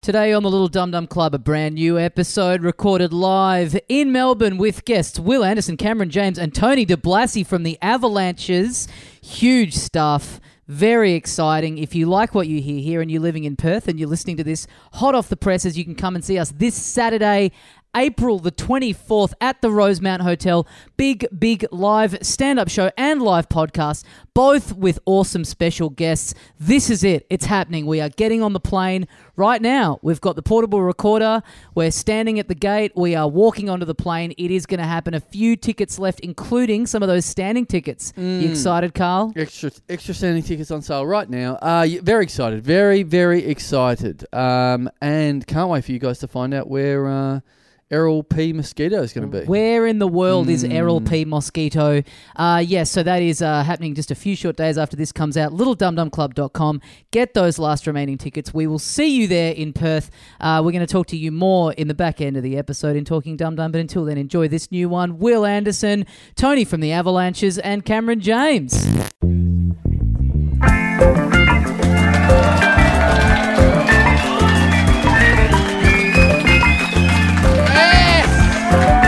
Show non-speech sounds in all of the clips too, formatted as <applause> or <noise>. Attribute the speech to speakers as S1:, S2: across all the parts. S1: Today on the Little Dum Dum Club, a brand new episode recorded live in Melbourne with guests Will Anderson, Cameron James, and Tony De DeBlasi from the Avalanches. Huge stuff. Very exciting. If you like what you hear here and you're living in Perth and you're listening to this hot off the presses, you can come and see us this Saturday, April the 24th at the Rosemount Hotel. Big, big live stand up show and live podcast, both with awesome special guests. This is it. It's happening. We are getting on the plane right now. We've got the portable recorder. We're standing at the gate. We are walking onto the plane. It is going to happen. A few tickets left, including some of those standing tickets. You excited, Carl?
S2: Extra, extra standing tickets on sale right now. Uh, y- very excited, very, very excited, um, and can't wait for you guys to find out where uh, Errol P. Mosquito is going to be.
S1: Where in the world is Errol P. Mosquito? Uh, yes, so that is uh, happening just a few short days after this comes out. LittleDumDumClub.com. Get those last remaining tickets. We will see you there in Perth. Uh, we're going to talk to you more in the back end of the episode in Talking Dum Dum. But until then, enjoy this new one. Will Anderson, Tony from the Avalanches, and Cameron James.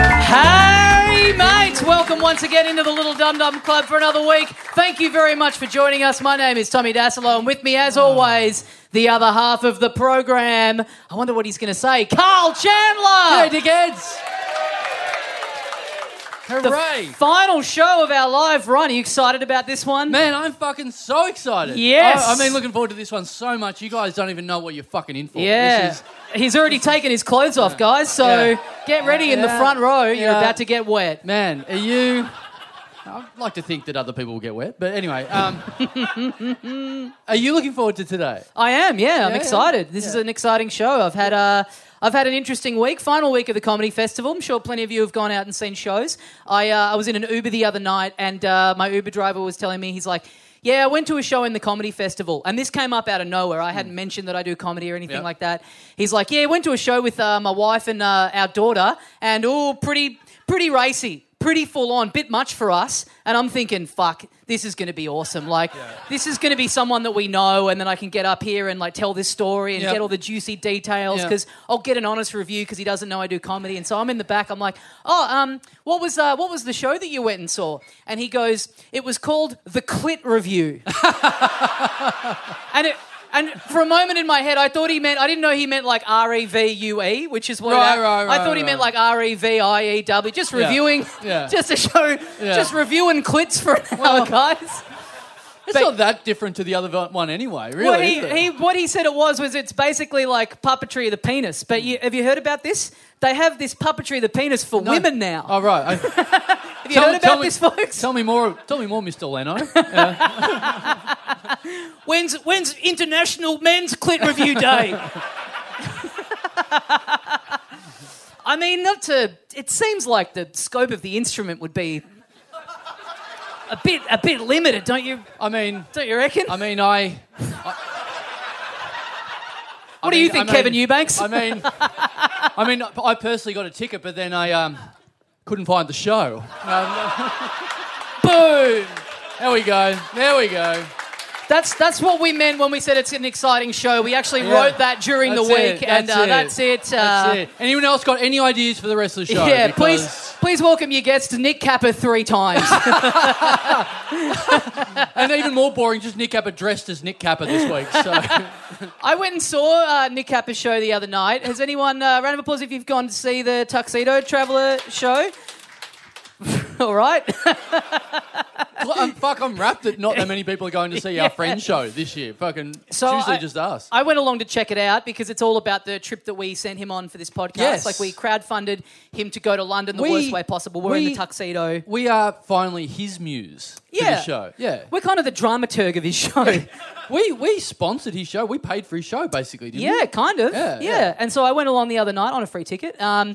S1: Hey, mates! Welcome once again into the Little Dum Dum Club for another week. Thank you very much for joining us. My name is Tommy Dasilo, and with me, as
S2: Oh.
S1: always, the other half of the program. I wonder what he's going to say. Carl Chandler!
S2: dickheads!
S1: the
S2: Hooray!
S1: final show of our live run. Are you excited about this one?
S2: Man, I'm fucking so excited.
S1: Yes.
S2: I, I mean, looking forward to this one so much. You guys don't even know what you're fucking in for.
S1: Yeah.
S2: This is,
S1: He's already taken his clothes off, guys, so
S2: Yeah.
S1: get ready in the
S2: Yeah.
S1: front row. You're
S2: Yeah.
S1: about to get wet.
S2: man, are you? I'd like to think that other people will get wet, but anyway, um,
S1: <laughs>
S2: are you looking forward to today?
S1: I am, yeah. I'm
S2: Yeah,
S1: excited.
S2: yeah.
S1: This is
S2: Yeah.
S1: an exciting show. I've had uh, I've had an interesting week. Final week of the comedy festival. I'm sure plenty of you have gone out and seen shows. I uh, I was in an Uber the other night, and uh, my Uber driver was telling me he's like. Yeah, I went to a show in the comedy festival, and this came up out of nowhere. I hadn't mentioned that I do comedy or anything
S2: Hmm. Yeah.
S1: like that. He's like, "Yeah, I went to a show with uh, my wife and uh, our daughter, and oh, pretty, pretty racy, pretty full on, bit much for us." And I'm thinking, "Fuck, this is going to be awesome.
S2: <laughs>
S1: Like, this is going to be someone that we know, and then I can get up here and like tell this story and
S2: Yep.
S1: get all the juicy details
S2: Yeah.
S1: because I'll get an honest review because he doesn't know I do comedy. And so I'm in the back. I'm like, oh, um, what was uh, what was the show that you went and saw? And he goes, it was called the Clit Review. <laughs> and it. And for a moment in my head, I thought he meant, I didn't know he meant like R E V U E, which is what
S2: Right,
S1: I,
S2: right,
S1: I
S2: right,
S1: thought he
S2: right.
S1: meant like R E V I E W, just reviewing, <laughs>
S2: Yeah.
S1: just a show,
S2: Yeah.
S1: just reviewing clits for an hour, guys.
S2: It's
S1: But-
S2: not that different to the other vo- one anyway, really.
S1: Well,
S2: is
S1: he,
S2: it?
S1: he, what he said it was was it's basically like puppetry of the penis. But you, have you heard about this? They have this puppetry of the penis for
S2: No.
S1: women now.
S2: Oh right. I-
S1: have you heard about this, folks?
S2: Tell me more. Tell me more,
S1: <laughs>
S2: Mr. Leno.
S1: When's when's International Men's Clit Review Day? <laughs> I mean, not to. It seems like the scope of the instrument would be a bit a bit limited, don't you?
S2: I mean,
S1: Don't you reckon?
S2: I mean, I.
S1: what do you think, Kevin Eubanks?
S2: I mean, I mean, I personally got a ticket, but then I um, couldn't find the show. Um, boom! There we go. There we go.
S1: That's that's what we meant when we said it's an exciting show. We actually
S2: Yeah.
S1: wrote that during the
S2: That's it,
S1: week, and
S2: that's
S1: uh,
S2: it,
S1: that's it. Uh,
S2: That's it. Anyone else got any ideas for the rest of the show?
S1: Yeah,
S2: Because-
S1: please please welcome your guests, Nick Capper, three
S2: <laughs>
S1: times.
S2: And even more boring, just Nick Capper dressed as Nick Capper this week.
S1: <laughs>
S2: So
S1: I went and saw uh, Nick Capper's show the other night. Has anyone uh, round of applause if you've gone to see the Tuxedo Traveller show? <laughs> All right. <laughs>
S2: um, fuck, I'm wrapped that not that many people are going to
S1: <laughs>
S2: see our friend show this year. Fucking
S1: So
S2: seriously,
S1: I-
S2: just us.
S1: I went along to check it out because it's all about the trip that we sent him on for this podcast.
S2: Yes.
S1: Like we crowdfunded him to go to London the
S2: We-
S1: worst way possible. We're in the
S2: we-
S1: tuxedo.
S2: We are finally his muse for
S1: Yeah.
S2: the show. Yeah.
S1: We're kind of the dramaturg of his show.
S2: <laughs> We we sponsored his show. We paid for his show basically, didn't
S1: Yeah,
S2: we?
S1: kind of. Yeah,
S2: Yeah, yeah.
S1: And so I went along the other night on a free ticket,
S2: <laughs>
S1: um,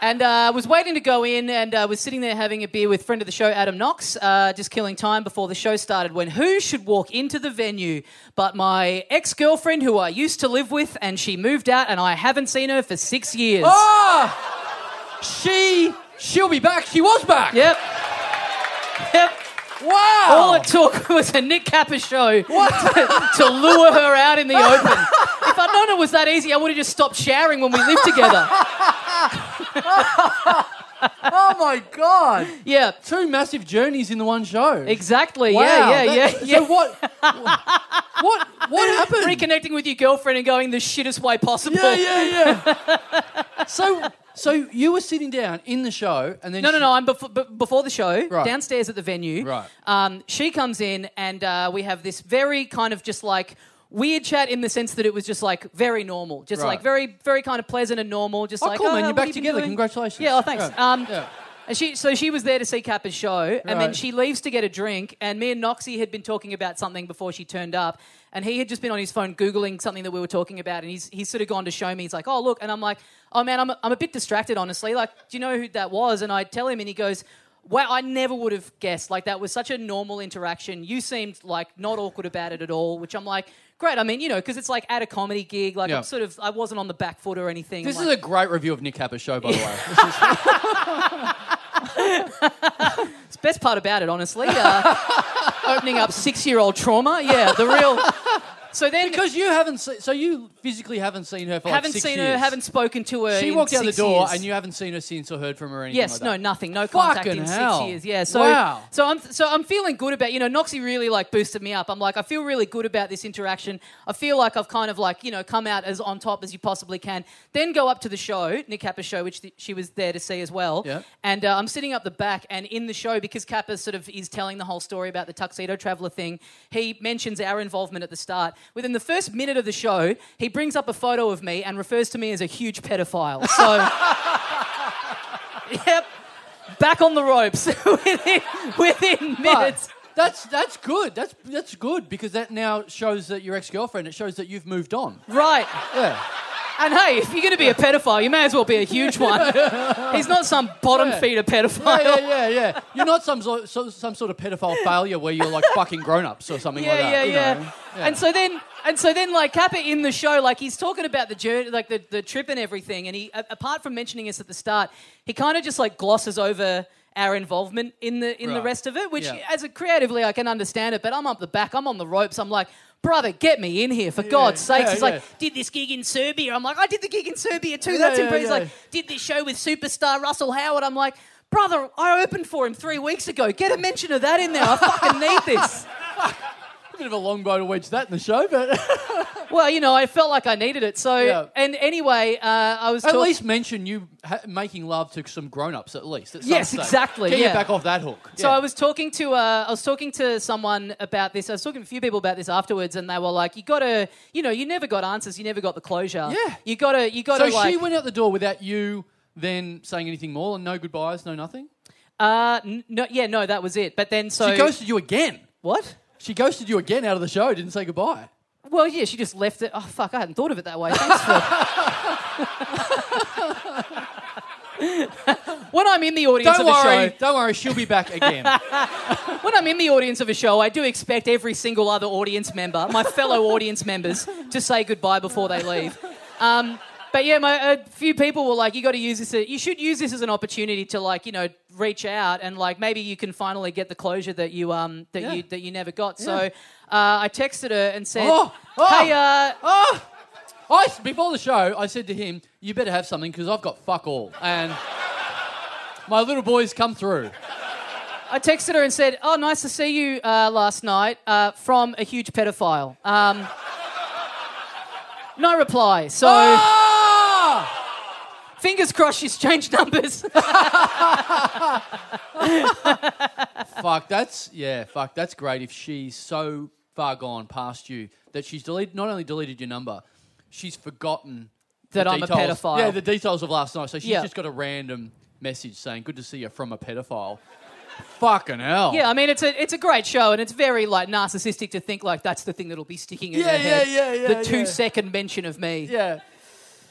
S1: and uh, was waiting to go in, and uh, was sitting there having a beer with friend of the show Adam Knox, uh, just killing time before the show started. When who should walk into the venue but my ex girlfriend, who I used to live with, and she moved out, and I haven't seen her for six years.
S2: Ah! She she'll be back. She was back.
S1: Yep. Yep.
S2: Wow!
S1: All it took <laughs> was a Nick Kappa
S2: <laughs>
S1: show <laughs> to, to lure her out in the open. If I'd known it was that easy, I would have just stopped showering when we lived together.
S2: <laughs> oh my god!
S1: Yeah,
S2: Two massive journeys in the one show.
S1: exactly.
S2: Wow,
S1: yeah, yeah,
S2: that-
S1: yeah, yeah.
S2: <laughs> So what? What? What
S1: <laughs>
S2: happened?
S1: Reconnecting with your girlfriend and going the shittest way possible.
S2: Yeah, yeah, yeah. so, so you were sitting down in the show, and then
S1: No, no,
S2: she-
S1: no. I'm before, b- before the show,
S2: Right.
S1: downstairs at the venue.
S2: Right.
S1: Um, she comes in, and uh, we have this very kind of just like weird chat in the sense that it was just like very normal, just
S2: Right.
S1: like very, very kind of pleasant and normal. Just
S2: Oh,
S1: like,
S2: cool, man.
S1: how-
S2: You're
S1: what
S2: back
S1: you been
S2: together.
S1: doing?"
S2: Congratulations.
S1: Yeah. Oh, thanks.
S2: Yeah.
S1: Um,
S2: Yeah.
S1: And she, so she was there to see Kappa's show, and then
S2: Right.
S1: she leaves to get a drink. And me and Noxie had been talking about something before she turned up, and he had just been on his phone googling something that we were talking about, and he's he's sort of gone to show me. He's like, "Oh, look," and I'm like, "Oh man, I'm I'm a bit distracted, honestly. Like, do you know who that was?" And I tell him, and he goes. Wow, I never would have guessed. Like that was such a normal interaction. You seemed like not awkward about it at all, which I'm like, great. I mean, you know, because it's like at a comedy gig. Like
S2: Yeah.
S1: I'm sort of, I wasn't on the back foot or anything.
S2: This
S1: I'm
S2: is
S1: like-
S2: a great review of Nick Capper's show, by the way. This is-
S1: Best part about it, honestly, uh,
S2: <laughs>
S1: opening up six-year-old trauma. Yeah, the real. So then,
S2: <laughs> because you haven't, se- so you physically haven't seen her for like
S1: haven't
S2: six
S1: seen her,
S2: years.
S1: haven't spoken to her.
S2: She
S1: in
S2: walked out the
S1: six
S2: door,
S1: years.
S2: and you haven't seen her since or heard from her. Or anything
S1: Yes,
S2: like
S1: no,
S2: that.
S1: nothing, no contact
S2: Fucking
S1: in
S2: hell.
S1: six years. Yeah, so
S2: Wow.
S1: so I'm so I'm feeling good about you know Noxie really like boosted me up. I'm like I feel really good about this interaction. I feel like I've kind of like you know come out as on top as you possibly can. Then go up to the show, Nick Kappa's show, which th- she was there to see as well.
S2: Yeah.
S1: And uh, I'm sitting up the back, and in the show because Kappa sort of is telling the whole story about the tuxedo traveller thing, he mentions our involvement at the start. Within the first minute of the show, he brings up a photo of me and refers to me as a huge pedophile. So. Yep. Back on the ropes <laughs> within, within minutes.
S2: But that's that's good. That's that's good because that now shows that your ex-girlfriend. It shows that you've moved on.
S1: Right. <laughs>
S2: Yeah.
S1: And hey, if you're going to be a pedophile, you may as well be a huge <laughs> one. He's not some bottom
S2: Yeah.
S1: feeder pedophile.
S2: Yeah, yeah, yeah, yeah. You're not some sort, so, some sort of pedophile failure where you're like fucking grown-ups or something like that.
S1: yeah,
S2: you
S1: yeah.
S2: know.
S1: And so then, and so then, like Kappa in the show, like he's talking about the journey, like the, the trip and everything. And he, a- apart from mentioning us at the start, he kind of just like glosses over our involvement in the in the
S2: Right.
S1: rest of it. Which,
S2: Yeah.
S1: as a creatively, I can understand it. But I'm up the back. I'm on the ropes. I'm like. Brother, get me in here for God's sakes!
S2: yeah,
S1: He's
S2: yeah.
S1: like, did this gig in Serbia? I'm like, I did the gig in Serbia too.
S2: Yeah,
S1: That's
S2: yeah,
S1: impressive. He's
S2: yeah.
S1: like, did this show with superstar Russell Howard? I'm like, brother, I opened for him three weeks ago. Get a mention of that in there. I fucking need this.
S2: A bit of a long bow to wedge that in the show, but <laughs>
S1: Well, you know, I felt like I needed it. So,
S2: Yeah.
S1: and anyway, uh, I was
S2: at
S1: talk-
S2: least mention you ha- making love to some grown-ups at least. At some
S1: Yes,
S2: stage.
S1: exactly,
S2: Get
S1: yeah.
S2: you back off that hook.
S1: So
S2: Yeah.
S1: I was talking to uh, I was talking to someone about this. I was talking to a few people about this afterwards, and they were like, "You gotta, you know, you never got answers. You never got the closure.
S2: Yeah.
S1: you gotta, you gotta
S2: So
S1: like."
S2: she went out the door without you then saying anything more, and no goodbyes, no nothing.
S1: uh, n- no, yeah, no, that was it. But then so
S2: She ghosted you again.
S1: what?
S2: She ghosted you again out of the show. Didn't say goodbye.
S1: Well, yeah, she just left it. Oh fuck, I hadn't thought of it that way. Thanks for. <laughs>
S2: <laughs>
S1: when I'm in the audience of
S2: Don't
S1: a
S2: worry.
S1: show,
S2: Don't worry. She'll be
S1: <laughs>
S2: back again.
S1: When I'm in the audience of a show, I do expect every single other audience member, my fellow <laughs> audience members, to say goodbye before they leave. Um, but yeah, my, a few people were like, "You got to use this. uh, You should use this as an opportunity to like, you know, reach out and like maybe you can finally get the closure that you um that
S2: Yeah.
S1: you that you never got." So uh, I texted her and said,
S2: Oh, oh.
S1: "Hey, uh,
S2: oh, I, before the show, I said to him, "You better have something because I've got fuck all." And my little boys come through.
S1: I texted her and said, "Oh, nice to see you uh, last night uh, from a huge pedophile." Um, no reply. So.
S2: Oh! Ah!
S1: Fingers crossed she's changed numbers.
S2: fuck. That's yeah. Fuck. That's great. If she's so far gone past you that she's deleted, not only deleted your number, she's forgotten
S1: that
S2: the
S1: I'm a
S2: details-
S1: pedophile.
S2: Yeah, the details of last night. So she's
S1: Yeah.
S2: just got a random message saying, "Good to see you from a pedophile." Fucking hell.
S1: <laughs> yeah, I mean it's a it's a great show and it's very like narcissistic to think like that's the thing that'll be sticking in
S2: Yeah,
S1: their head.
S2: yeah, yeah, yeah,
S1: The
S2: yeah.
S1: two second mention of me.
S2: Yeah.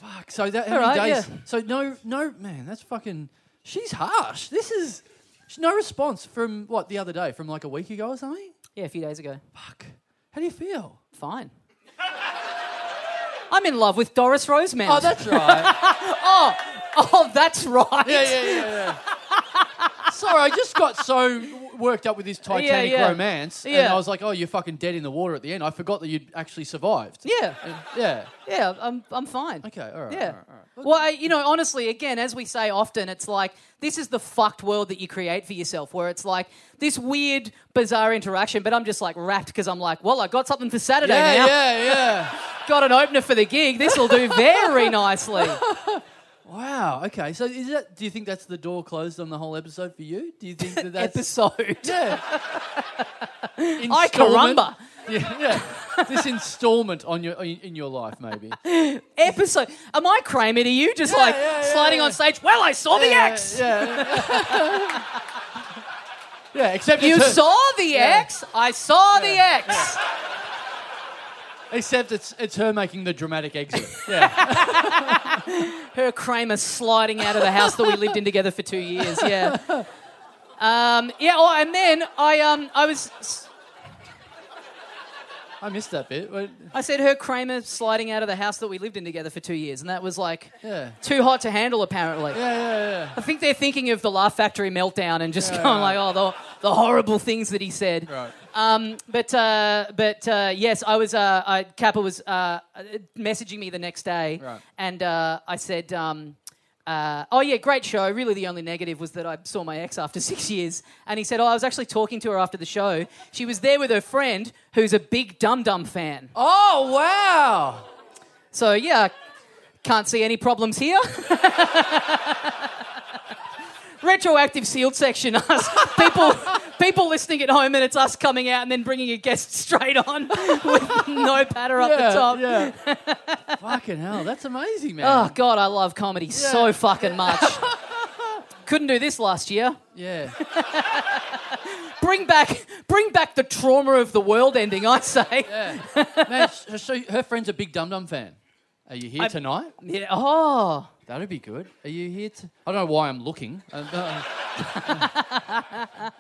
S2: Fuck. So that how
S1: All
S2: many
S1: right,
S2: days?
S1: yeah.
S2: So no, no, man. That's fucking. She's harsh. This is. sh- No response from what the other day, from like a week ago or something.
S1: Yeah, a few days ago.
S2: Fuck. How do you feel?
S1: Fine. <laughs> I'm in love with Doris Rosemount.
S2: Oh, that's right.
S1: oh, that's right.
S2: yeah, yeah, yeah. yeah. Sorry, I just got so worked up with this Titanic
S1: yeah.
S2: romance, and
S1: Yeah.
S2: I was like, "Oh, you're fucking dead in the water at the end." I forgot that you'd actually survived.
S1: Yeah,
S2: Yeah.
S1: yeah, I'm, I'm fine.
S2: Okay. All right.
S1: Yeah.
S2: all right, all right.
S1: Well, I, you know, honestly, again, as we say often, it's like this is the fucked world that you create for yourself, where it's like this weird, bizarre interaction. But I'm just like wrapped because I'm like, well, I got something for Saturday
S2: Yeah.
S1: now.
S2: Yeah. Yeah.
S1: Got an opener for the gig. This will do very nicely.
S2: Wow. Okay. So is that? Do you think that's the door closed on the whole episode for you? Do you think that <laughs> that's
S1: Episode.
S2: yeah?
S1: I
S2: Installment-
S1: caramba.
S2: Yeah. yeah. this installment on your in, in your life, maybe.
S1: Episode. Am I Kramer to you? Just like
S2: yeah, yeah,
S1: sliding
S2: yeah.
S1: on stage. Well, I saw the X.
S2: Yeah. Yeah. <laughs> Yeah, Except
S1: You
S2: it's her-
S1: saw the X. I saw the X.
S2: except it's it's her making the dramatic exit.
S1: <laughs>
S2: Yeah.
S1: her Kramer sliding out of the house that we lived in together for two years. Yeah. Um, yeah. Oh, and then I um I was
S2: I missed that bit. But
S1: I said her Kramer sliding out of the house that we lived in together for two years, and that was like
S2: yeah.
S1: too hot to handle apparently.
S2: Yeah, yeah,
S1: I think they're thinking of the Laugh Factory meltdown and just going like, oh, the, the horrible things that he said.
S2: yeah.
S1: <laughs>
S2: Right.
S1: Um, but uh, but uh, yes, I was. Uh, I, Kappa was uh, messaging me the next day,
S2: Right.
S1: and uh, I said, um, uh, "Oh yeah, great show. Really, the only negative was that I saw my ex after <laughs> six years." And he said, "Oh, I was actually talking to her after the show. She was there with her friend, who's a big Dum Dum fan.
S2: Oh wow.
S1: So yeah, can't see any problems here." <laughs> Retroactive sealed section. <laughs> Us people, people listening at home, and it's us coming out and then bringing a guest straight on <laughs> with no patter up the top. <laughs>
S2: yeah. fucking hell, that's amazing, man.
S1: Oh God, I love comedy so fucking
S2: <laughs>
S1: much. Couldn't do this last year.
S2: Yeah.
S1: Bring back, bring back the trauma of the world ending. I say. Yeah. <laughs>
S2: Man, so- so her friend's a big Dum Dum fan. Are you here tonight?
S1: <laughs> Oh,
S2: That'd be good. Are you here? T- I don't know why I'm looking. Um, uh,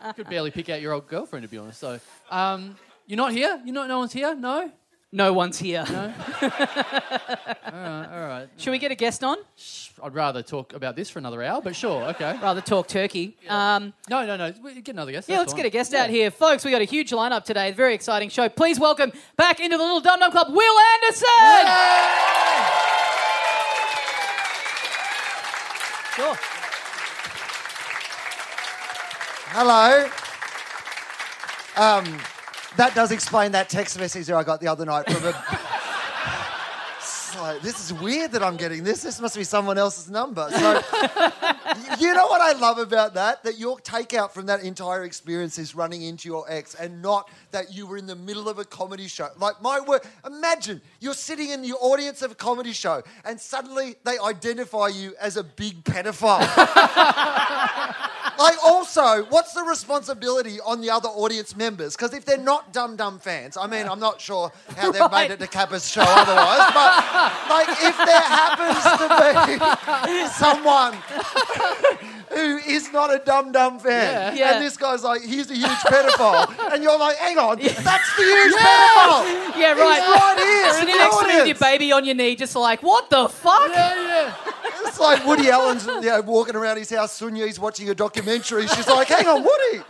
S2: <laughs> could barely pick out your old girlfriend, to be honest. So, um, you're not here. You're not. No one's here. No.
S1: no one's here.
S2: Uh, all right.
S1: Should we get a guest on?
S2: I'd rather talk about this for another hour, but sure. Okay.
S1: Rather talk turkey. Um,
S2: No, no, no. we- Get another guest.
S1: Yeah, let's
S2: that's fine.
S1: get a guest
S2: Yeah.
S1: out here, folks. We got a huge lineup today. Very exciting show. Please welcome back into the Little Dum Dum Club, Will Anderson. Sure.
S3: Hello. Um, that does explain that text message that I got the other night from a. <laughs> It's like, this is weird that I'm getting this. This must be someone else's number. So, y- you know what I love about that? That your takeout from that entire experience is running into your ex and not that you were in the middle of a comedy show. Like, my word, imagine you're sitting in the audience of a comedy show and suddenly they identify you as a big pedophile. Like, also, what's the responsibility on the other audience members? Because if they're not Dum Dum fans, I mean, I'm not sure how they've
S1: Right.
S3: made it to Kappa's show otherwise, but like, if there happens to be someone who is not a Dum Dum fan,
S1: Yeah.
S3: and this guy's like, he's a
S1: <laughs>
S3: huge pedophile, and you're like, hang on, that's the huge pedophile!
S1: Yeah,
S3: He's
S1: right.
S3: right here! in
S1: Sitting
S3: the
S1: next to me with your
S3: audience.
S1: baby on your knee, just like, what the fuck?
S2: Yeah,
S3: It's like Woody Allen's you know, walking around his house. Sunya's watching a documentary. She's like, "Hang on, Woody."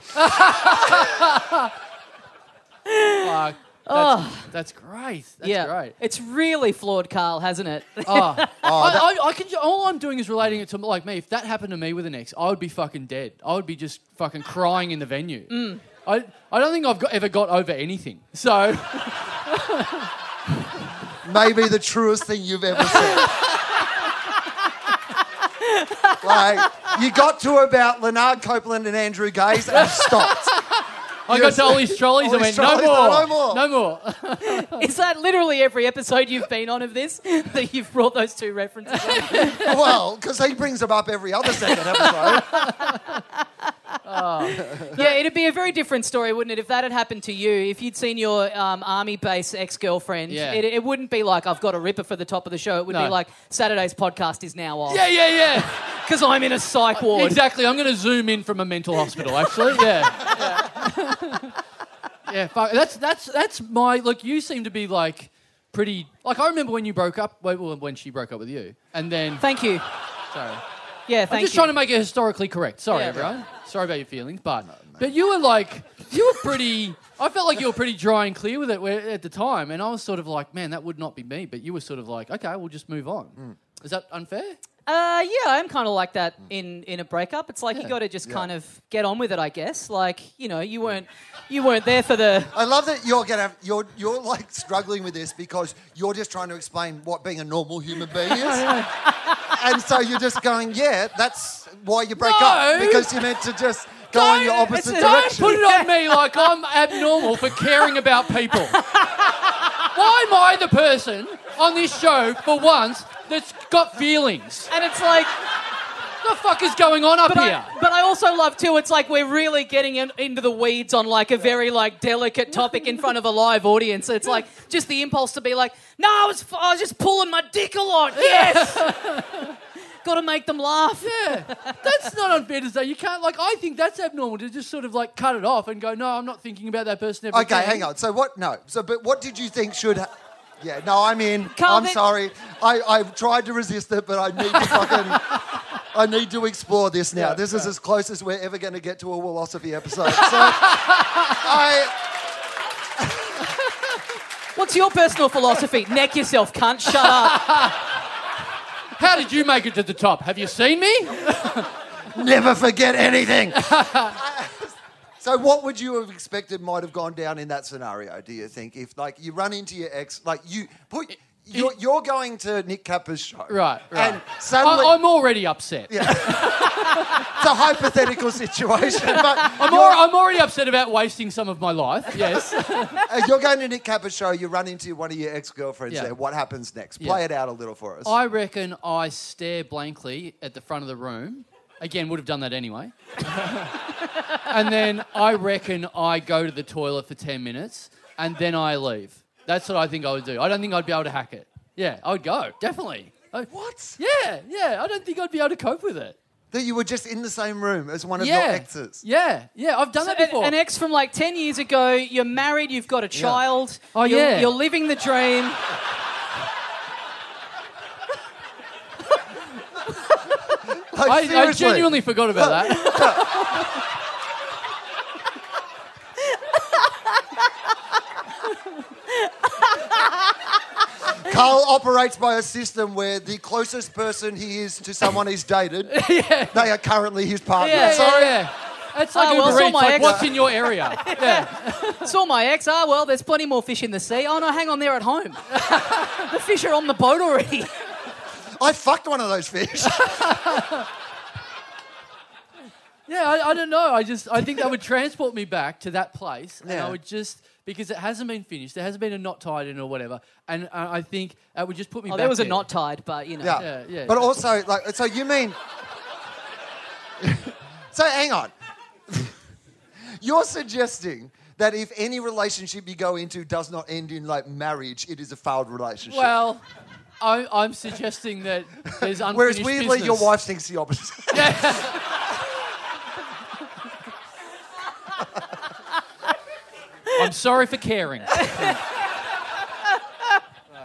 S2: yeah. Fuck. That's, that's great. That's
S1: Yeah. <laughs>
S2: great.
S1: It's really flawed, Carl, hasn't it? <laughs>
S2: Oh, I, I, I can. ju- All I'm doing is relating it to like me. If that happened to me with an ex, I would be fucking dead. I would be just fucking crying in the venue.
S1: Mm.
S2: I, I don't think I've got, ever got over anything. So <laughs>
S3: maybe the truest thing you've ever said. like you got to about Leonard Copeland and Andrew Gaze and stopped.
S2: I got to all these trolleys
S3: All
S2: and went
S3: these
S2: no more,
S3: trolleys, no more."
S2: no more. <laughs>
S1: Is that literally every episode you've been on of this <laughs> that you've brought those two
S2: <laughs>
S1: references? up?
S3: Well, because he brings them up every other second episode.
S1: yeah, it'd be a very different story, wouldn't it, if that had happened to you? If you'd seen your um, army base ex girlfriend,
S2: Yeah.
S1: it, it wouldn't be like I've got a ripper for the top of the show. It would
S2: No.
S1: be like Saturday's podcast is now on
S2: Yeah, yeah, yeah.
S1: because I'm in a psych ward.
S2: Exactly. I'm going to zoom in from a mental hospital. Actually, yeah. yeah. yeah fuck. That's that's that's my look. You seem to be like pretty. Like I remember when you broke up. Well, when she broke up with you, and then
S1: Thank you.
S2: sorry.
S1: Yeah,
S2: I'm
S1: thank
S2: just
S1: you.
S2: trying to make it historically correct. Sorry,
S1: Yeah.
S2: everyone. Sorry about your feelings, but but you were like you were pretty. I felt like you were pretty dry and clear with it where- at the time, and I was sort of like, man, that would not be me. But you were sort of like, okay, we'll just move on.
S1: Mm.
S2: Is that unfair?
S1: Uh, yeah, I'm kind of like that in in a breakup. It's like you got to just kind of get on with it, I guess. Like you know, you weren't you weren't there for the
S3: I love that you're gonna have, you're you're like struggling with this because you're just trying to explain what being a normal human being is, and so you're just going, yeah, that's why you break up
S2: No.
S3: because you meant to just go in your
S1: Don't-
S3: opposite
S1: it's a-
S2: Don't
S3: direction.
S2: put it on me like I'm abnormal for caring about people. Why am I the person on this show for once that's got feelings?
S1: and it's like.
S2: What the fuck is going on up
S1: But
S2: here?
S1: I, but I also love too. It's like we're really getting in, into the weeds on like a very like delicate topic in front of a live audience. It's like just the impulse to be like, no, I was f- I was just pulling my dick a lot. Yes, <laughs> got to make them laugh.
S2: That's not unfair to say. You can't like. I think that's abnormal to just sort of like cut it off and go. No, I'm not thinking about that person. Ever
S3: Okay,
S2: again."
S3: hang on. So what? No. So but what did you think should? Ha- yeah. No, I'm in. I'm
S1: Calvin-
S3: sorry. I I tried to resist it, but I need to fucking. I need to explore this now. this is as close as we're ever going to get to a philosophy episode. So I.
S1: What's your personal philosophy? Neck yourself, cunt. Shut up.
S2: How did you make it to the top? Have you seen me?
S3: never forget
S2: <laughs>
S3: anything. so what would you have expected might have gone down in that scenario, do you think? If like you run into your ex, like you put you're, you're going to Nick Kappa's show.
S2: Right, right.
S3: And suddenly
S2: I, am already upset.
S3: it's a hypothetical situation, but
S2: I'm, al- I'm already upset about wasting some of my life. Yes.
S3: uh, you're going to Nick Kappa's show, you run into one of your ex-girlfriends
S2: Yeah.
S3: there. What happens next?
S2: Yeah.
S3: Play it out a little for us.
S2: I reckon I stare blankly at the front of the room. Again, would have done that anyway. <laughs> and then I reckon I go to the toilet for 10 minutes and then I leave. That's what I think I would do. I don't think I'd be able to hack it. Yeah, I would go, definitely. I-
S3: what?
S2: Yeah, yeah. I don't think I'd be able to cope with it.
S3: That you were just in the same room as one of
S2: yeah.
S3: your exes.
S2: Yeah, yeah. I've done that
S1: An-
S2: before.
S1: An ex from like 10 years ago, you're married, you've got a child.
S2: Oh,
S1: you're,
S2: yeah.
S1: You're living the dream.
S3: Like,
S2: I, I
S3: seriously.
S2: genuinely forgot about
S3: <laughs>
S2: that.
S3: Carl operates by a system where the closest person he is to someone
S2: <laughs>
S3: he's dated, they are currently his partner.
S1: Yeah,
S3: so
S2: Sorry. Yeah. It's like
S1: Oh, well,
S2: Uber
S1: so
S2: Eats,
S1: my
S2: like
S1: ex-
S2: what's in your area?
S1: <laughs>
S2: Yeah.
S1: Saw my ex. Ah, well, there's plenty more fish in the sea. Oh, no, hang on, they're at home. <laughs> the fish are on the boat already.
S3: I fucked one of
S2: <laughs>
S3: those fish.
S2: Yeah, I, I don't know. I just I think
S1: <laughs>
S2: that would transport me back to that place, and
S3: Yeah.
S2: I would just because it hasn't been finished, there hasn't been a knot tied in or whatever, and uh, I think that would just put me.
S1: Oh,
S2: back
S1: there was a
S2: there.
S1: knot tied, but you know.
S3: yeah.
S2: Yeah, yeah.
S3: But also, like, so you mean. <laughs> so hang on. <laughs> You're suggesting that if any relationship you go into does not end in, like, marriage, it is a failed relationship.
S2: Well, I, I'm suggesting that there's unfinished
S3: Whereas weirdly,
S2: business.
S3: your wife thinks the opposite. <laughs>
S2: I'm sorry
S1: <laughs>
S2: for caring. it's,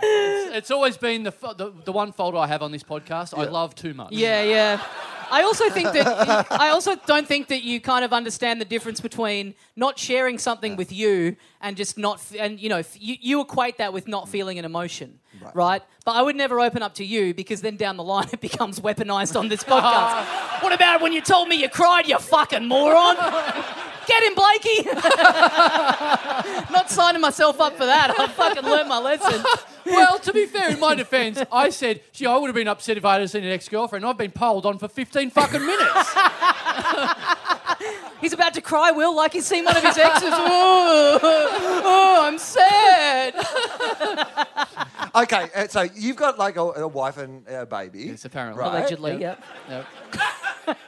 S2: it's always been the, fa- the the one fault I have on this podcast. I love too much.
S1: Yeah, yeah. I also think that I also don't think that you kind of understand the difference between not sharing something with you and just not f- and you know f- you, you equate that with not feeling an emotion, right. But I would never open up to you because then down the line <laughs> it becomes weaponized on this podcast. what about when you told me you cried, you fucking moron? Get him, Blakey. <laughs> not signing myself up for that. I fucking learned my lesson.
S2: Well, to be fair, in my defence, I said, "Gee, I would have been upset if I had seen an ex-girlfriend." I've been piled on for 15 fucking minutes.
S1: <laughs> He's about to cry, Will, like he's seen one of his exes. Ooh, oh, I'm sad.
S3: okay, uh, so you've got, like, a, a wife and a baby.
S2: Yes, apparently.
S3: Right.
S1: Allegedly, yeah.
S2: Yep.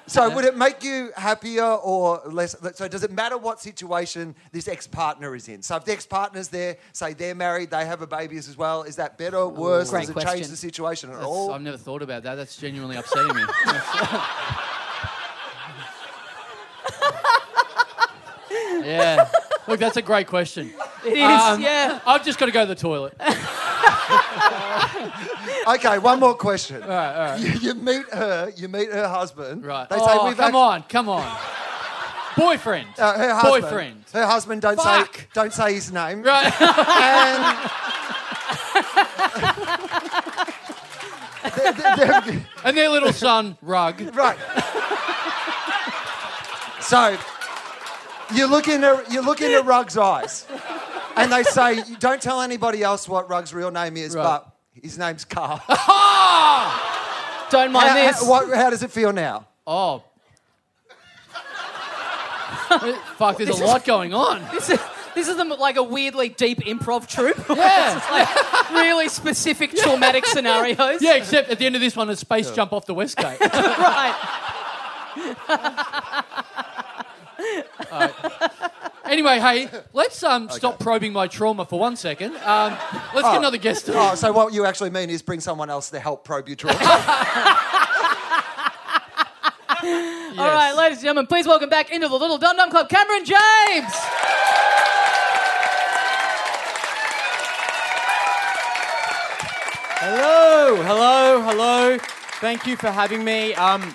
S3: So would it make you happier or less? So does it matter what situation this ex-partner is in? So if the ex-partner's there, say they're married, they have a baby as well, is that better, worse?
S1: Great
S3: does it change
S1: question.
S3: the situation at
S2: That's-
S3: all?
S2: I've never thought about that. That's genuinely upsetting me. <laughs> yeah. Look, that's a great question.
S1: It is,
S2: Um,
S1: yeah.
S2: I've just got to go to the toilet.
S3: Okay, one more question. You, you meet her, you meet her husband.
S2: Right.
S3: They say
S2: oh,
S3: we've
S2: come
S3: act-
S2: on, come on. Boyfriend.
S3: Uh, her husband.
S2: Boyfriend.
S3: Her husband. Don't say.
S2: Fuck.
S3: Don't say his name.
S2: Right. <laughs>
S3: And
S2: <laughs>
S3: <laughs> They're- they're- they're-
S2: and their little son,
S3: <laughs>
S2: Rug.
S3: Right. so you look into you look into Rug's eyes, and they say, "Don't tell anybody else what Rug's real name is,
S2: Right.
S3: but his name's Carl."
S1: Don't mind
S3: how,
S1: this.
S3: how- what- how does it feel now?
S2: Oh. <laughs> Fuck, there's a lot going on.
S1: This is, this is the, like a weirdly deep improv troupe. <laughs>
S2: Yeah.
S1: It's like really specific traumatic scenarios.
S2: Yeah, except at the end of this one, a space jump off the West Gate.
S1: Right.
S2: anyway, hey, let's um, stop probing my trauma for one second. Um, let's get another guest.
S3: Oh, so what you actually mean is bring someone else to help probe your trauma.
S1: All right, ladies and gentlemen, please welcome back into the Little Dum Dum Club, Cameron James.
S4: Hello, hello, hello. Thank you for having me. Um,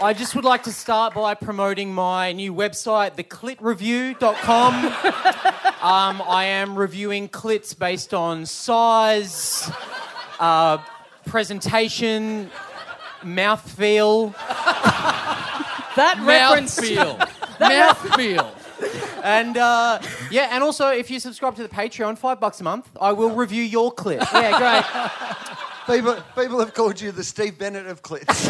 S4: I just would like to start by promoting my new website, theclitreview.com. um, I am reviewing clits based on size, uh, presentation, mouthfeel,
S1: That reference.
S2: Mouthfeel. Mouthfeel.
S4: and uh, yeah, and also if you subscribe to the Patreon, five bucks a month, I will review your clit.
S1: <laughs> Yeah, great.
S3: people, people have called you the Steve Bennett of clits.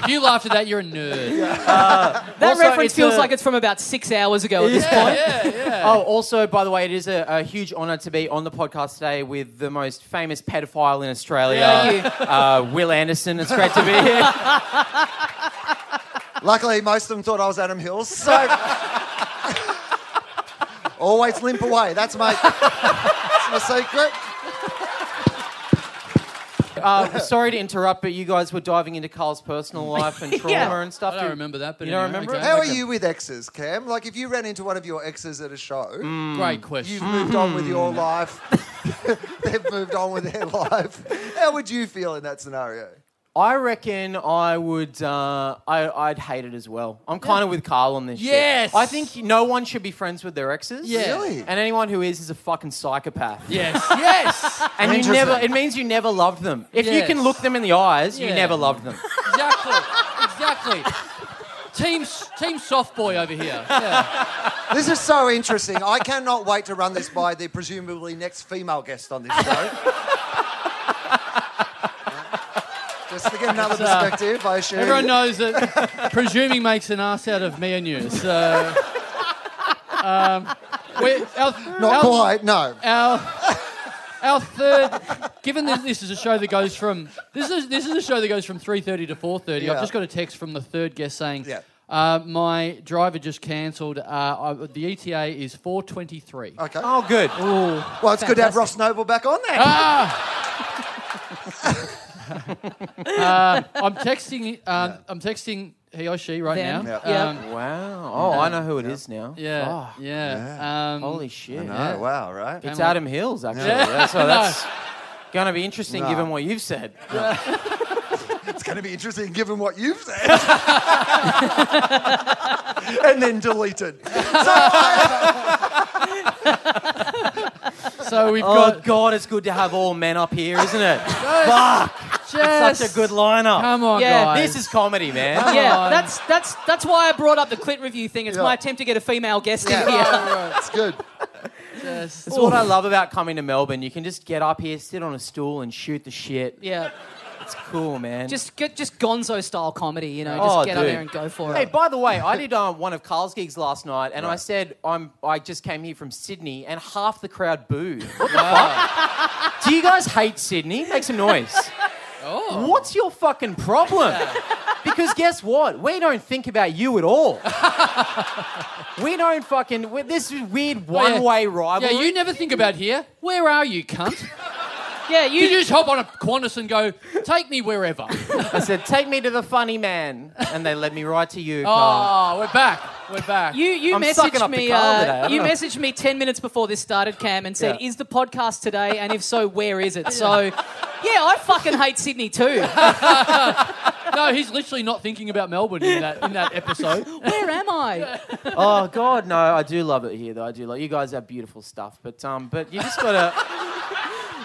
S2: If you laughed at that, you're a nerd.
S1: That
S4: Also,
S1: reference
S4: it's
S1: feels
S4: a-
S1: like it's from about six hours ago at this point.
S4: Oh, also, by the way, it is a, a huge honour to be on the podcast today with the most famous pedophile in Australia,
S1: Thank you.
S4: uh, Will Anderson. It's great to be here.
S3: <laughs> Luckily, most of them thought I was Adam Hills, so <laughs> always limp away. That's my that's my secret.
S4: Uh, sorry to interrupt, but you guys were diving into
S2: <laughs>
S4: Carl's personal life and trauma
S1: Yeah.
S4: and stuff.
S2: I don't remember that, but
S4: You don't
S2: anyway,
S4: remember
S2: okay.
S3: How
S4: Okay.
S3: are you with exes, Cam? Like, if you ran into one of your exes at a show,
S2: Great
S3: you've
S2: question.
S3: moved on
S2: <laughs>
S3: with your life. <laughs> They've moved on with their life. How would you feel in that scenario?
S4: I reckon I would. Uh, I, I'd hate it as well. I'm kind of with Carl on this. shit.
S2: Yes.
S4: I think no one should be friends with their exes.
S2: Yeah.
S3: Really?
S4: And anyone who is is a fucking psychopath.
S2: Yes, yes.
S4: And you
S3: Interesting.
S4: never. It means you never loved them. If you
S2: Yes.
S4: can look them in the eyes, you
S2: Yeah.
S4: never loved
S2: <laughs>
S4: them.
S2: Exactly. Exactly. Team, s- team soft boy over here. Yeah.
S3: This is so interesting. I cannot wait to run this by the presumably next female guest on this
S2: <laughs>
S3: show. Just to get another perspective, I assume.
S2: uh, Everyone knows that presuming makes an ass out of me and you. So, um, we're, our,
S3: Not
S2: our-
S3: quite, no.
S2: our our third. Given that this is a show that goes from this is this is a show that goes from three thirty to four thirty.
S3: Yeah.
S2: I've just got a text from the third guest saying,
S3: Yeah.
S2: uh, "My driver just cancelled. Uh, I- the ETA is four twenty three.
S3: Okay.
S4: Oh, good.
S3: well, it's good to have Ross Noble back on there.
S2: Ah! I'm texting. Um, I'm texting he or she right
S1: Them.
S2: now.
S1: Yeah.
S2: Um,
S4: Wow. Oh, I know who it is now.
S2: yeah,
S4: Fuck.
S2: yeah. Um,
S4: Holy shit.
S3: Oh, wow, right?
S4: It's Adam Hills, actually.
S2: Yeah.
S4: Yeah, So that's going to be interesting
S3: No.
S4: given what you've said.
S3: It's going to be interesting given what you've said. <laughs> and then deleted.
S2: <laughs> so we've
S4: <laughs> Oh,
S2: got
S4: God, it's good to have all men up here,
S2: <laughs>
S4: isn't it?
S2: just,
S4: Such a good lineup.
S2: Come on,
S1: Yeah,
S2: guys.
S4: This is comedy, man.
S1: Yeah, that's that's that's why I brought up the clit review thing. It's
S3: Yeah.
S1: my attempt to get a female guest
S3: Yeah.
S1: in here.
S3: It's good.
S2: Yes.
S4: That's what I love about coming to Melbourne. You can just get up here, sit on a stool, and shoot the shit.
S1: Yeah,
S4: It's cool, man.
S1: just get just Gonzo style comedy. You know, just
S4: Oh,
S1: get up
S4: dude.
S1: there and go for
S4: <laughs> Hey,
S1: it.
S4: by the way, I did uh, one of Carl's gigs last night, and I said I'm. I just came here from Sydney, and half the
S2: <laughs>
S4: crowd booed. What the fuck? Do you guys hate Sydney? Make some noise.
S2: Oh.
S4: What's your fucking problem? Because guess what? We don't think about you at all. we don't fucking. we this is weird
S2: Oh, yeah.
S4: one-way rivalry.
S2: Yeah, you never think about here. Where are you, cunt?
S1: Yeah, you,
S2: You just hop on a Qantas and go, take me wherever.
S4: I said, take me to the funny man, and they led me right to you, Carl.
S2: Oh, we're back. We're back.
S1: You you
S4: I'm sucking
S1: messaged
S4: up the
S1: me
S4: Carl
S1: uh,
S4: today, I don't
S1: you
S4: know.
S1: messaged me ten minutes before this started, Cam, and said,
S4: Yeah.
S1: "Is the podcast today? And if so, where is
S4: <laughs>
S1: it?" So, yeah, I fucking hate Sydney too.
S2: No, he's literally not thinking about Melbourne in that in that
S3: <laughs>
S2: episode.
S1: Where am I?
S4: Oh God, no! I do love it here, though. I do love you guys have beautiful stuff, but um, but you just gotta,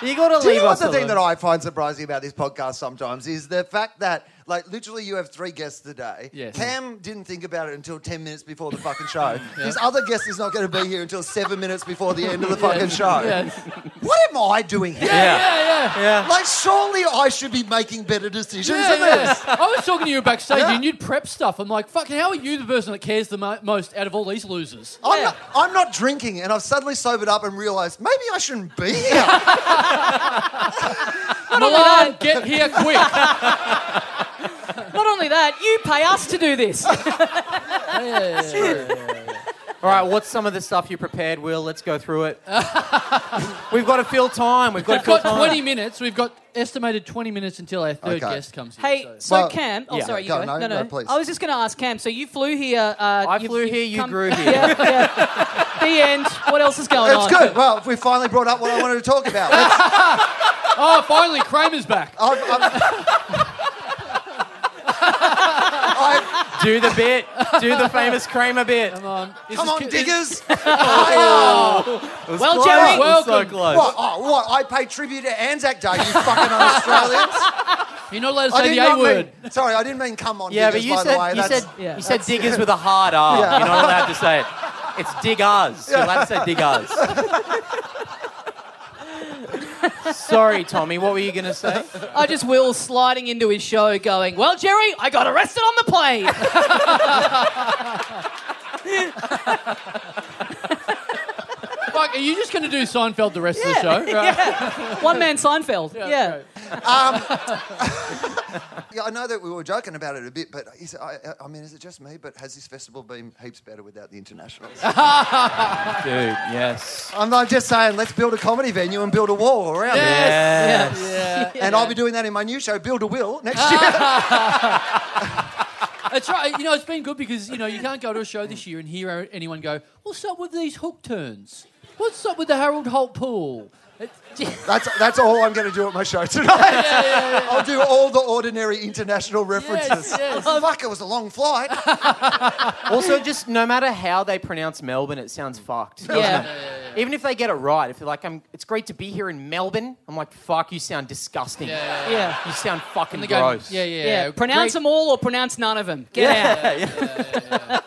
S4: you gotta
S3: Do you
S4: leave
S3: know what
S4: us
S3: the thing
S4: alone.
S3: that I find surprising about this podcast sometimes is the fact that, like, literally you have three guests today.
S2: Yes.
S3: Cam didn't think about it until 10 minutes before the fucking show. His other guest is not going to be here until seven minutes before the end of the fucking show.
S2: Yes.
S3: What am I doing here?
S2: Yeah, yeah.
S3: Like, surely I should be making better decisions
S2: Yeah,
S3: than this.
S2: yeah. I was talking to you backstage
S3: Yeah.
S2: and you'd prep stuff. I'm like, fucking, how are you the person that cares the mo- most out of all
S1: <laughs>
S2: these losers?
S3: I'm,
S1: Yeah.
S3: not, I'm not drinking, and I've suddenly sobered up and realised maybe I shouldn't be here.
S1: Oh
S2: Milan, get here
S3: <laughs>
S2: quick.
S1: Not only that, you pay us to do
S4: <laughs>
S1: this.
S4: All right, what's some of the stuff you prepared, Will? Let's go through it. We've got to fill time. We've got to
S2: We've got
S4: fill time.
S2: 20 minutes. We've got estimated 20 minutes until our third
S3: Okay.
S2: guest comes in.
S1: Hey,
S2: so-
S1: so
S3: Well-
S1: Cam, oh
S4: Yeah.
S1: sorry, you
S3: Go,
S1: go.
S3: no, no, please.
S1: I was just going to ask Cam. So you flew here. Uh,
S4: I
S1: you've-
S4: flew
S1: you've
S4: here. You
S1: come- <laughs>
S4: grew here.
S1: Yeah, yeah. the end. What else is going on?
S3: It's good. Well, we finally brought up what I wanted to talk about. Let's-
S2: oh, finally, Kramer's
S3: <laughs>
S2: back.
S3: I've, I've, I've-
S4: Do the bit. Do the famous Kramer bit.
S2: This
S3: come
S2: is-
S3: on,
S2: this-
S3: diggers. uh,
S4: well,
S1: Jerry,
S4: so
S2: welcome.
S4: close.
S3: What? Oh, what? I pay tribute to Anzac Day, you fucking Australians.
S2: You're not allowed to
S3: I
S2: say
S3: did
S2: the
S3: not
S2: A word.
S3: mean. Sorry, I didn't mean come on.
S4: Yeah,
S3: diggers,
S4: but you
S3: by
S4: said
S3: the way.
S4: you
S3: That's-
S4: said
S1: Yeah.
S4: you said diggers with a hard R.
S3: Yeah.
S4: You're not allowed to say it. It's diggers. You're allowed to say diggers. Sorry, Tommy. What were you gonna say?
S1: I just will sliding into his show, going, "Well, Jerry, I got arrested on the plane."
S2: Fuck, are you just going to do Seinfeld the rest of
S1: <laughs>
S2: the show? Right.
S1: One man Seinfeld. Yeah.
S3: Yeah, I know that we were joking about it a bit, but is, I, I mean, is it just me? But has this festival been heaps better without the internationals?
S4: Dude, yes.
S3: I'm, I'm just saying, let's build a comedy venue and build a wall around it.
S4: Yes.
S2: Yeah. Ah.
S3: And I'll be doing that in my new show, Build a Will, next year. <laughs>
S2: That's right. You know, it's been good because, you know, you can't go to a show this year and hear anyone go, what's up with these hook turns? What's up with the Harold Holt pool?
S1: <laughs>
S3: that's, that's all I'm going to do at my show tonight. <laughs> I'll do all the ordinary international references.
S2: <laughs> yes. Um,
S3: Fuck, it was a
S2: <laughs>
S3: long flight.
S4: Also, just no matter how they pronounce Melbourne, it sounds fucked.
S1: Yeah. yeah.
S4: Even if they get it right, if they're like, I'm, it's great to be here in Melbourne, I'm like, fuck, you sound disgusting.
S2: Yeah.
S1: Yeah.
S4: You sound fucking
S2: And they go,
S4: gross.
S2: yeah, yeah,
S1: Yeah.
S2: yeah.
S1: Pronounce
S2: Great-
S1: them all or pronounce none of them. Get
S4: <laughs>
S1: out.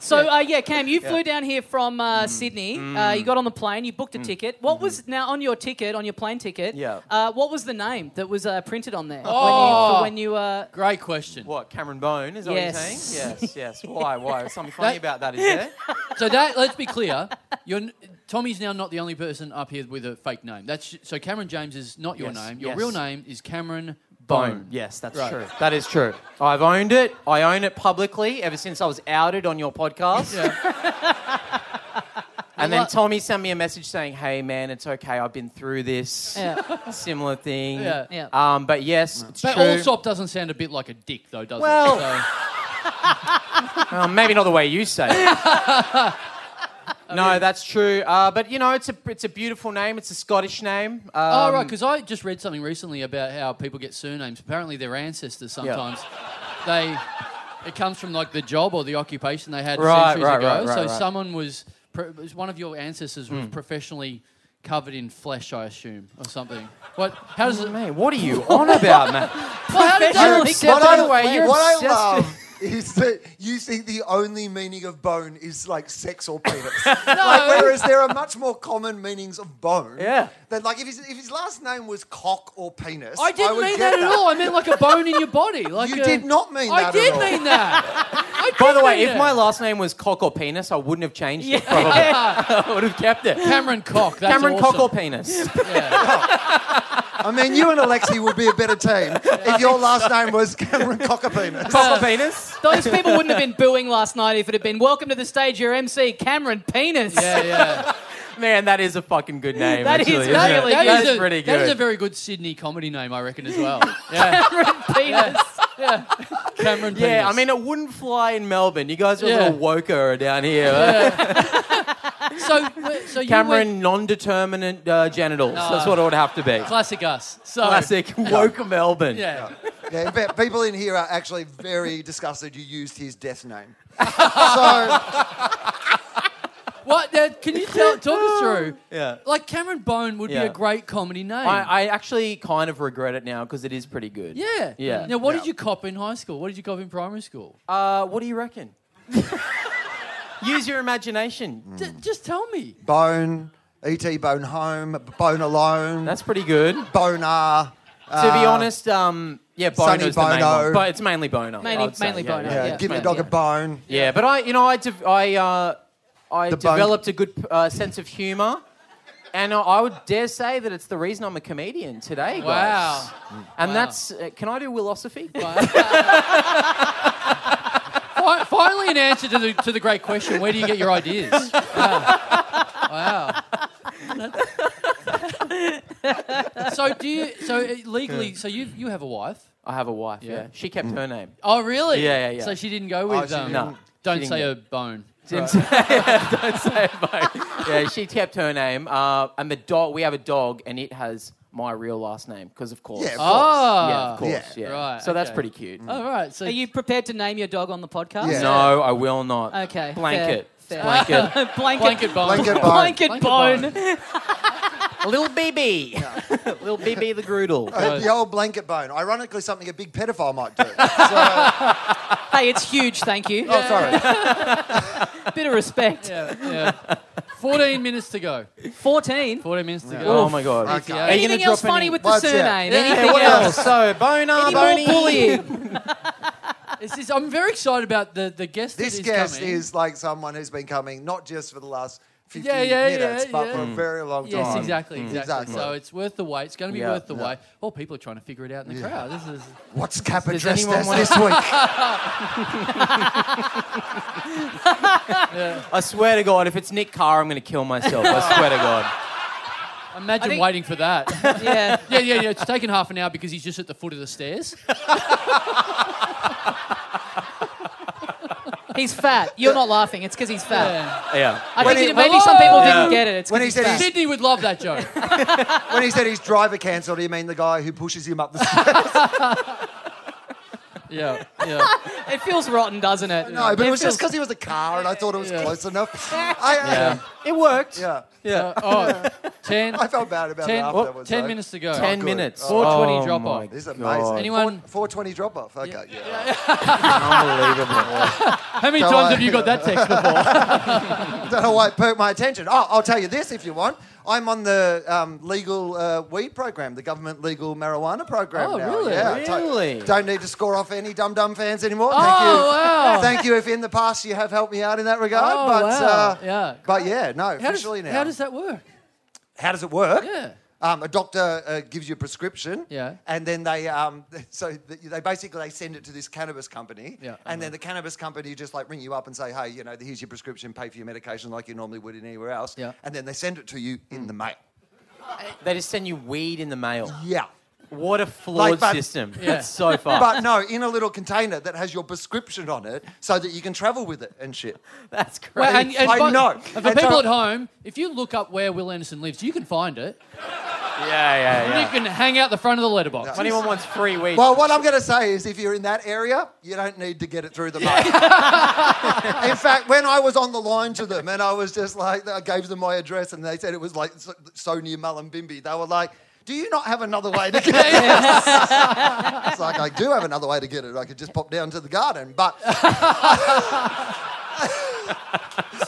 S1: So uh, yeah, Cam, you flew down here from
S2: Mm.
S1: uh, Sydney. Uh, you got on the plane. You booked a ticket. What
S2: Mm-hmm.
S1: was now on your ticket, on your plane ticket?
S4: Yeah.
S1: Uh, what was the name that was uh, printed on there
S2: Oh.
S1: when you for when you? Uh,
S2: Great question.
S4: What, Cameron Bone? Is that
S1: Yes.
S4: what you're saying?
S2: <laughs>
S4: Yes, yes. Why, why? Something
S2: That-
S4: funny about that, is there?
S2: So that let's be clear. You're, n- Tommy's now not the only person up here with a fake name. That's so Cameron James is not your
S4: Yes,
S2: name. Your
S4: yes.
S2: real name is Cameron <laughs> Bone.
S4: Bone. Yes, that's
S2: Right.
S4: true. That is true. I've owned it. I own it publicly ever since I was outed on your podcast. <laughs> and then Tommy sent me a message saying, hey, man, it's okay. I've been through this.
S1: yeah.
S4: Similar thing.
S2: Yeah. <laughs>
S1: Yeah.
S4: Um, but yes, it's
S2: But
S4: true.
S2: Allsop doesn't sound a bit like a dick though, does
S4: Well-
S2: it? So,
S4: Well, Oh, maybe not the way you say it.
S2: <laughs>
S4: <laughs> no, that's true. Uh, but you know, it's a it's a beautiful name. It's a Scottish name. Um,
S2: oh right, because I just read something recently about how people get surnames. Apparently, their ancestors sometimes they it comes from like the job or the occupation they had
S4: Right,
S2: centuries
S4: right,
S2: ago.
S4: right, right,
S2: so
S4: right.
S2: someone was, pro- was one of your ancestors was professionally covered in flesh, I assume, or something. What? How does it?
S4: Man, what are you on
S2: <laughs>
S4: about, man?
S2: Well, how did
S4: You're
S2: that-
S4: obsessed- by the way, you're
S3: what I
S4: obsessed
S3: love is that you think the only meaning of bone is like sex or
S2: <laughs>
S3: penis. Like, whereas there are much more common meanings of bone.
S4: Yeah.
S3: That like if his if his last name was cock or penis,
S2: I didn't
S3: would
S2: mean
S3: get
S2: that, at all. I meant like a bone in your body. Like
S3: You
S2: a-
S3: did not mean
S2: I
S3: that at
S2: did
S3: all.
S2: mean that. I did
S4: By the way,
S2: mean
S4: if
S2: it.
S4: my last name was Cock or Penis, I wouldn't have changed it. <laughs> Probably.
S2: Yeah.
S4: I would have kept it.
S2: Cameron Cock, that's
S4: Cameron
S2: awesome.
S4: Cock or Penis.
S2: <laughs>
S3: I mean, you and Alexi would be a better team if your last name was Cameron Cockapenis.
S4: cock or Penis.
S1: <laughs> Those people wouldn't have been booing last night if it had been "Welcome to the stage, your MC Cameron Penis."
S2: Yeah, yeah.
S4: Man, that is a fucking good name.
S1: That is
S4: actually, isn't
S1: really
S4: it?
S1: good.
S4: That
S1: That
S4: is
S2: a,
S4: pretty
S2: That is a
S4: good.
S2: very good Sydney comedy name, I reckon, as well. Yeah.
S1: Cameron <laughs> Penis.
S2: Cameron
S4: Yeah, I
S2: Peters.
S4: mean, it wouldn't fly in Melbourne. You guys are
S2: Yeah.
S4: a little woker down here.
S2: so, so you went-
S4: Cameron, non-determinate uh, genitals. That's what it would have to be.
S2: Ah. classic us. So,
S4: Classic woke Melbourne.
S2: Yeah.
S3: Yeah, but people in here are actually very disgusted you used his death name. so,
S2: What? Now, can you tell, talk us through?
S4: Yeah.
S2: Like Cameron Bone would
S4: Yeah.
S2: be a great comedy name.
S4: I, I actually kind of regret it now because it is pretty good.
S2: yeah.
S4: Yeah.
S2: Now, what
S3: Yeah.
S2: did you cop in high school? What did you cop in primary school?
S4: Uh, what do you reckon?
S2: <laughs>
S4: Use your imagination.
S2: D- just tell me.
S3: Bone, E.T. Bone Home, Bone Alone, ah,
S4: That's pretty good.
S3: Boner.
S4: to be honest, um, yeah,
S3: Uh, Sonny
S4: Bono's the main
S3: Bono.
S4: one, but it's mainly Bono.
S1: Mainly-
S4: I would say,
S1: mainly
S4: yeah,
S1: Bono,
S4: Yeah,
S3: Yeah,
S1: yeah.
S3: give the
S4: mainly,
S3: dog
S4: yeah.
S3: a bone.
S4: Yeah, but I, you know, I, de- I, uh, I
S3: The bone.
S4: developed a good uh, sense of humour, and I- I would dare say that it's the reason I'm a comedian today, guys.
S2: Wow.
S4: And that's uh, can I do philosophy?
S2: Fi- Finally, an answer to the to the great question: Where do you get your
S4: <laughs>
S2: ideas? Wow. wow. so do you? So uh, legally, so you you have a wife?
S4: I have a wife. Yeah,
S2: Yeah.
S4: she kept her name.
S2: Oh, really?
S4: Yeah, yeah, yeah.
S2: So she didn't go
S3: Oh,
S2: with.
S3: she
S2: um,
S3: didn't.
S4: No,
S2: Don't
S4: she didn't
S2: say
S4: go.
S2: a bone.
S4: Didn't say- yeah, don't say it, <laughs> mate. Yeah, she kept her name. Uh, and the dog, we have a dog, and it has my real last name because, of course.
S3: Yeah, of
S4: Oh,
S2: Oh,
S4: yeah, of course.
S3: Yeah.
S4: Yeah,
S2: Right,
S4: So that's
S2: okay.
S4: pretty cute.
S2: All right. So
S1: Are you prepared to name your dog on the podcast?
S3: Yeah.
S4: No, I will not.
S1: Okay.
S4: Blanket.
S1: Fair, fair.
S4: Blanket.
S1: <laughs> blanket.
S2: blanket bone?
S3: Blanket bone.
S1: Blanket
S2: Blanket
S1: bone.
S4: Little BB. <laughs> Little BB the Groodle.
S3: <laughs> The old blanket bone. Ironically, something a big pedophile
S2: <laughs>
S3: might do. So,
S1: hey, it's huge. Thank you.
S3: <laughs> oh, sorry.
S1: <laughs> Bit of respect.
S2: Yeah, yeah. Fourteen minutes to go.
S1: Fourteen.
S2: Fourteen minutes to go.
S4: Oh my god.
S3: Okay.
S2: Yeah.
S4: Are you
S1: Anything
S4: gonna
S1: else
S4: drop any-
S1: funny with the
S3: What's that?
S1: surname?
S2: Yeah.
S1: Anything
S4: What
S1: else?
S4: else? So, Boner,
S1: Any more
S3: <laughs>
S4: Boney.
S1: bullying?
S2: This is, I'm very excited about the the guest. that
S3: This
S2: is
S3: guest
S2: coming.
S3: is like someone who's been coming not just for the last 50
S2: Yeah, yeah, yeah,
S3: minutes, but
S2: yeah.
S3: for a very long time. Mm.
S2: Yes, exactly, exactly.
S3: Exactly.
S2: So it's worth the wait. It's going to be
S4: Mm. Yeah.
S2: worth the wait. Oh, people are trying to figure it out in the crowd. This is
S3: What's Kappa
S4: Does
S3: dressed
S4: anyone
S3: as
S4: wanna-
S3: this week?
S4: I swear to God, if it's Nick Carr, I'm going to kill myself. I swear to God.
S2: imagine
S1: think-
S2: waiting for
S4: <laughs>
S2: that.
S1: yeah.
S2: yeah, yeah, yeah. It's taken half an hour because he's just at the foot of the stairs.
S1: He's fat. You're not laughing. It's because he's fat.
S2: Yeah.
S4: Yeah.
S1: I
S3: When
S1: think
S3: he-
S1: that maybe some people
S2: Hello?
S1: didn't get it. It's 'cause
S3: When he
S1: he's
S3: said
S1: fat.
S3: he's-
S2: Sydney would love that joke.
S3: when he said his driver cancelled, do you mean the guy who pushes him <laughs> up the stairs?
S2: Yeah, yeah.
S4: <laughs>
S1: it feels rotten, doesn't it?
S3: No, but it was
S1: feels-
S3: just because he was a car and I thought it was close enough. <laughs> I, I,
S4: Yeah.
S3: yeah.
S4: It worked.
S3: yeah.
S4: Yeah.
S2: Oh, 10,
S3: I felt bad about it
S2: 10,
S3: afterwards. though.
S2: 10 minutes to go.
S4: 10
S3: good.
S4: minutes.
S3: Oh,
S2: 420
S4: Oh,
S2: drop
S3: <laughs>
S4: my
S2: off.
S3: This is
S4: God.
S3: amazing.
S2: Anyone-
S3: 420 drop off. Okay. Yeah.
S4: Unbelievable.
S2: How many
S3: So
S2: times
S3: I-
S2: have you got that text before?
S3: Don't know why it perked my attention. Oh, I'll tell you this if you want. I'm on the um, legal uh, weed program, the government legal marijuana program.
S2: Oh,
S3: now.
S2: really?
S3: Yeah, I don't-
S4: Really?
S3: Don't need to score off any dum dum fans anymore.
S2: Oh,
S3: Thank
S2: wow.
S3: you. Thank you if in the past you have helped me out in that regard.
S2: Oh,
S3: but
S2: wow.
S3: uh,
S2: Yeah.
S3: But yeah, no,
S2: How does,
S3: officially now.
S2: how does that work?
S3: How does it work?
S2: Yeah.
S3: Um, a doctor uh, gives you a prescription,
S2: Yeah.
S3: and then they um, <laughs> so th- they basically they send it to this cannabis company,
S2: Yeah.
S3: and then the cannabis company just like ring you up and say, hey, you know, here's your prescription, pay for your medication like you normally would in anywhere else,
S2: Yeah. Hmm.
S3: and then they send it to you in the mail.
S4: They just send you weed in the mail.
S3: Yeah,
S4: What a flawed
S3: Like, but-
S4: system.
S2: Yeah.
S4: It's so far.
S3: but no, in a little container that has your prescription on it, so that you can travel with it and shit.
S4: That's crazy.
S2: Well, and, and
S3: I
S2: but-
S3: know.
S2: and For
S3: And so-
S2: people at home, if you look up where Will Anderson lives, you can find it.
S4: yeah, yeah,
S2: You can hang out the front of the letterbox.
S4: If anyone wants free weed,
S3: Well, what I'm going to say is, if you're in that area, you don't need to get it through the mail. in <laughs> fact, when I was on the line to them, and I was just like, I gave them my address, and they said it was like so, so near Mullumbimby. They were like, "Do you not have another way to get it?" it's like I do have another way to get it. I could just pop down to the garden, but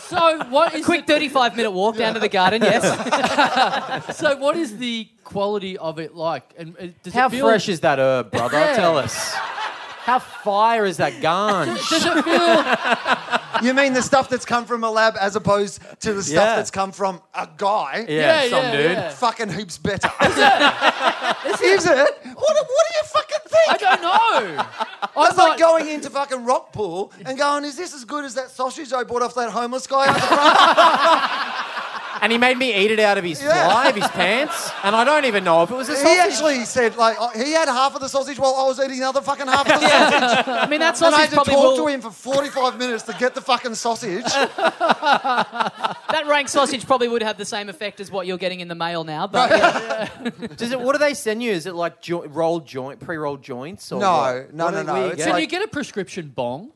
S2: So
S1: <laughs>
S2: what is
S1: Quick 35 minute walk down to the garden, yes.
S2: So, what is the quality of it like? And uh, does
S4: how
S2: it feel,
S4: fresh is that herb, brother?
S2: Yeah.
S4: Tell us. How fire is that gone?
S2: Does it feel?
S3: you mean the stuff that's come from a lab as opposed to the stuff
S4: Yeah.
S3: that's come from a guy?
S4: yeah,
S2: Yeah,
S4: some
S2: yeah,
S4: dude.
S2: yeah.
S3: Fucking heaps better. Is it? <laughs> Is it? What, do- what do you fucking think?
S2: I don't know. I
S3: That's like
S2: thought-
S3: going into fucking Rockpool and going, is this as good as that sausage I bought off that homeless guy out the front?
S4: and he made me eat it out of his
S3: Yeah.
S4: fly of his pants, and I don't even know if it was a sausage.
S3: He actually said, like, uh, he had half of the sausage while I was eating the other fucking half of the sausage.
S1: I mean, that
S3: <laughs> And
S1: sausage
S3: I had to talk
S1: probably will,
S3: to him for 45 minutes to get the fucking sausage.
S1: that rank sausage probably would have the same effect as what you're getting in the mail now. But
S4: Does it? What do they send you? Is it like jo- rolled joint, pre-rolled joints? Or
S3: No,
S4: what?
S3: no,
S4: What
S3: no,
S4: do
S3: no,
S4: we
S3: it's
S4: get?
S2: Can
S3: like-
S2: you get a prescription bong?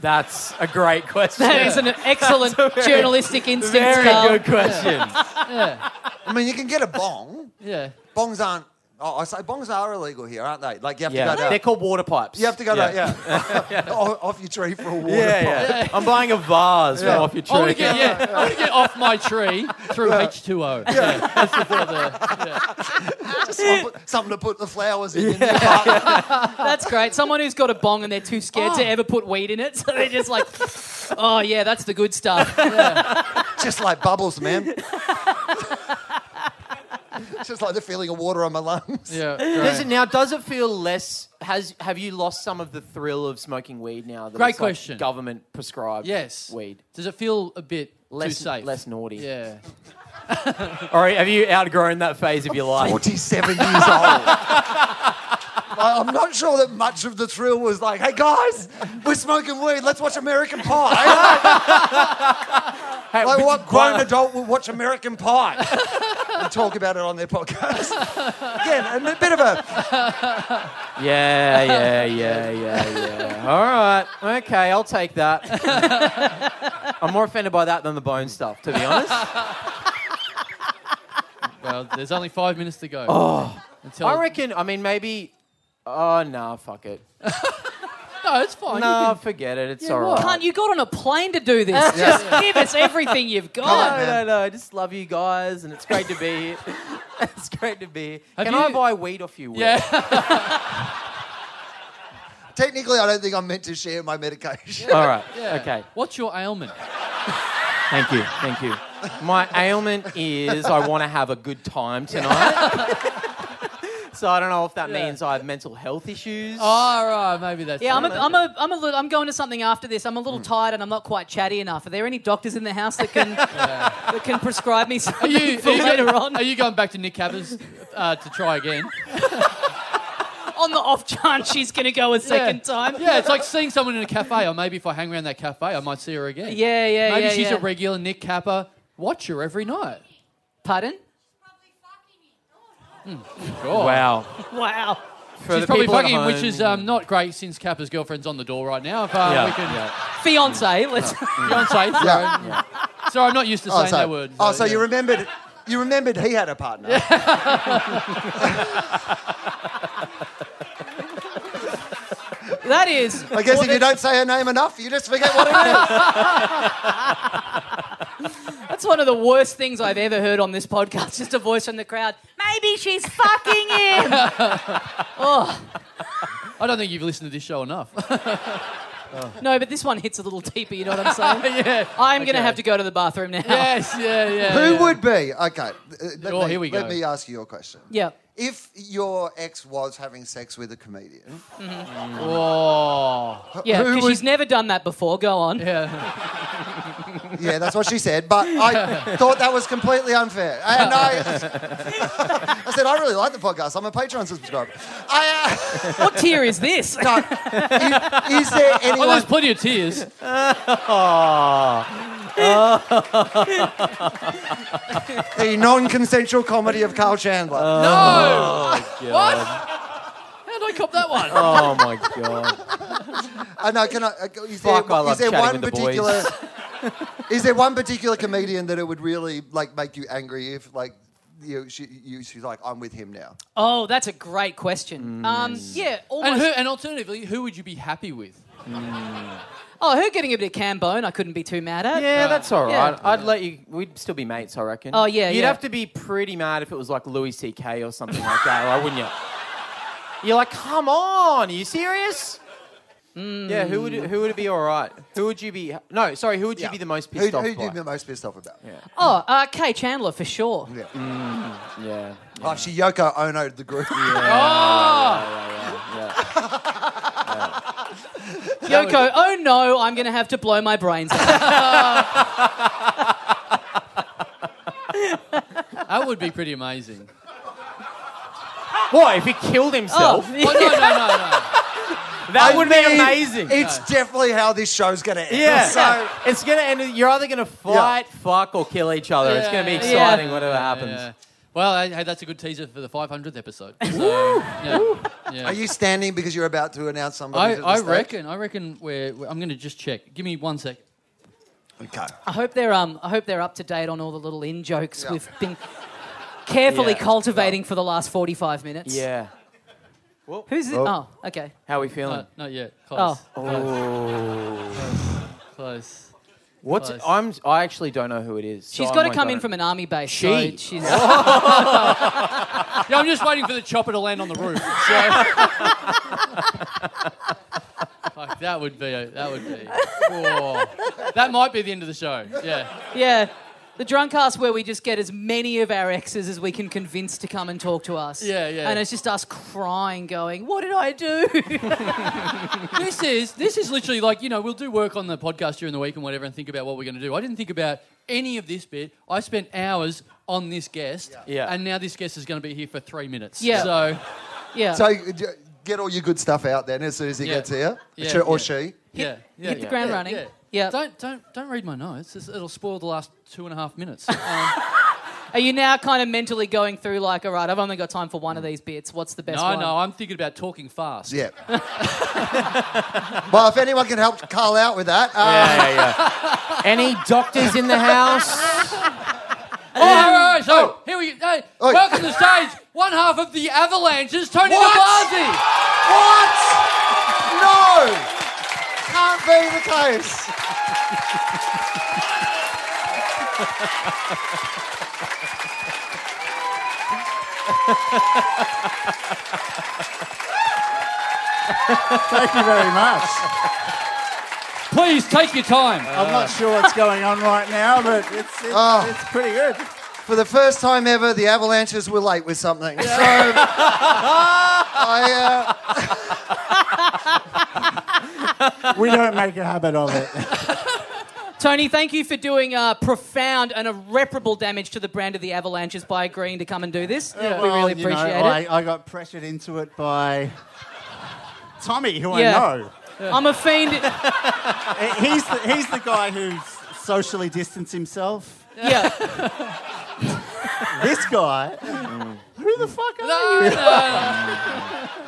S4: That's a great question.
S1: that
S2: <laughs>
S1: is an excellent
S4: That's a very-
S1: journalistic instinct,
S4: Very
S1: Carl.
S4: good question.
S3: I mean, you can get a bong.
S2: Yeah.
S3: Bongs aren't. Oh, I say bongs are illegal here, aren't they? Like you have to
S4: Yeah,
S3: go
S4: they're
S3: down.
S4: called water pipes.
S3: You have to go
S4: yeah.
S3: down. Yeah, <laughs> off off your tree for a water.
S4: Yeah,
S3: pipe.
S4: yeah. I'm buying a vase
S3: Yeah.
S4: from off your
S2: I want
S4: tree.
S2: to Oh, get, yeah, I want to get off my tree through H2O. Yeah. That's the sort of-
S3: Just something, something to put the flowers in. in the apartment.
S1: That's great. Someone who's got a bong and they're too scared
S2: Oh.
S1: to ever put weed in it, <laughs> so they're just like, "Oh yeah, that's the good stuff."
S3: Just like bubbles, man. Just like the feeling of water on my lungs.
S4: <laughs>
S2: yeah,
S4: Does
S2: great.
S4: it now? Does it feel less? Has have you lost some of the thrill of smoking weed now? That
S2: Great
S4: it's, like,
S2: question.
S4: government prescribed.
S2: Yes.
S4: Weed.
S2: Does it feel a bit
S4: Less
S2: too safe?
S4: Less naughty.
S2: Yeah.
S4: All right. Have you outgrown that phase of your life?
S3: 47 years old. Like, I'm not sure that much of the thrill was like, hey guys, we're smoking weed, let's watch American Pie. <laughs>
S4: Hey,
S3: Like,
S4: but-
S3: what grown adult would watch American Pie and talk about it on their podcast? Again, a bit of a.
S4: Yeah, yeah, yeah, yeah, yeah. All right. Okay, I'll
S3: <laughs>
S4: take that. I'm more offended by that than the bone stuff, to
S2: <laughs>
S4: be honest.
S2: Well, there's only five minutes to go. Until,
S4: Oh. I reckon. I mean, maybe. Oh no, fuck it.
S2: No, it's fine.
S4: No,
S2: Oh, You
S4: forget it. It's
S2: Yeah,
S4: all
S2: what?
S4: right.
S1: Cunt, you got on a plane to do
S2: <laughs>
S1: this. Just give us everything you've
S3: Come
S1: got.
S3: on.
S4: no,
S3: man.
S4: no, no. I just love you guys, and it's great to be here. <laughs> it's great to be here.
S2: Have
S4: Can
S2: you-
S4: I buy weed off you? Will?
S2: can- yeah.
S3: Technically, I don't think I'm meant to share my medication.
S4: All right.
S2: <laughs> Yeah.
S4: Okay.
S2: What's your ailment?
S4: Thank you. Thank you. My ailment is I want to have a good time tonight.
S2: <laughs>
S4: so I don't know if that
S2: Yeah. Oh.
S4: means I have mental health issues.
S2: All Ah, right, maybe that's.
S1: Yeah, I'm a,
S2: it.
S1: I'm a, I'm a little, I'm going to something after this. I'm a little
S2: Hmm.
S1: tired and I'm not quite chatty enough. Are there any doctors in the house that
S2: <laughs>
S1: can that can prescribe me
S2: Are
S1: something
S2: you,
S1: for
S2: are, you
S1: later
S2: going,
S1: on
S2: are you going back to Nick Cabba's uh, to try again?
S1: on the off chance she's going to go a second time?
S2: Yeah, it's like seeing someone in a cafe, or maybe if I hang around that cafe, I might see her again.
S1: yeah, yeah.
S2: Maybe
S1: yeah,
S2: she's
S1: yeah.
S2: a regular Nick Kappa watcher every night.
S1: Pardon?
S2: God.
S4: Wow.
S1: Wow.
S4: For
S2: She's
S4: the
S2: probably
S4: people at
S2: fucking,
S4: home-
S2: which is um, not great since Kappa's girlfriend's on the door right now. If uh,
S4: Yeah,
S2: we can,
S4: yeah.
S1: Fiance, let's.
S2: Oh. Beyonce, sorry.
S3: Yeah.
S2: <laughs> Sorry, I'm not used to saying that word.
S3: oh, so
S2: yeah.
S3: you remembered? You remembered he had a partner.
S1: That is.
S3: I guess if you don't say her name enough, you just forget what
S2: <laughs>
S3: it is.
S1: That's one of the worst things I've ever heard on this podcast. <laughs> Just a voice from the crowd. Maybe she's fucking
S2: <laughs>
S1: him. oh
S2: I don't think you've listened to this show enough. <laughs>
S1: no, but this one hits a little deeper. You know what I'm
S2: <laughs>
S1: saying?
S2: yeah.
S1: I'm gonna
S2: Okay.
S1: have to go to the bathroom now.
S2: Yes, yeah, yeah.
S3: Who
S2: yeah.
S3: would be? Okay. uh, Let,
S2: Oh,
S3: me,
S2: here we
S3: let
S2: go.
S3: me ask you your question.
S1: <laughs> Yeah.
S3: If your ex was having sex with a comedian,
S2: Oh.
S1: Yeah,
S3: Who
S1: because
S3: would-
S1: she's never done that before. Go on.
S2: Yeah.
S3: yeah, that's what she said, but
S4: <laughs>
S3: I thought that was completely unfair. And I, <laughs> I said, I really like the podcast. I'm a Patreon subscriber. Uh, I,
S1: What tier is
S2: <laughs>
S1: this?
S3: uh, no, is, is
S4: <laughs>
S3: there
S2: Oh,
S3: anyone?
S2: there's plenty of tears. uh,
S3: the non-consensual comedy of Carl Chandler.
S4: Uh,
S2: What? How did I cop that one?
S4: Oh my god.
S3: I know. Can I? uh, Is
S4: Fuck,
S3: there,
S4: I love
S3: is there one
S4: chatting with the boys.
S3: particular? <laughs> is there one particular comedian that it would really like make you angry if like you she you, she's like I'm with him now?
S1: <laughs> Oh, that's a great question. Um, yeah, almost.
S2: Mm. And, who, and alternatively, who would you be happy with?
S1: oh, her getting a bit of cambone, I couldn't be too mad at.
S4: Yeah, that's all
S1: Yeah.
S4: right. I'd let you. We'd still be mates, I reckon.
S1: Oh, yeah,
S4: You'd
S1: yeah.
S4: have to be pretty mad if it was like Louis C.K. or something like that, like, wouldn't you? You're like, come on, are you serious? Yeah, who would who would it be? All right, who would you be? No, sorry, who would you
S3: Yeah.
S4: be the most
S3: Who-
S4: pissed off
S3: Who
S4: by?
S3: you the most pissed off about? Yeah.
S1: Oh, uh, Kay Chandler for sure.
S4: yeah,
S3: Oh, she Mm. Yoko ono the
S2: <laughs>
S3: group.
S1: Yoko, oh no, I'm going to have to blow my brains out.
S2: That would be pretty
S3: <laughs>
S2: amazing.
S4: What if he killed himself?
S1: <laughs>
S2: Oh, no, no, no, no.
S3: I
S4: that would be
S3: mean,
S4: amazing.
S3: It's definitely how this show's going to end.
S4: yeah,
S3: So,
S4: it's gonna end. You're either gonna fight, fuck, or kill each other. it's gonna be
S2: Yeah.
S4: exciting, whatever happens.
S2: Yeah. Well, hey, hey, that's a good teaser for the 500th episode. So, yeah.
S3: are you standing because you're about to announce somebody?
S2: I,
S3: to the
S2: I
S3: stage?
S2: reckon. I reckon we're. we're- I'm going to just check. Give me one sec.
S3: Okay.
S1: I hope they're um I hope they're up to date on all the little in jokes
S3: Yeah.
S1: we've been carefully
S2: <laughs>
S4: Yeah.
S1: cultivating for the last forty five minutes.
S4: Yeah.
S1: Who's it? Oh, okay.
S4: How are we feeling?
S2: Uh, not yet. Close.
S1: Oh.
S4: uh,
S2: Close.
S4: What's?
S2: close.
S4: I'm. I actually don't know who it is.
S1: She's got to come in from an army base. so
S2: <laughs>
S4: She.
S1: she's
S2: Yeah, I'm just waiting for the chopper to land on the roof. So. Fuck, that would be. A, that would be. Whoa. That might be the end of the show. Yeah.
S1: yeah. The drunk cast where we just get as many of our exes as we can convince to come and talk to us.
S2: Yeah, yeah.
S1: And it's just us crying, going, "What did I do?" <laughs>
S2: this is this is literally like you know we'll do work on the podcast during the week and whatever and think about what we're going to do. I didn't think about any of this bit. I spent hours on this guest,
S4: Yeah.
S2: and now this guest is going to be here for three minutes.
S1: Yeah.
S2: So
S1: yeah.
S3: So uh, d- get all your good stuff out then as soon as he
S2: Yeah.
S3: gets here.
S2: Yeah,
S3: She- or
S2: yeah.
S3: she.
S2: yeah, yeah,
S1: hit the
S2: yeah.
S1: ground
S2: Yeah,
S1: running.
S2: yeah.
S1: Yeah.
S2: Don't don't don't read my notes. It's- It'll spoil the last two and a half minutes. Um,
S1: Are you now kind of mentally going through like, all right, I've only got time for one of these bits. What's the best
S2: Mm. no,
S1: one?
S2: no, I'm thinking about talking fast.
S3: Yeah. well, if anyone can help Carl out with that. Uh,
S4: Yeah, yeah,
S1: <laughs>
S4: yeah. Any doctors in the house?
S2: Oh, all right, so here we go. Hey,
S3: Oi.
S2: welcome to stage one half of the Avalanches, Tony De
S3: What?
S2: Blasi.
S3: What? No! Can't be the case.
S5: Thank you very much.
S2: Please take your time.
S5: I'm not sure what's going on right now, but it's it's,
S3: Oh.
S5: it's pretty good.
S3: For the first time ever, the Avalanches were late with something. So I, uh,
S5: We don't make a habit
S2: <laughs>
S5: of it.
S1: Tony, thank you for doing uh, profound and irreparable damage to the brand of the Avalanches by agreeing to come and do this. we
S5: Well,
S1: really
S5: you know,
S1: appreciate it.
S5: I, I got pressured into it by Tommy, who
S1: Yeah.
S5: I know.
S1: I... am a fiend.
S5: Uh, He's the, he's the guy who's socially distanced himself.
S1: yeah.
S5: This guy.
S2: Mm.
S5: Who the fuck are
S2: No,
S5: you?
S2: no,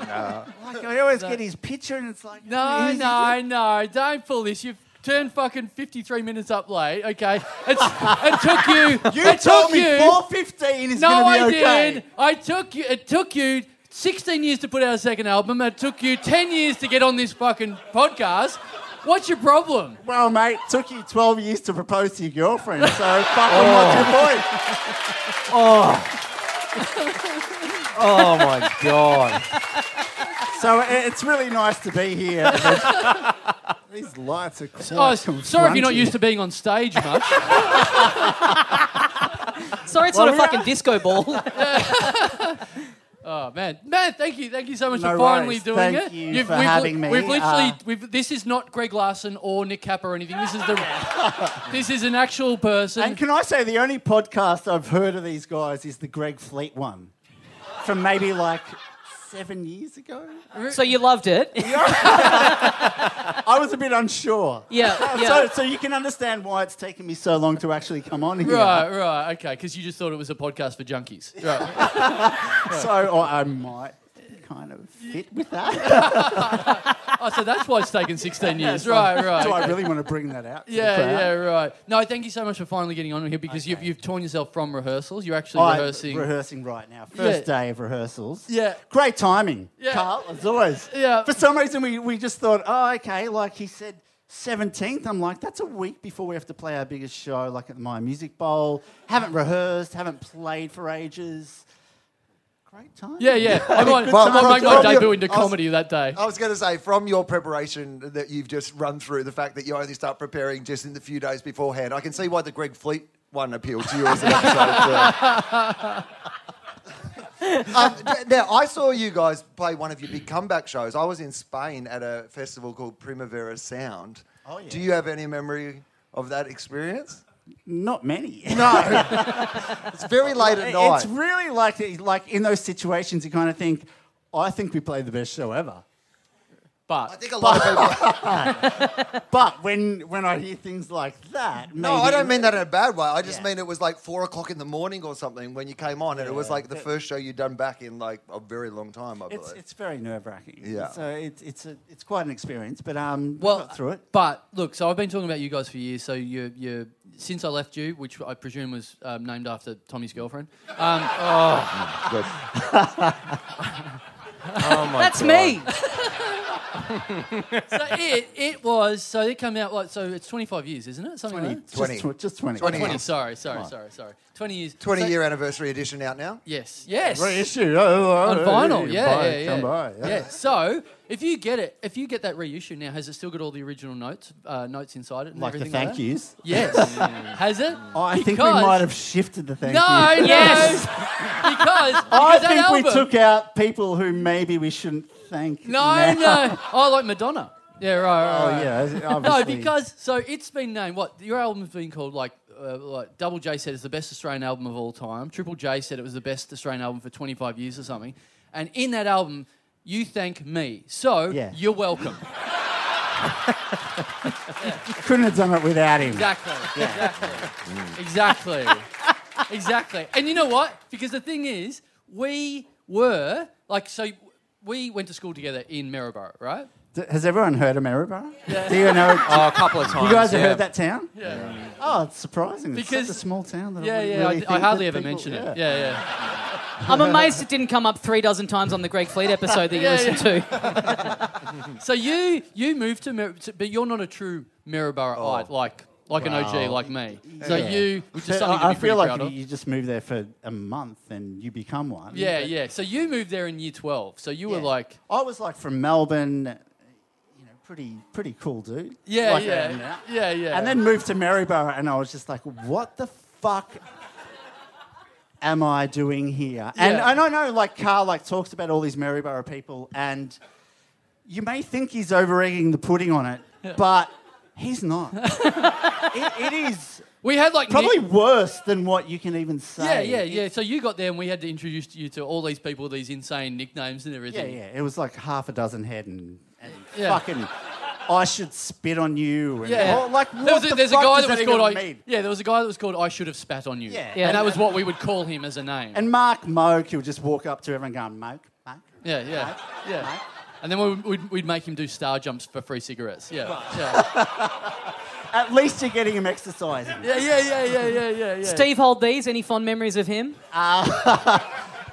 S2: no.
S5: Like, I always get his picture and it's like,
S2: No,
S5: <laughs> who's-
S2: no, no! Don't pull this. You've turned fucking fifty-three minutes up late. Okay, it's, it took you.
S5: <laughs> You
S2: it took
S5: told me
S2: you.
S5: 415 is
S2: No,
S5: going
S2: I
S5: to be okay.
S2: did. I took you. It took you sixteen years to put out a second album. It took you ten years to get on this fucking podcast. What's your problem?
S5: Well, mate, took you 12 years to propose to your girlfriend, so fucking what's your
S4: <laughs>
S5: point?
S4: Oh my god.
S5: So i- it's really nice to be
S2: <laughs>
S5: here. These lights are quite <laughs>
S2: Oh, s- sorry if you're not used to being on stage much.
S1: Sorry, it's
S5: Well,
S1: not a
S5: we're-
S1: fucking disco ball.
S2: Oh man, man! Thank you, thank you so much
S5: No
S2: for finally
S5: worries.
S2: doing
S5: Thank
S2: it.
S5: you for
S2: we've, li-
S5: having me.
S2: We've literally,
S5: Uh,
S2: we've, this is not Greg Larson or Nick Kappa or anything. This is the, <laughs> this is an actual person.
S5: And can I say the only podcast I've heard of these guys is the Greg Fleet one, from maybe like seven years ago.
S1: so you loved it. Yeah.
S5: I was a bit unsure.
S1: yeah.
S5: <laughs> So, so you can understand why it's taken me so long to actually come on here.
S2: Right, right, okay. Because you just thought it was a podcast for junkies. Right. <laughs>
S5: So or I might kind of fit with that.
S2: oh, so that's why it's taken
S5: <laughs>
S2: 16 years. Right, right.
S5: Do I really want to bring that out? to the
S2: yeah,
S5: crowd?
S2: yeah, right. No, thank you so much for finally getting on here because you've, you've torn yourself from rehearsals. You're actually
S5: I'm
S2: rehearsing.
S5: rehearsing right now. First day of rehearsals.
S2: Yeah.
S5: Great timing,
S2: Yeah.
S5: Carl, as always.
S2: Yeah.
S5: For some reason, we, we just thought, oh, okay, like he said, 17th. I'm like, that's a week before we have to play our biggest show, like at the My Music Bowl. Haven't rehearsed, haven't played for ages. Great time.
S2: yeah, yeah. I might, I
S3: Well,
S2: might
S3: from-
S2: make my
S3: from
S2: debut
S3: your-
S2: into
S3: I was-
S2: comedy that day.
S3: I was going to say, from your preparation that you've just run through, the fact that you only start preparing just in the few days beforehand, I can see why the Greg Fleet one appealed to you as an episode. <laughs> too. um, d- now, I saw you guys play one of your big comeback shows. I was in Spain at a festival called Primavera Sound.
S5: Oh, yeah.
S3: Do you have any memory of that experience?
S5: Not many.
S3: No. it's very late at
S5: <laughs>
S3: night.
S5: It's really like like in those situations you kind of think, I think we played the best show ever.
S3: I
S4: But
S3: think a lot of people.
S5: But when when I hear things like that,
S3: No, I don't mean that in a bad way. I just
S5: Yeah.
S3: mean it was like four o'clock in the morning or something when you came on, and it was like the first show you'd done back in like a very long time, I believe.
S5: It's it's very nerve wracking.
S3: Yeah.
S5: So it's it's a, it's quite an experience, but um, well,
S2: Well,
S5: got through it.
S2: But look, so I've been talking about you guys for years. So you, you, since I left you, which I presume was um, named after Tommy's girlfriend. Um,
S5: <laughs>
S4: Oh
S1: That's me.
S2: so it, it was. So it came out. Like, so it's 25 years, isn't it? Something like that?
S5: Just
S3: 20.
S5: tw- Just, twenty.
S3: 20.
S2: 20. Sorry, sorry, sorry, sorry. 20 years.
S3: 20
S2: So-
S3: year anniversary edition out now.
S2: Yes. Yes.
S5: Reissue oh, oh,
S2: on
S5: oh,
S2: vinyl.
S5: you
S2: Yeah,
S5: buy
S2: yeah,
S5: it,
S2: yeah.
S5: Come by. Yeah.
S2: Yeah, So if you get it, if you get that reissue now, has it still got all the original notes, uh, notes inside it? And
S5: Like the
S2: everything
S5: thank
S2: that?
S5: yous. <laughs>
S2: Yes. has it?
S5: I think we
S2: Because-
S5: might have shifted the thank
S2: No.
S5: you.
S2: Yes. <laughs> because, because
S5: I
S2: that
S5: think we
S2: album-
S5: took out people who maybe we shouldn't thank.
S2: No, no. Oh, like Madonna. Yeah. Right. right,
S5: Oh
S2: right.
S5: yeah,
S2: No,
S5: obviously.
S2: because so it's been named what your album's been called like uh, like Double J said it's the best Australian album of all time. Triple J said it was the best Australian album for 25 years or something. And in that album, you thank me. So
S5: Yeah.
S2: you're welcome.
S5: couldn't have done it without him.
S2: Exactly.
S5: <laughs>
S2: Exactly. Exactly. exactly. And you know what? Because the thing is, we were like so we went to school together in Maryborough, right?
S5: D- Has everyone heard of Maryborough? Do you know?
S2: <laughs>
S4: oh, a couple of times.
S5: you guys have
S4: yeah.
S5: heard that town?
S2: Yeah.
S5: Oh, it's surprising. it's
S2: Because-
S5: such a small town that
S2: Yeah,
S5: I wouldn't
S2: yeah.
S5: really
S2: I, I
S5: think
S2: hardly
S5: that
S2: ever
S5: people-
S2: mention it. Yeah, yeah.
S1: I'm amazed it didn't come up three dozen times on the Greg Fleet episode that you
S2: Yeah,
S1: listened to.
S2: So you you moved to, Mar- to but you're not a true Maryborough-ite like like an OG like me. So
S5: Yeah.
S2: you, which is
S5: So
S2: something
S5: I I
S2: to be pretty
S5: feel like
S2: proud
S5: you,
S2: of.
S5: you just move there for a month and you become one.
S2: Yeah, yeah. So you moved there in year twelve. So you were
S5: Yeah.
S2: like,
S5: I was like from Melbourne, uh, you know, pretty pretty cool dude.
S2: yeah,
S5: Like,
S2: yeah,
S5: um,
S2: yeah, yeah,
S5: And then moved to Maryborough, and I was just like, what the fuck am I doing here? And,
S2: Yeah.
S5: and I know, like, Carl, like, talks about all these Maryborough people, and you may think he's over egging the pudding on it, but he's not. <laughs> it, it is
S2: we had like
S5: probably
S2: Nick-
S5: worse than what you can even say.
S2: yeah, yeah, yeah. So you got there, and we had to introduce you to all these people, these insane nicknames and
S5: Yeah,
S2: everything.
S5: yeah. It was like half a dozen head and, and
S2: Yeah.
S5: fucking... I should spit on you. And,
S2: Yeah.
S5: Oh, like, what
S2: There was a,
S5: the
S2: there's a
S5: fuck
S2: guy
S5: does
S2: that was
S5: even
S2: called I,
S5: mean?
S2: yeah, there was a guy that was called I should have spat on you.
S5: Yeah.
S2: And that was what we would call him as a name.
S5: And Mark Moak, he'll just walk up to everyone going, Moak, Moak.
S2: yeah, yeah.
S5: Mate,
S2: Yeah.
S5: mate.
S2: And then we'd, we'd, we'd make him do star jumps for free cigarettes. Yeah.
S5: <laughs>
S2: Yeah.
S5: At least you're getting him exercising.
S2: yeah, yeah, yeah, yeah, yeah, yeah, yeah.
S1: Steve Hold these. Any fond memories of him?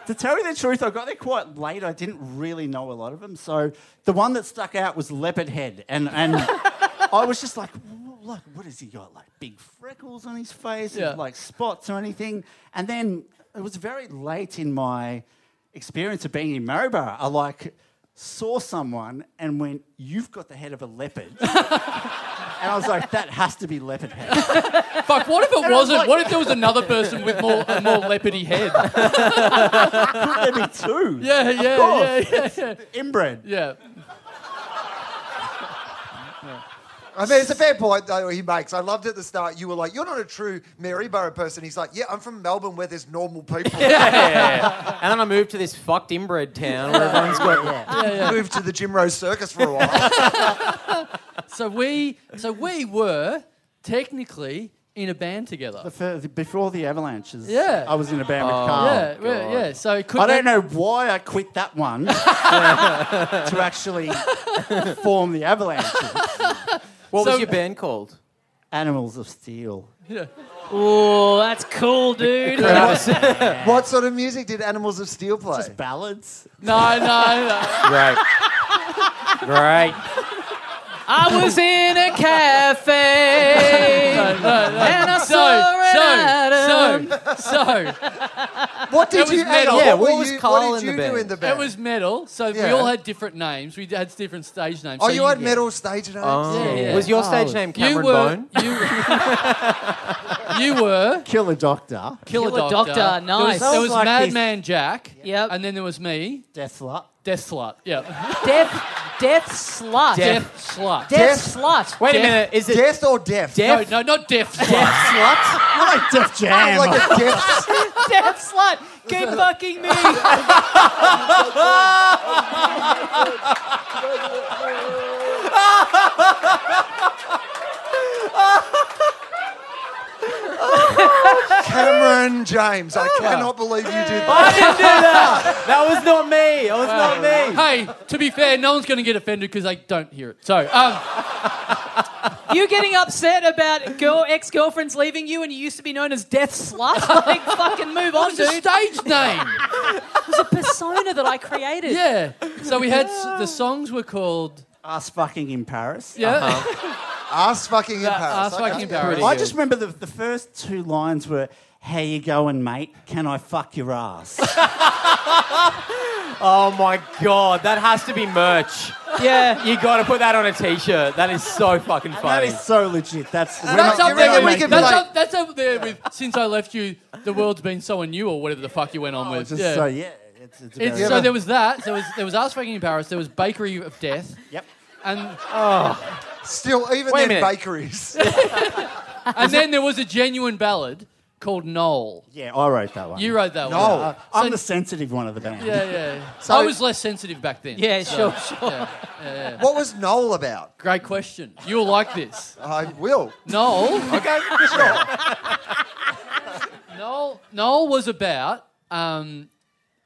S5: To tell you the truth, I got there quite late. I didn't really know a lot of them. So the one that stuck out was Leopard Head.
S2: <laughs>
S5: And, and I was just like, "Whoa, like, what has he got? Like big freckles on his face,
S2: Yeah.
S5: like spots or anything. And then it was very late in my experience of being in Maribor. I like saw someone and went, you've got the head of a leopard.
S2: <laughs>
S5: and I was like, that has to be Leopard Head.
S2: <laughs> Fuck, what if <laughs> it
S5: I was
S2: wasn't?
S5: like-
S2: what if there was another person with more a more leopardy head?
S5: Could there be two?
S2: <laughs> Yeah, yeah,
S5: course.
S2: yeah, yeah,
S5: Inbred.
S2: yeah.
S3: I mean, it's a fair point though he makes. I loved at the start. You were like, "You're not a true Maryborough person." He's like, "Yeah, I'm from Melbourne, where there's normal <laughs> people."
S4: Yeah. And then I moved to this fucked inbred town where everyone's <laughs> got
S3: Moved to the Jim Rose Circus for a <laughs> while.
S2: So we so we were technically in a band together.
S5: For, before the avalanches,
S2: Yeah.
S5: I was in a band with Carl.
S2: yeah, yeah, yeah. So it could
S5: I don't know why I quit that one <laughs> to actually form the avalanches.
S4: What
S2: So-
S4: was your band <laughs> called?
S5: Animals of Steel.
S1: Oh, that's cool, dude.
S4: <laughs>
S3: what sort of music did Animals of Steel play?
S5: Just ballads.
S2: No, no, no.
S4: Great. Great.
S1: I was in a cafe
S2: <laughs>
S1: and I saw an
S2: So, so, so, so
S3: What
S2: It
S3: did
S2: was
S3: you? hang
S2: metal.
S3: on,
S4: Yeah,
S3: what,
S4: what
S3: were
S4: was
S3: you,
S4: Carl
S3: what did
S4: in the
S3: you do
S4: band?
S3: in the band?
S2: it was metal. So we
S3: Yeah.
S2: all had different names. We had different stage names.
S3: oh,
S2: So
S3: you had metal stage names.
S4: Um,
S2: Yeah, yeah.
S4: Was your stage name
S2: You
S4: Cameron
S2: were
S4: Bone?
S2: you, <laughs> you were
S5: Kill a doctor.
S2: Killer,
S1: Killer
S2: Doctor.
S1: Doctor, nice.
S2: There was, there was
S5: Sounds like
S2: Madman Jack.
S1: Yep.
S2: And then there was me,
S5: Death slut.
S2: Death Slut. Yeah.
S1: Death
S6: Death slut.
S4: Death.
S2: Deaf slut.
S6: Death
S3: Death-
S6: slut.
S4: Wait
S2: Deaf-
S4: a minute, is it death?
S3: Death or deaf?
S2: No, no, not deaf slut.
S4: <laughs> slut?
S5: I like Def Jam.
S3: Like a
S4: <laughs>
S3: deaf.
S6: <laughs> Death slut.
S5: <laughs>
S6: Keep fucking me.
S3: Cameron James,
S4: Ah.
S3: I cannot believe you did that.
S4: I didn't do that. That was not me. That was not me.
S2: Hey, to be fair, no one's going to get offended because they don't hear it. So, um,
S6: you getting upset about girl ex girlfriends leaving you, and you used to be known as death
S5: <laughs>
S6: slut. Like fucking move on,
S2: it's a <laughs>
S6: dude.
S2: stage name.
S6: persona that I created.
S2: Yeah. So we had s- the songs were called
S5: Ass fucking in Paris.
S2: yeah.
S3: Ass fucking in Paris.
S2: ass fucking in
S3: okay.
S2: Paris.
S5: I just remember the, the first two lines were, "How you going, mate? Can I fuck your ass?"
S4: Oh my god, that has to be merch.
S6: Yeah.
S4: You gotta put that on a t-shirt. That is so fucking
S5: that
S4: funny.
S5: is so legit. That's
S2: That's
S3: not-
S2: up
S3: you're
S2: there.
S3: not
S2: with-
S3: making
S2: that's,
S3: me
S2: up, that's up there with since I left you. The world's been so new, or whatever the fuck you went on with.
S5: just
S2: yeah.
S5: so yeah. It's, it's,
S2: It's-
S5: very-
S2: so there was that. There was there was ass fucking in Paris. There was Bakery of Death,
S5: Yep.
S2: and
S3: Still, even
S4: Wait
S3: then,
S4: a minute.
S3: bakeries.
S2: and then there was a genuine ballad called Noel.
S5: Yeah, I wrote that one.
S2: You wrote that
S3: Noel.
S2: one.
S5: Uh, I'm
S2: So-
S5: the sensitive one of the band.
S2: Yeah, yeah.
S3: So-
S2: I was less sensitive back then.
S6: Yeah,
S2: So,
S6: sure, sure.
S2: yeah.
S3: what was Noel about?
S2: Great question. You'll like this.
S3: I
S4: <laughs>
S3: will.
S2: Noel.
S5: Okay.
S2: Noel, Noel was about um,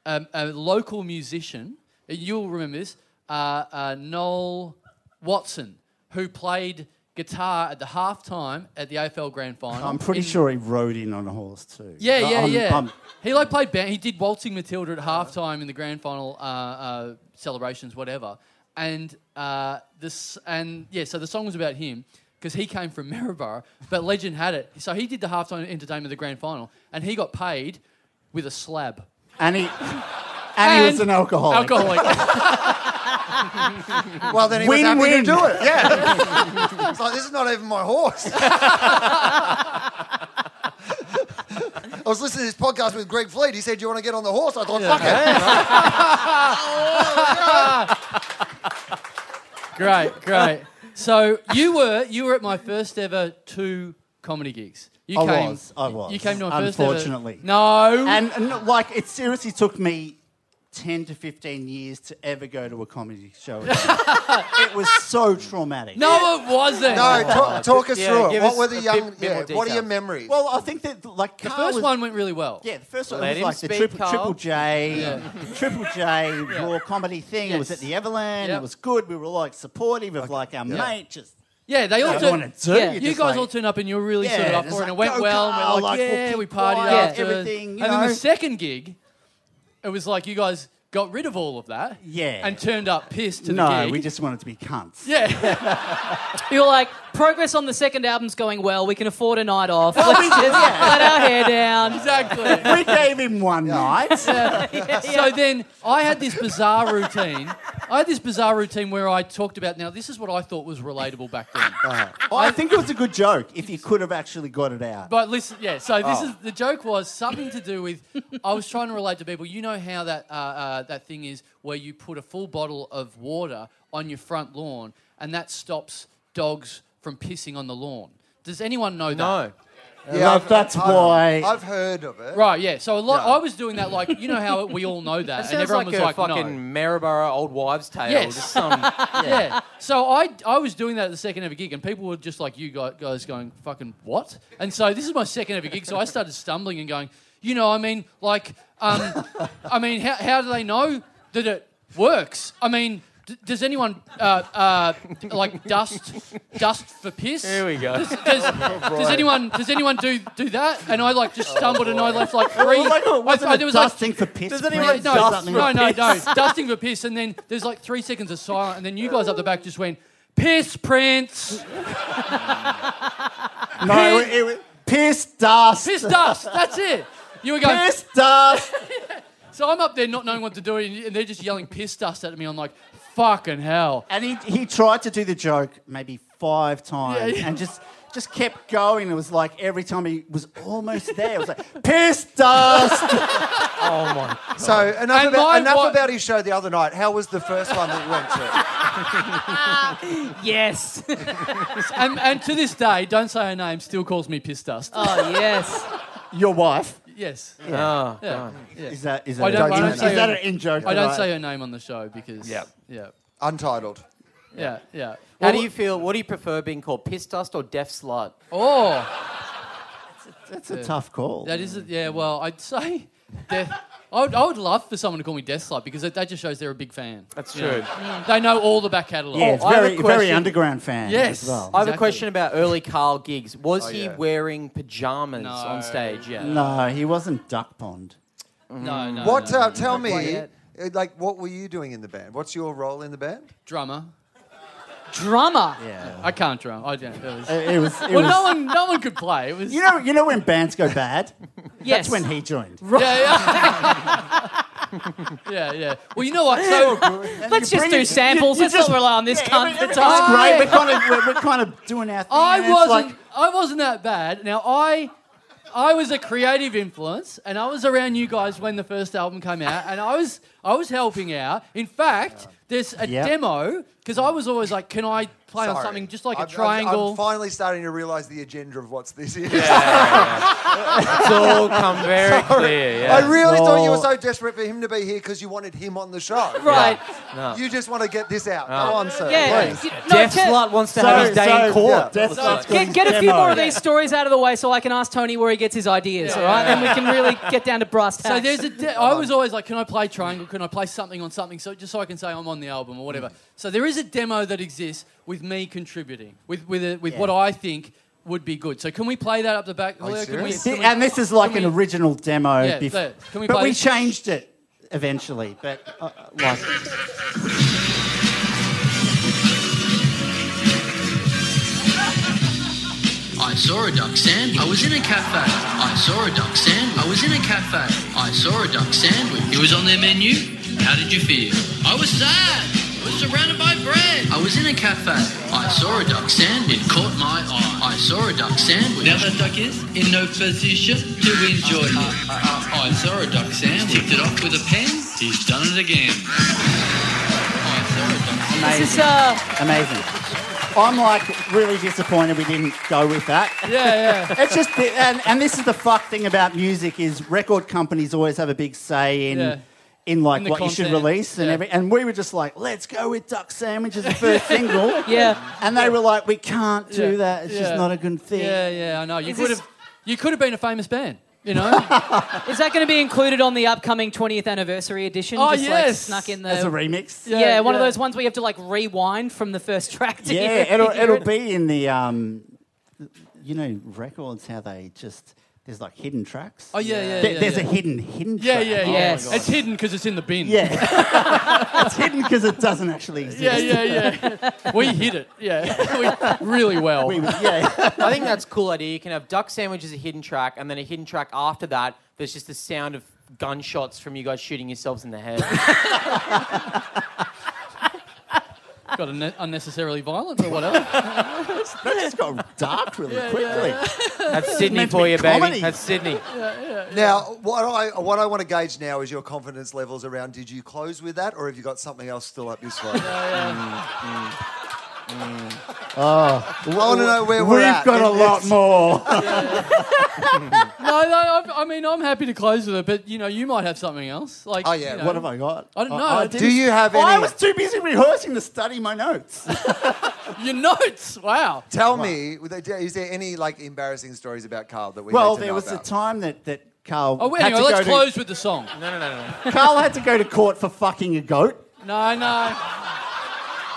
S2: a, a local musician. You'll remember this. Uh, uh, Noel Watson, who played guitar at the halftime at the AFL Grand Final.
S5: I'm pretty
S2: in-
S5: sure he rode in on a horse too.
S2: Yeah,
S5: But
S2: yeah,
S5: Uh, I'm-
S2: yeah.
S5: I'm-
S2: he like played band. He did waltzing Matilda at halftime in the grand final uh, uh, celebrations, whatever. And uh, this, and yeah, so the song was about him because he came from <laughs> Maryborough. But legend had it, so he did the halftime entertainment of the grand final, and he got paid with a slab.
S5: and he, and, he was an alcoholic.
S2: Alcoholic.
S3: Well, then he was happy
S5: Win-win.
S3: to do it.
S4: <laughs>
S3: Yeah. it's like, this is not even my horse. I was listening to this podcast with Greg Fleet. He said, Do you want to get on the horse? I thought, fuck it.
S2: <laughs> great, great. So you were you were at my first ever two comedy gigs. You
S5: I
S2: came,
S5: was, I was,
S2: You came to my first ever-
S5: unfortunately.
S2: No.
S5: And, and like, it seriously took me ten to fifteen years to ever go to a comedy show.
S2: <laughs>
S5: again. it was so traumatic.
S2: no, it wasn't.
S3: No, ta- talk us
S4: Yeah,
S3: through it.
S4: give
S3: What
S4: us
S3: were
S4: a
S3: the
S4: bit-
S3: young.
S4: bit
S3: yeah,
S4: more
S3: what are your
S4: details.
S3: memories?
S5: Well, I think that like
S2: The
S5: Carl
S2: first
S5: was,
S2: one went really well.
S5: Yeah, the first one
S4: Let
S5: was
S4: him
S5: like the
S4: speak,
S5: triple,
S4: Carl.
S5: triple J, triple
S2: <laughs>
S5: J raw comedy thing. It was
S2: Yes.
S5: at the Everland.
S2: Yep.
S5: It was good. We were like supportive of like our mate. Just
S2: Yeah, they all
S5: I
S2: turn-
S5: want to do.
S6: Yeah.
S5: You're
S2: You
S5: just
S2: guys
S5: like-
S2: all turned up and you were really
S5: Yeah,
S2: sort of up
S5: it's
S2: for it and it
S5: like,
S2: went
S5: "Go,
S2: well and we
S5: Carl,
S2: were like,
S5: like, we'll
S2: yeah,
S5: keep
S2: we partied
S5: quiet,
S2: after.
S5: everything, you
S2: and then the
S5: know.
S2: second gig, it was like you guys got rid of all of that
S5: Yeah.
S2: and turned up pissed to the
S5: no,
S2: gig.
S5: we just wanted to be cunts.
S2: yeah,
S6: You're like, progress on the second album's going well. We can afford a night off. Let's just let our hair down.
S5: <laughs>
S2: exactly.
S5: we gave him one night.
S2: so then I had this bizarre routine. I had this bizarre routine where I talked about now this is what I thought was relatable back then.
S5: I think it was a good joke if you could have actually got it out.
S2: But listen, yeah. So
S4: Oh.
S2: this is the joke was something to do with. I was trying to relate to people. You know how that uh, uh, that thing is where you put a full bottle of water on your front lawn, and that stops dogs from pissing on the lawn. Does anyone know that?
S4: no.
S3: Yeah,
S5: Love,
S3: I've-
S5: that's
S3: I've-
S5: why-
S3: I've heard of it.
S2: Right. Yeah. So a lot.
S3: No.
S2: I was doing that like you know how we all know that,
S4: Sounds
S2: and everyone
S4: like
S2: was
S4: a
S2: like,
S4: fucking
S2: no.
S4: Maryborough old wives' tale.
S2: Yes.
S4: Just <laughs> some,
S2: Yeah. So I I was doing that at the second ever gig, and people were just like, "You guy- guys going fucking what?" And so this is my second ever gig, so I started stumbling and going, "You know, I mean, like, um, I mean, how how do they know that it works? I mean." d- Does anyone uh, uh, like dust dust for piss?
S4: here we go.
S2: Does, does anyone does anyone do do that? And I like just stumbled and I left like three.
S5: Like, it
S2: I,
S5: wasn't
S2: I,
S5: a
S2: there was like
S5: dusting for piss.
S4: Does anyone
S2: yeah,
S5: Prince
S2: no,
S5: or
S4: dust
S5: something.
S2: no, no, no. <laughs> Dusting for piss, and then there's like three seconds of silence, and then you guys up the back just went, piss, Prince,
S5: No, it, was piss dust.
S2: piss dust. That's it. You were going,
S5: Piss dust.
S2: so I'm up there not knowing what to do, and they're just yelling piss dust at me. I'm like, fucking hell.
S5: And he, he tried to do the joke maybe five times and just just kept going. It was like every time he was almost there, it was like piss dust.
S3: So enough,
S2: And
S3: about,
S2: mine
S3: enough
S2: wa-
S3: about his show the other night. How was the first one that you went to?
S5: <laughs>
S1: Yes.
S2: and, and to this day, don't say her name, still calls me piss dust.
S1: oh, yes.
S5: Your wife
S2: yes.
S4: Oh,
S2: Yeah. Yeah.
S5: is that? Is that?
S2: I don't-
S5: a-
S3: I don't
S5: is
S3: say
S5: that
S2: it.
S5: an in joke?
S2: I don't
S5: Right.
S2: say her name on the show because. Yeah. Yeah.
S3: Untitled.
S2: Yeah. Yeah.
S4: How do you feel? What do you prefer being called, piss dust or deaf slut?
S2: Oh,
S5: That's a tough call.
S2: that is. A, yeah. Well, I'd say. <laughs> Death, I, would, I would love for someone to call me Death Slut because that, that just shows they're a big fan.
S4: That's
S2: You know?
S4: true.
S2: They know all the back catalogue.
S5: yeah, it's
S4: I have a
S5: very very
S4: question.
S5: underground fan.
S2: Yes.
S5: As well.
S4: I have a
S2: Exactly.
S4: question about early Carl gigs. Was he
S3: yeah.
S4: wearing pajamas
S2: No.
S4: on stage? Yeah.
S5: No, he wasn't duck pond.
S2: No, no.
S3: What?
S2: no.
S3: Uh, tell me,
S1: quite yet.
S3: uh, like, what were you doing in the band? What's your role in the band?
S2: drummer?
S1: Drummer.
S5: Yeah.
S2: I can't drum. I don't. It was,
S5: It, it was. Uh, It
S2: well,
S5: was
S2: no one, no one could play. It was.
S5: you know, you know when bands go bad.
S1: Yes.
S5: That's when he joined.
S2: Yeah, yeah. <laughs> yeah, yeah. Well, you know what? So,
S1: Let's just
S5: You bring
S1: do
S5: it-
S1: samples.
S5: you- you
S1: Let's not rely on this
S5: Yeah,
S1: cunt
S5: every-
S1: for
S5: everything's
S1: time.
S5: great. We're kind of we're, we're kind of doing our thing.
S2: Oh, I
S5: and it's
S2: wasn't.
S5: like-
S2: I wasn't that bad. Now I, I was a creative influence, and I was around you guys when the first album came out, and I was, I was helping out. In fact, there's a
S5: Yeah.
S2: demo because I was always like, can I play on
S3: Sorry.
S2: something just like
S3: I'm-
S2: a
S3: I'm-
S2: triangle?
S3: I'm finally starting to realise the agenda of what's this is.
S4: It's all come very clear.
S3: <laughs>
S4: Yeah.
S3: I really thought you were
S5: So-
S3: so desperate for him to be here because you wanted him on the show.
S1: Right.
S3: You just want to get this out.
S4: No.
S3: Go on, sir.
S1: Yeah.
S3: Please.
S1: You- no,
S4: Deaf
S1: get-
S4: slut wants to
S5: So-
S4: have his day
S5: so-
S4: in court.
S5: yeah, Death Slut's got
S1: Get,
S5: his
S1: get a few
S5: demo.
S1: more of these stories out of the way so I can ask Tony where he gets his ideas, all right? Then we can really get down to brass tacks.
S2: So there's a.
S5: <laughs>
S2: De- I was always like, can I play triangle? Can I play something on something? So just so I can say I'm on the album or
S5: Mm.
S2: whatever. So there is a demo that exists with me contributing with with a, with what I think would be good. So can we play that up the back? Julio? Can we,
S3: serious?
S2: can we-
S5: and this is like
S2: can
S5: an
S2: we-
S5: original demo.
S2: Yeah,
S5: bef-
S2: so can we
S5: but
S2: play
S5: we
S2: this?
S5: changed it eventually. But uh, uh, like,
S7: I saw a duck sandwich. I was in a cafe. I saw a duck sandwich. I was in a cafe. I saw a duck sandwich. It was on their menu. How did you feel? I was sad. I was surrounded by bread. I was in a cafe. I saw a duck sandwich. It caught my eye. I saw a duck sandwich. Now that duck is in no position to enjoy it. <laughs> I saw a duck sandwich. Tipped it off with a pen. He's done it again. I saw a duck sandwich.
S1: This is, uh,
S5: amazing. I'm like really disappointed we didn't go with that.
S2: Yeah, yeah.
S5: <laughs> It's just, the, and, and this is the fuck thing about music is record companies always have a big say in.
S2: Yeah.
S5: In like
S2: In the
S5: what you should
S2: content,
S5: release and
S2: yeah.
S5: every, and we were just like, let's go with duck sandwich as
S2: <laughs>
S5: the first single.
S1: yeah.
S5: And they were like, we can't do
S2: Yeah,
S5: that. It's just
S2: yeah.
S5: not a good thing.
S2: Yeah, yeah, I know. You
S1: Is
S2: could
S1: this-
S2: have, you could have been a famous band. You
S5: <laughs>
S2: know?
S1: Is that going to be included on the upcoming 20th anniversary edition?
S2: Oh,
S1: Just, like,
S2: yes.
S1: snuck in the.
S5: As a remix.
S1: yeah,
S2: Yeah,
S1: one of
S2: yeah.
S1: those ones where you have to like rewind from the first track
S2: <laughs>
S1: to
S5: Yeah,
S1: hear-
S5: it'll
S1: hear
S5: it'll
S1: it.
S5: be in the um, you know, records how they just there's like hidden tracks.
S2: Oh yeah, yeah,
S5: There-
S2: yeah.
S5: there's
S2: yeah.
S5: a hidden hidden.
S2: yeah,
S5: track. Oh
S2: yeah, yeah.
S1: Yes.
S2: It's hidden because it's in the bin.
S5: yeah. <laughs> it's hidden because it doesn't actually exist.
S2: yeah, yeah,
S5: <laughs>
S2: yeah. we hid it. Yeah, <laughs> we, really well.
S5: We- yeah. <laughs>
S4: I think that's a cool idea. You can have duck sandwich as a hidden track, and then a hidden track after that. There's just the sound of gunshots from you guys shooting yourselves in the <laughs> head.
S2: Got unne- unnecessarily violent or whatever. <laughs>
S5: that just got dark really quickly.
S4: That's Sydney
S5: meant to
S4: for
S5: be
S4: you,
S5: comedy.
S4: baby. That's Sydney.
S3: Now, what I what I want to gauge now is your confidence levels around. Did you close with that, or have you got something else still up your sleeve? Oh, I want to know where
S5: We've
S3: we're at.
S5: got a
S3: It-
S5: lot
S3: it's- <laughs>
S5: more.
S2: No, no I, I mean I'm happy to close with it, but you know you might have something else. Like,
S3: Oh, yeah.
S2: you know.
S5: What have I got?
S2: I don't know.
S5: didn't-
S3: Do you have
S5: Oh, I
S3: any-
S5: was too busy rehearsing to study my
S3: <laughs>
S5: notes.
S2: Your notes. Wow.
S3: Tell me, were there- is there any like embarrassing stories about Carl that we?
S5: well,
S3: need to
S5: there
S3: know
S5: was a
S3: about?
S5: time that that Carl
S2: Oh, wait,
S5: had
S2: hang
S5: to
S2: on,
S5: go
S2: let's
S5: to
S2: close with the song.
S4: No, no, no, no, no.
S5: <laughs> Carl had to go to court for fucking a goat.
S2: No, no.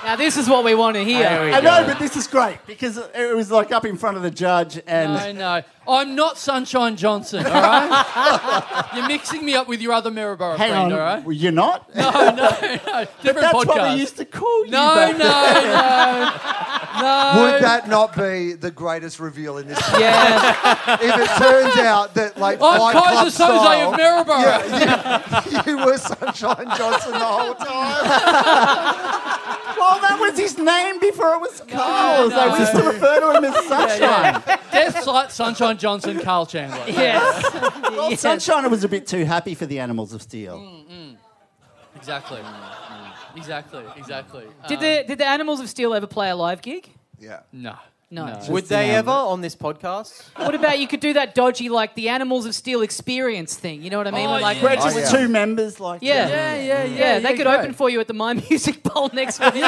S1: Now, this is what we want to hear.
S4: There we
S5: I know,
S4: go.
S5: but this is great because it was like up in front of the judge, and
S2: No, no. I'm not Sunshine Johnson, all right? <laughs> You're mixing me up with your other Maryborough
S5: hang
S2: friend,
S5: on,
S2: all right? <laughs>
S5: well, you're not.
S2: No, no, no. Different
S5: That's
S2: podcast.
S5: what they used to call you.
S2: no,
S5: back
S2: no, no,
S5: then.
S2: no. <laughs>
S3: Would that not be the greatest reveal in this?
S1: Yeah.
S3: if it turns out that like
S2: I'm
S3: Fight
S2: Oh, Kaiser Soze
S3: Club
S2: of
S3: <laughs> style,
S2: Maryborough.
S3: you were Sunshine Johnson the whole time.
S5: Well, that was was his name before it was Carl. They used to refer
S2: <laughs>
S5: to him as Sunshine.
S2: Death Slight Sunshine Johnson, Carl Chandler.
S6: Yes.
S5: Well, Sunshine was a bit too happy for the Animals of
S2: Mm.
S5: Steel.
S2: Exactly. Exactly. Exactly.
S6: Did
S2: Um,
S6: the did the Animals of Steel ever play a live gig?
S3: Yeah.
S2: No.
S6: No.
S4: Would they ever on this podcast?
S6: What about you could do that dodgy like the Animals of Steel experience thing? You know what I mean?
S2: Oh,
S6: Where, like
S2: yeah.
S6: we're
S5: But just
S3: yeah.
S5: two members, like
S6: Yeah.
S2: Yeah, yeah, yeah.
S6: Yeah, they could
S2: great.
S6: open for you at the My <laughs> Music Bowl next week.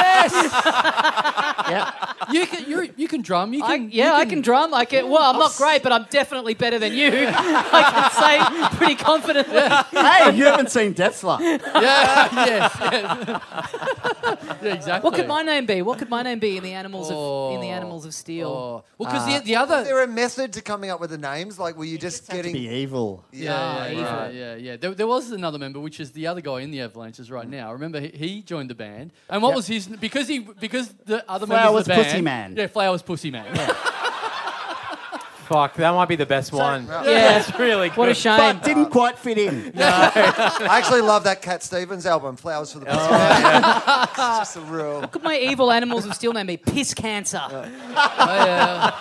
S2: You can, you you can drum. You
S6: <laughs> I,
S2: can.
S6: yeah, I
S2: <laughs>
S6: can drum. I can. Well, I'm not great, but I'm definitely better than you. <laughs> I can say pretty confidently.
S5: Hey, you haven't
S2: <laughs>
S5: seen Deathslar.
S2: Yeah, yes, yes. <laughs> yeah, exactly.
S6: What could my name be? What could my name be in the Animals of in the
S2: Oh,
S6: Animals of Steel?
S2: Oh. Well, because
S5: Ah.
S2: the, the other.
S3: Is there a method to coming up with the names? Like, were you just
S5: To
S3: getting?
S5: be evil.
S2: yeah, yeah,
S6: evil.
S2: yeah, yeah, yeah. There, there was another member, which is the other guy in the Avalanches
S5: Mm.
S2: right now. Remember, he, he joined the band, and what was his? Because he, because the other
S5: Flower
S2: members of the
S5: was
S2: band,
S5: Pussy Man.
S2: Yeah, Flower was Pussy Man.
S4: Fuck, that might be the best one.
S3: Yeah.
S6: Yeah.
S4: That's really good.
S6: What a shame.
S2: uh,
S5: But didn't quite fit
S2: <laughs>
S5: in.
S3: I actually love that Cat Stevens album, Flowers for the
S2: Oh,
S3: Pussy. <laughs> it's just a real.
S6: could my evil Animals of Steel name be? Piss Cancer.
S2: Oh, yeah.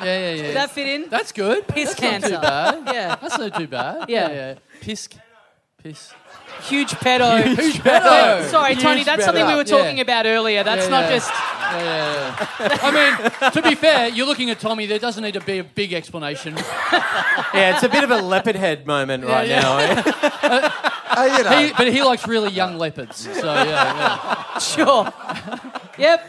S2: yeah, yeah, yeah.
S6: Does that fit in?
S2: That's good.
S6: Piss
S2: That's
S6: Cancer.
S2: not too bad.
S6: yeah.
S2: That's not too bad.
S6: Yeah.
S2: yeah. Piss, piss.
S6: Huge pedo.
S2: Huge pedo.
S6: Sorry, Tony.
S2: Huge
S6: That's something we
S2: pedo.
S6: were talking
S2: Yeah.
S6: about earlier. That's
S2: Yeah,
S6: not
S2: yeah.
S6: just.
S2: Yeah, yeah, yeah. I mean, to be fair, you're looking at Tommy. There doesn't need to be a big explanation.
S4: Yeah, it's a bit of a leopard head moment right
S2: yeah.
S4: now. <laughs> eh?
S3: Oh, you know.
S2: He, but he likes really young leopards. So yeah, yeah.
S6: Sure.
S2: <laughs>
S6: yep.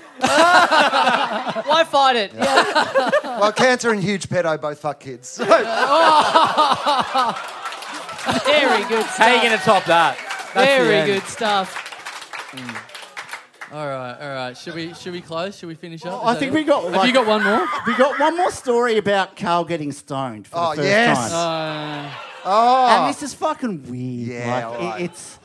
S6: Why fight it?
S3: Well, Cancer and Huge Pedo both fuck kids. So,
S6: Very good
S4: How are you
S6: stuff.
S4: going to top that? That's the
S6: Very
S4: end.
S6: good stuff.
S2: All right, all right. Should we should we close? Should we finish up?
S5: I
S2: Is
S5: think
S2: that
S5: we
S2: it?
S5: got
S2: Have
S5: like-
S2: you got one
S5: <laughs>
S2: more?
S5: We got one more story about Carl getting stoned for
S3: Oh,
S5: the first
S3: yes.
S5: time.
S2: Uh,
S5: And
S3: oh,
S5: this is fucking weird.
S3: Yeah,
S5: like,
S3: all
S5: it-
S3: right.
S5: it's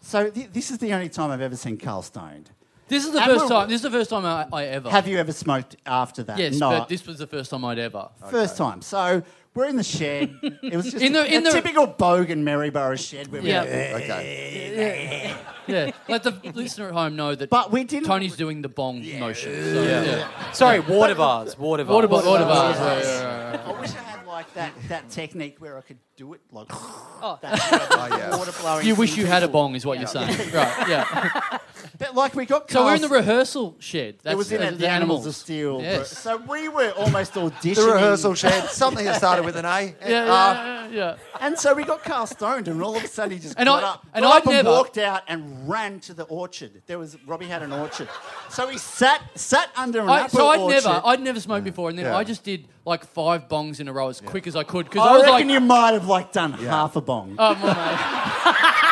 S5: so. Th- this is the only time I've ever seen Carl stoned.
S2: this is the
S5: And
S2: first
S5: we're-
S2: time. This is the first time I, I ever.
S5: Have you ever smoked after that?
S2: yes,
S5: no,
S2: but this was the first time I'd ever.
S5: first time. So we're in the shed.
S2: <laughs>
S5: It was just
S2: In the-
S5: a,
S2: in
S5: a
S2: the-
S5: typical Bogan Maryborough shed. Where
S6: Yeah.
S5: we,
S3: okay.
S2: Yeah, let the
S5: <laughs>
S2: listener at home know that
S5: but we didn't.
S2: Tony's doing the bong motion. So, yeah.
S4: Sorry, water bars. Water bars.
S2: Water bars. Water bars.
S5: Yeah.
S2: yeah, yeah, yeah.
S5: I wish I had like that, that technique where I could do it like
S6: Oh.
S2: <laughs>
S5: that. Sort of, like,
S3: yeah.
S5: water blowing
S2: You wish you had a
S5: thing.
S2: bong, is what you're saying,
S5: <laughs>
S2: right? Yeah.
S5: But like we got.
S2: So we're in
S5: Carl's-
S2: the rehersal shed. That's
S5: It was in
S2: that's
S5: at the Animals of Steel.
S2: Yes.
S5: So we were
S2: <laughs>
S5: almost auditioning.
S3: The rehearsal shed, something that started with an A.
S2: Yeah,
S3: Uh,
S5: Ah.
S2: yeah, yeah, yeah.
S5: And so we got Carl stoned, and all of a sudden he just
S2: And
S5: got
S2: I-
S5: up,
S2: and
S5: got
S2: I'd
S5: up and
S2: never-
S5: walked out and ran to the orchard. There was Robbie had an orchard, so he sat sat under an
S2: I,
S5: apple
S2: so I'd
S5: orchard.
S2: never, I'd never smoked before, and then
S3: Yeah.
S2: I just did like five bongs in a row as quick as I could because I,
S5: I
S2: was like,
S5: reckon you might have like done half a bong.
S2: <laughs> oh, my,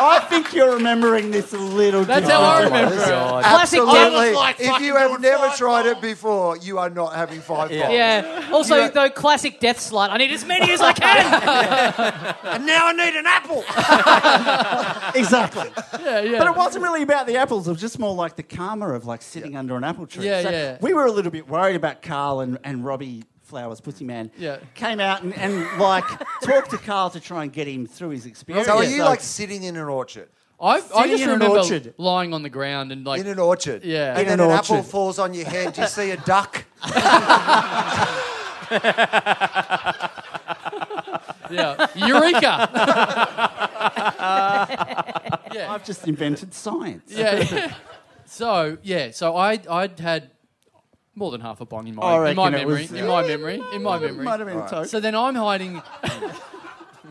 S5: I think you're remembering this a little.
S2: that's how
S5: different.
S2: I remember. it.
S4: God.
S6: Classic
S3: Absolutely.
S5: I was like
S3: if
S5: fucking
S3: you have
S5: doing
S3: never
S5: five
S3: tried it
S5: bongs.
S3: before, you are not having five yeah.
S6: Yeah. Also,
S3: You are-
S6: though, classic death slut. I need as many as I can.
S3: And now I need an apple.
S5: <laughs> Exactly.
S2: Yeah, yeah.
S5: But it wasn't really about the apples. It was just more like the karma of like sitting under an apple tree.
S2: Yeah,
S5: So
S2: yeah.
S5: We were a little bit worried about Carl and, and Robbie Flowers, Pussy Man.
S2: Yeah.
S5: Came out and, and like <laughs> talked to Carl to try and get him through his experience.
S3: So are
S5: Yeah.
S3: you like sitting in an orchard?
S2: I, I
S5: Sitting
S2: just
S5: in an
S2: remember
S5: orchard.
S2: lying on the ground and like,
S3: In an orchard.
S2: Yeah.
S3: And
S2: In
S3: then
S5: an
S3: an, apple
S5: orchard.
S3: falls on your head. You see a duck.
S2: yeah, <laughs> eureka!
S5: I've just invented science.
S2: yeah. <laughs> So yeah, so I, I'd had more than half a bong in
S5: I
S2: my, in my
S5: reckon it
S2: memory,
S5: was-
S2: in my memory, in my memory.
S5: Might have been a token.
S2: So then I'm hiding.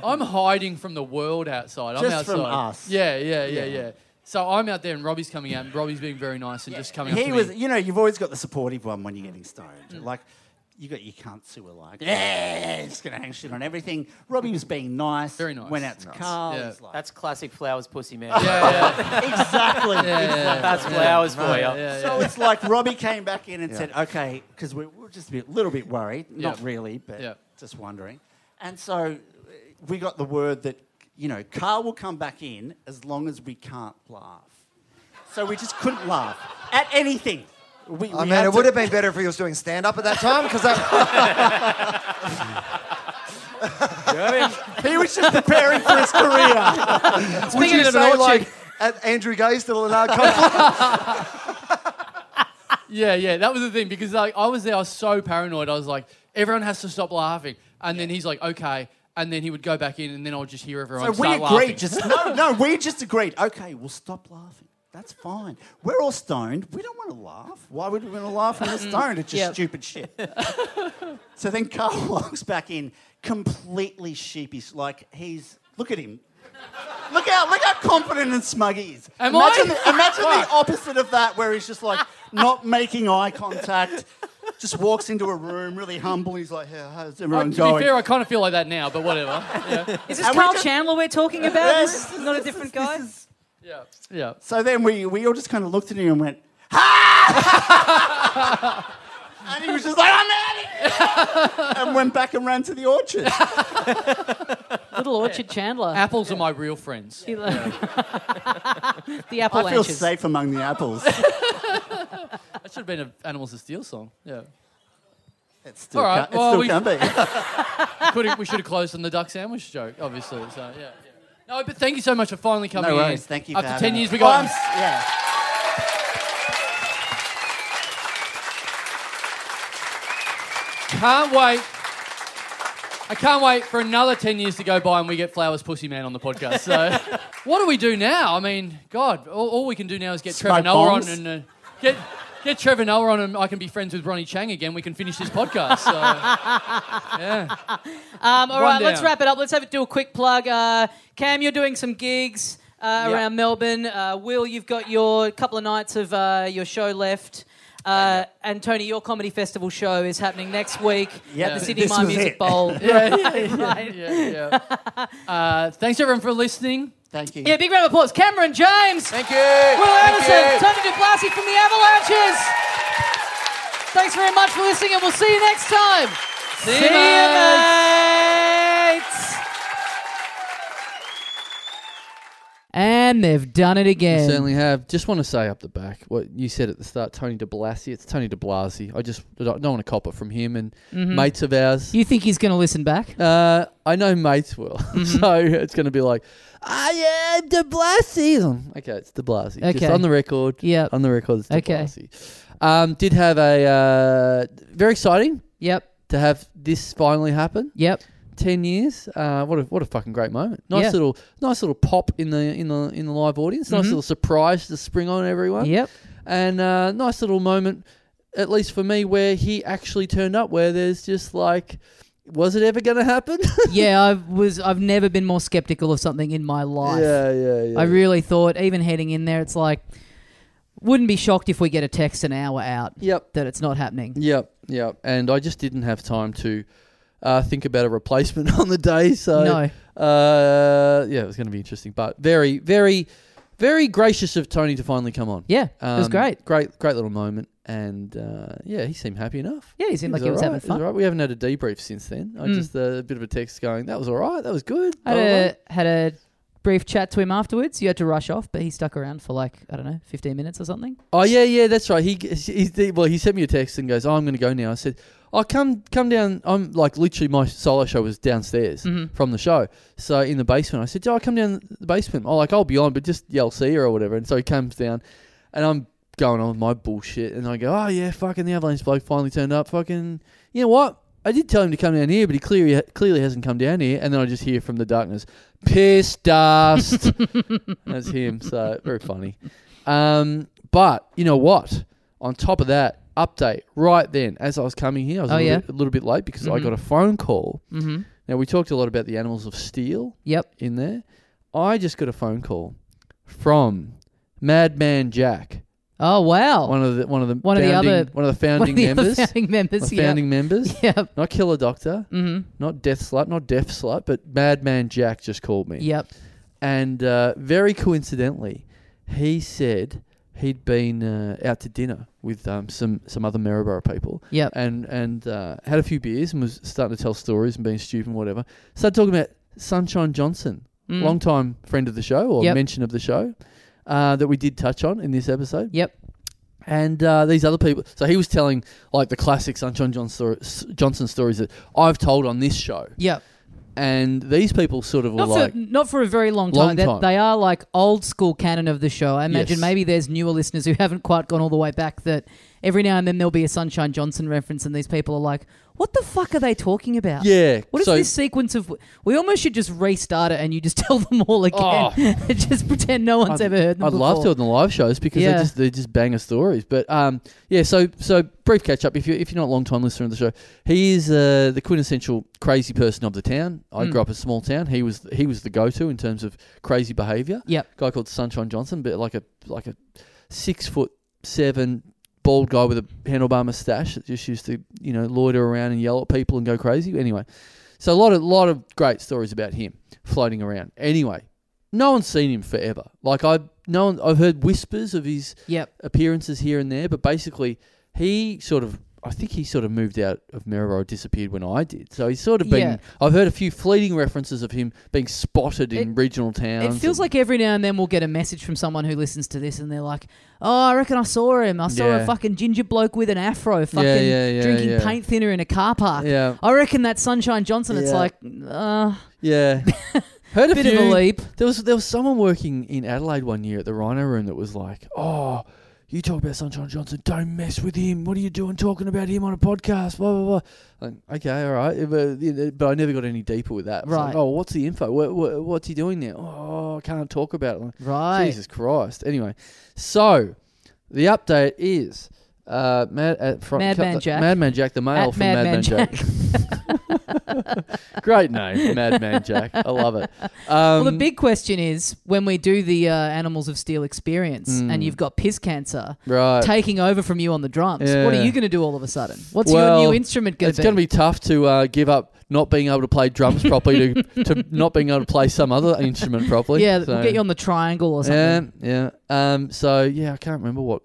S2: I'm hiding from the world outside. I'm
S5: Just
S2: outside.
S5: from us.
S2: Yeah, yeah, yeah, yeah, So I'm out there, and Robbie's coming out, and Robbie's being very nice and just coming up
S5: He
S2: to
S5: was,
S2: me. Mm.
S5: you know, you've always got the supportive one when you're getting stoned. Like, you got your cunts who were like, yeah, just going to hang shit on everything. Robbie was being nice.
S2: Very nice.
S5: Went out to Carl.
S2: Yeah.
S5: was like-
S4: That's classic flowers, pussy man.
S2: Yeah, yeah,
S5: exactly.
S2: <laughs> yeah,
S4: That's flowers for you.
S2: yeah, yeah, yeah.
S5: So it's like Robbie came back in and said, okay, because we were just a bit, little bit worried, not
S2: Yeah.
S5: really, but
S2: Yeah.
S5: just wondering. And so uh, we got the word that, you know, Carl will come back in as long as we can't laugh. So we just couldn't laugh at anything. We,
S3: I
S5: we
S3: mean,
S5: had
S3: it
S5: to-
S3: would have been better if he was doing stand up at that time because
S5: He was just preparing for his career.
S3: would
S6: Speaking
S2: <laughs>
S3: you
S6: of an
S3: say
S6: orchard-
S3: like at Andrew Gay still in our conflict.
S2: Yeah, yeah, that was the thing because like I was there, I was so paranoid. I was like, everyone has to stop laughing, and then he's like, okay, and then he would go back in, and then I would just hear everyone.
S5: So we
S2: start
S5: agreed.
S2: laughing.
S5: Just no, no. We just agreed. Okay, we'll stop laughing. That's fine. We're all stoned. We don't want to laugh. Why would we want to laugh when we're
S2: Mm-hmm.
S5: stoned? It's just
S6: Yep.
S5: stupid shit. so then Carl <laughs> walks back in, completely sheepish, like he's look at him. Look out! Look how confident and smug he is.
S2: Am
S5: imagine
S2: I?
S5: The,
S2: <laughs>
S5: imagine the opposite of that, where he's just like not making eye contact, just walks into a room really humble. He's like, "Yeah, "How's
S2: Uh,
S5: everyone
S2: to
S5: going?"
S2: be fair, I kind of feel like that now, but whatever. <laughs>
S6: Is this
S5: And we
S6: Carl
S5: just-
S6: Chandler we're talking about?
S5: Yes,
S6: This is not a
S5: this is-
S6: different
S5: this
S6: guy.
S5: is-
S2: yeah, yeah.
S5: So then we, we all just kind of looked at him and went, "Ha!" <laughs> and he was just like, "I'm out of here!" and went back and ran to
S2: <laughs>
S5: the orchard.
S6: Little Orchard Chandler.
S2: Apples are my real friends.
S6: He lo- <laughs> the apple
S5: I feel
S6: Anchors.
S5: safe among the
S2: <laughs>
S5: apples.
S2: That should have been an Animals of Steel song. Yeah,
S5: It still,
S2: All right,
S5: can't, it
S2: well,
S5: still
S2: we-
S5: can't
S2: <laughs>
S5: be.
S2: Could've- we should have closed on the duck sandwich joke, obviously. So yeah. yeah. No, but thank you so much for finally coming
S5: No
S2: in.
S5: worries. Thank you. for
S2: After
S5: having
S2: ten
S5: me.
S2: years, we
S5: Oh, I'm
S2: got.
S5: s- yeah.
S2: Can't wait. I can't wait for another 10 years to go by and we get Flowers Pussy Man on the podcast.
S5: <laughs>
S2: So, what do we do now? I mean, God, all, all we can do now is get Trevor
S5: Smoke
S2: Noah on
S5: bombs.
S2: and uh, get, get Trevor Noah on and I can be friends with Ronnie Chang again. We can finish this podcast. So,
S5: <laughs>
S2: yeah.
S6: Um, all
S2: One
S6: right, let's
S2: down.
S6: wrap it up. Let's have it do a quick plug. Uh, Cam, you're doing some gigs uh,
S2: Yeah.
S6: around Melbourne. Uh, Will, you've got your couple of nights of uh, your show left. Uh, and Tony, your comedy festival show is happening next week
S5: Yeah,
S6: at the
S5: th-
S6: Sydney
S5: this
S6: Mime
S5: was
S6: Music
S5: it.
S6: Bowl.
S5: <laughs>
S2: Yeah, yeah,
S6: Right.
S2: yeah, yeah, yeah. Uh, thanks everyone for listening.
S5: Thank you.
S6: Yeah, big round of applause. Cameron James,
S4: Thank you. Will
S6: Will Anderson, Tony DiBlasi from the Avalanches. Thanks very much for listening, and we'll see you next time. See, you, mates.
S1: And they've done it
S7: I
S1: again.
S7: certainly have. Just want to say up the back what you said at the start, Tony De Blasi. It's Tony De Blasi. I just I don't want to cop it from him and mates of ours.
S1: You think he's going to listen back?
S7: Uh, I know mates will, <laughs>
S1: Mm-hmm.
S7: so it's going to be like, ah, yeah, De Blasi. Um, Okay, it's De Blasi. Just
S1: Okay.
S7: on the record.
S1: Yep.
S7: on the record. It's De
S1: Okay.
S7: Blasi. Um, did have a uh, very exciting
S1: Yep.
S7: to have this finally happen.
S1: Yep.
S7: Ten years. Uh, what a what a fucking great moment. Nice
S1: Yeah. Mm-hmm.
S7: little nice little pop in the in the in the live audience. Nice little surprise to spring on everyone.
S1: Yep.
S7: And uh, nice little moment, at least for me, where he actually turned up. Where there's just like, was it ever going to happen? <laughs>
S1: yeah, I was. I've never been more skeptical of something in my life.
S7: yeah, yeah, yeah.
S1: I really thought, even heading in there, it's like, wouldn't be shocked if we get a text an hour out
S7: Yep.
S1: that it's not happening.
S7: Yep, yep. And I just didn't have time to uh, think about a replacement <laughs> on the day. So
S1: No.
S7: uh, yeah, it was going to be interesting, but very, very, very gracious of Tony to finally come on.
S1: Yeah, it was
S7: Um,
S1: great.
S7: great, great little moment. And uh, yeah, he seemed happy enough.
S1: Yeah, he seemed like he was
S7: alright,
S1: having fun.
S7: alright. We haven't had a debrief since then. I
S1: Mm.
S7: just uh, a bit of a text going, "That was all right. That was good."
S1: I
S7: blah, blah, blah."
S1: had a, had a brief chat to him afterwards. You had to rush off, but he stuck around for like I don't know, fifteen minutes or something.
S7: Oh yeah, yeah, that's right. He, g- he, he well, he sent me a text and goes, "Oh, I'm going to go now." I said, "Oh, come come down." I'm like literally my solo show was downstairs from the show, so in the basement. I said, "Oh, come down the basement." Oh, like I'll be on, but just yell see her or whatever. And so he comes down, and I'm going on with my bullshit, and I go, "Oh yeah, fucking the avalanche bloke finally turned up. Fucking, you know what?" I did tell him to come down here, but he clearly clearly hasn't come down here. And then I just hear from the darkness, "Piss
S1: <laughs>
S7: dust." That's him. So very funny. Um, but you know what? On top of that, update right then as I was coming here, I was
S1: Oh,
S7: a, little
S1: yeah? Mm-hmm. Mm.
S7: bit, a little bit late because I got a phone call. Mm-hmm. Now we talked a lot about the animals of steel
S1: Yep.
S7: in there. I just got a phone call from Madman Jack,
S1: Oh wow.
S7: one of the one of the
S1: One of the
S7: founding,
S1: other-
S7: one of
S1: <laughs>
S7: the
S1: One of
S7: founding
S1: the other
S7: members,
S1: founding members.
S7: One of the
S1: yep.
S7: founding members.
S1: <laughs> Yep.
S7: Not Killer Doctor,
S1: Mm-hmm.
S7: not Death Slut, not Deaf Slut, but Madman Jack just called me
S1: Yep.
S7: and uh, very coincidentally, he said he'd been uh, out to dinner with um, some some other Maryborough people.
S1: Yep.
S7: and and uh, had a few beers and was starting to tell stories and being stupid and whatever. Started talking about Sunshine Johnson,
S1: Mm.
S7: long time friend of the show or
S1: Yep.
S7: mention of the show. Uh, that we did touch on in this episode,
S1: Yep.
S7: and uh, these other people. So he was telling like the classic Sunshine John story, Johnson stories that I've told on this show,
S1: Yep.
S7: and these people sort of were
S1: Not
S7: like,
S1: for not for a very long time.
S7: Long
S1: That-
S7: time.
S1: They, are like old school canon of the show. I imagine
S7: Yes.
S1: maybe there's newer listeners who haven't quite gone all the way back. That every now and then there'll be a Sunshine Johnson reference, and these people are like, "What the fuck are they talking about?
S7: Yeah,
S1: what is
S7: so-
S1: this sequence of? We almost should just restart it, and you just <laughs> tell them all again.
S7: Oh.
S1: <laughs> just pretend no one's ever heard them.
S7: I'd love to
S1: before.
S7: on the live shows because
S1: Yeah.
S7: they just they just banger stories. But um, yeah. So so brief catch up. If you if you're not a long time listener of the show, he is uh, the quintessential crazy person of the town. I
S1: Hmm.
S7: grew up in a small town. He was he was the go to in terms of crazy behaviour.
S1: Yep.
S7: Guy called Sunshine Johnson, but like a like a six foot seven bald guy with a handlebar mustache that just used to you know loiter around and yell at people and go crazy. Anyway, so a lot of lot of great stories about him floating around. Anyway, no one's seen him forever. Like I no one, I've heard whispers of his
S1: Yep.
S7: appearances here and there, but basically he sort of I think he sort of moved out of Meribor or disappeared when I did. So he's sort of been
S1: Yeah.
S7: I've heard a few fleeting references of him being spotted in
S1: It-
S7: regional towns.
S1: It feels
S7: and-
S1: like every now and then we'll get a message from someone who listens to this and they're like, oh, I reckon I saw him. I saw a
S7: Yeah.
S1: fucking ginger bloke with an afro fucking
S7: yeah, yeah,
S1: drinking
S7: yeah.
S1: paint thinner in a car park.
S7: Yeah.
S1: I reckon that's Sunshine Johnson. It's
S7: Yeah.
S1: like, uh, <laughs>
S7: Yeah. Heard a
S1: bit of a
S7: few-
S1: leap.
S7: There was there was someone working in Adelaide one year at the Rhino Room that was like, "Oh, you talk about Sunshine Johnson, don't mess with him. What are you doing talking about him on a podcast?" Blah blah blah. Like, okay, all right, but, you know, but I never got any deeper with that. It's like,
S1: Right.
S7: oh, what's the info? What, what, what's he doing now? Oh, I can't talk about it. Like,
S1: Right.
S7: Jesus Christ. Anyway, so the update is. Uh, Mad, uh, from
S1: Madman
S7: cut-
S1: Jack.
S7: Madman Jack, the male
S1: At
S7: from
S1: Madman
S7: Madman Jack. <laughs> Great name, Madman Jack. I
S1: <laughs>
S7: love it. Um,
S1: well, the big question is when we do the uh, Animals of Steel experience and you've got piss cancer
S7: Hmm. Right.
S1: taking over from you on the drums, what are
S7: Yeah.
S1: you going to do all of a sudden? What's your
S7: Well,
S1: new instrument going
S7: it's going to be tough to uh, give up not being able to play drums properly to,
S1: <laughs>
S7: to not being able to play some other instrument properly.
S1: Yeah,
S7: so,
S1: we'll get you on the triangle or something.
S7: Yeah, yeah. Um, so yeah, I can't remember what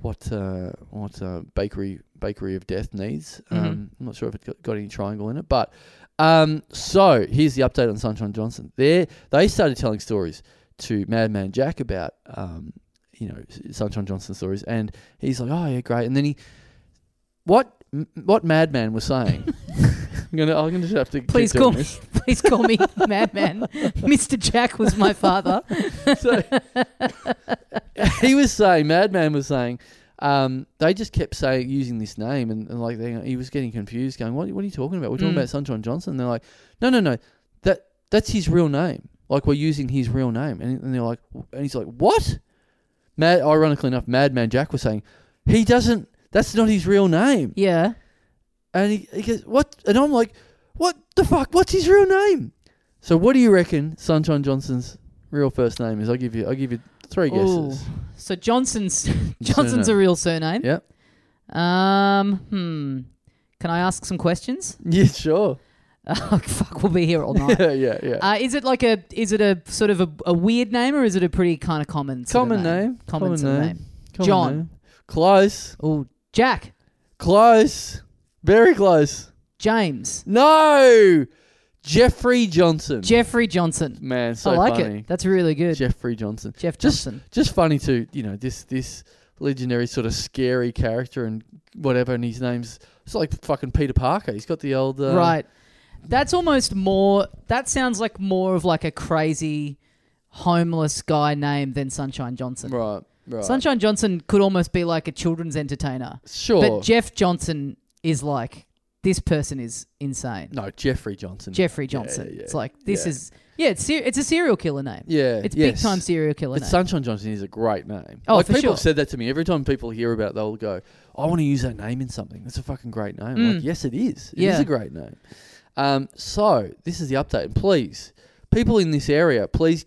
S7: what uh, what uh, bakery bakery of death needs.
S1: Mm-hmm.
S7: Um, I'm not sure if it got, got any triangle in it, but um, so here's the update on Sunshine Johnson. There, they started telling stories to Madman Jack about um, you know Sunshine Johnson stories, and he's like, oh yeah, great. And then he what m- what Madman was saying.
S1: <laughs>
S7: <laughs> I'm gonna I'm gonna just have to keep
S1: Please
S7: doing
S1: call me. <laughs>
S7: this.
S1: Please call
S7: <laughs>
S1: me madman. Mr. Jack was my father.
S7: <laughs> so he was saying, Madman was saying, um, they just kept saying using this name, and, and like they, he was getting confused, going, "What, what are you talking about? We're talking
S1: Mm.
S7: about Sunshine Johnson." And they're like, "No, no, no, that that's his real name. Like we're using his real name." And, and they're like, and he's like, "What?" Mad, ironically enough, Madman Jack was saying, "He doesn't. That's not his real name."
S1: Yeah.
S7: And he, he goes, What? And I'm like, What the fuck? What's his real name? So what do you reckon Sunshine Johnson's real first name is? I'll give you I'll give you three
S1: Ooh.
S7: guesses. <laughs>
S1: So Johnson's Johnson's a
S7: Surname.
S1: real surname.
S7: Yep.
S1: Um. Hmm. Can I ask some questions? <laughs>
S7: Yeah, sure. <laughs>
S1: Oh, fuck, we'll be here all night.
S7: Yeah, yeah, yeah.
S1: Uh, is it like a is it a sort of a, a weird name or is it a pretty kind of common sort of
S7: Common name.
S1: Common,
S7: Common
S1: sort of
S7: name.
S1: name.
S7: Come on
S1: John.
S7: now. Close.
S1: Oh, Jack
S7: Close. Very close.
S1: James
S7: No. Jeffrey Johnson.
S1: Jeffrey Johnson.
S7: Man, Mm. so
S1: I like
S7: funny.
S1: it. That's really good.
S7: Jeffrey Johnson.
S1: Jeff
S7: just,
S1: Johnson.
S7: Just funny too, you know, this this legendary sort of scary character and whatever, and his name's it's like fucking Peter Parker. He's got the old uh,
S1: right. That's almost more. That sounds like more of like a crazy homeless guy name than Sunshine Johnson.
S7: right, right.
S1: Sunshine Johnson could almost be like a children's entertainer,
S7: sure,
S1: but Jeff Johnson is like this person is insane.
S7: no Jeffrey Johnson.
S1: Jeffrey Johnson.
S7: yeah,
S1: It's like this
S7: yeah.
S1: is yeah. It's ser- it's a serial killer name.
S7: yeah,
S1: It's big
S7: yes.
S1: time serial killer
S7: But
S1: name.
S7: Sunshine Johnson is a great name.
S1: Oh,
S7: like
S1: for
S7: people
S1: sure.
S7: have said that to me every time people hear about, it, they'll go, "I want to use that name in something." That's a fucking great name. I'm
S1: Mm.
S7: Like, yes, it is. It is
S1: Yeah.
S7: a great name. Um, so this is the update. And Please, people in this area, please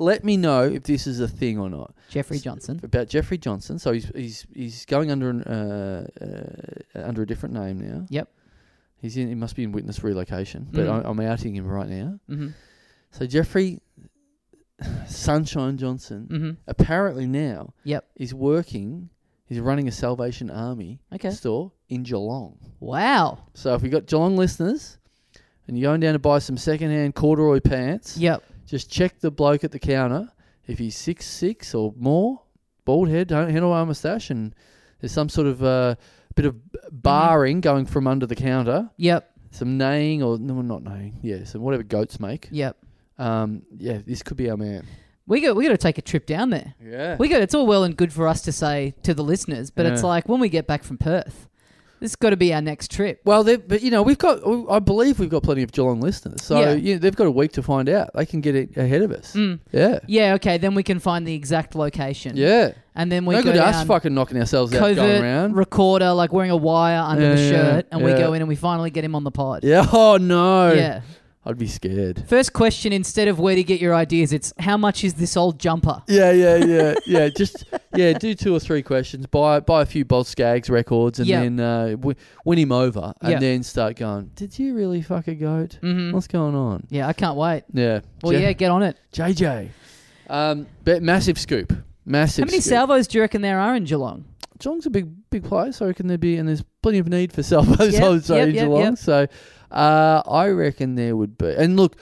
S7: let me know if this is a thing or not.
S1: Jeffrey Johnson.
S7: about Jeffrey Johnson. So he's he's he's going under an, uh, uh, under a different name now.
S1: Yep.
S7: He's in. He must be in witness relocation, but
S1: Mm.
S7: I, I'm outing him right now.
S1: hmm
S7: So Jeffrey Sunshine Johnson
S1: hmm
S7: apparently now
S1: Yep.
S7: is working. He's running a Salvation Army
S1: Okay.
S7: store in Geelong.
S1: Wow.
S7: So if we got Geelong listeners, and you're going down to buy some secondhand corduroy pants,
S1: Yep.
S7: just check the bloke at the counter. If he's six six or more, bald head, don't handlebar moustache,
S1: Mm-hmm.
S7: and there's some sort of uh, bit of barring going from under the counter,
S1: Yep.
S7: some neighing or no, not neighing. Yeah, some whatever goats make.
S1: Yep.
S7: Um, yeah, this could be our man.
S1: We got we got to take a trip down there.
S7: Yeah.
S1: We got it's all well and good for us to say to the listeners, but it's
S7: Yeah.
S1: like when we get back from Perth, this has got to be our next trip.
S7: Well, they- but you know, we've got. I believe we've got plenty of Geelong listeners, so
S1: Yeah. Mm.
S7: you know, they've got a week to find out. They can get it ahead of us. Yeah.
S1: Yeah, okay, then we can find the exact location.
S7: Yeah.
S1: And then we
S7: no
S1: go
S7: good to us
S1: down
S7: fucking knocking ourselves out going
S1: covert
S7: around.
S1: recorder, like wearing a wire under the
S7: Yeah, yeah,
S1: shirt, and we
S7: yeah.
S1: go in and we finally get him on the pod.
S7: yeah. Oh no.
S1: Yeah.
S7: I'd be scared.
S1: First question instead of where to get your ideas, it's how much is this old jumper?
S7: Yeah, yeah, yeah, yeah. Just yeah, do two or three questions. Buy buy a few Boz Skaggs records, and
S1: Yeah.
S7: then uh, w- win him over, and
S1: Yeah.
S7: then start going. Did you really fuck a goat?
S1: Mhm.
S7: What's going on?
S1: Yeah, I can't wait.
S7: Yeah.
S1: Well, yeah, get on it.
S7: yeah. JJ. Um, but massive scoop. Massive.
S1: How many
S7: scoop.
S1: salvos do you reckon there are in Geelong?
S7: Geelong's a big big place. I reckon there'd be and there's plenty of need for salvos.
S1: Yep,
S7: I would say
S1: yep,
S7: in
S1: yep,
S7: Geelong.
S1: yep.
S7: So uh, I reckon there would be. And look,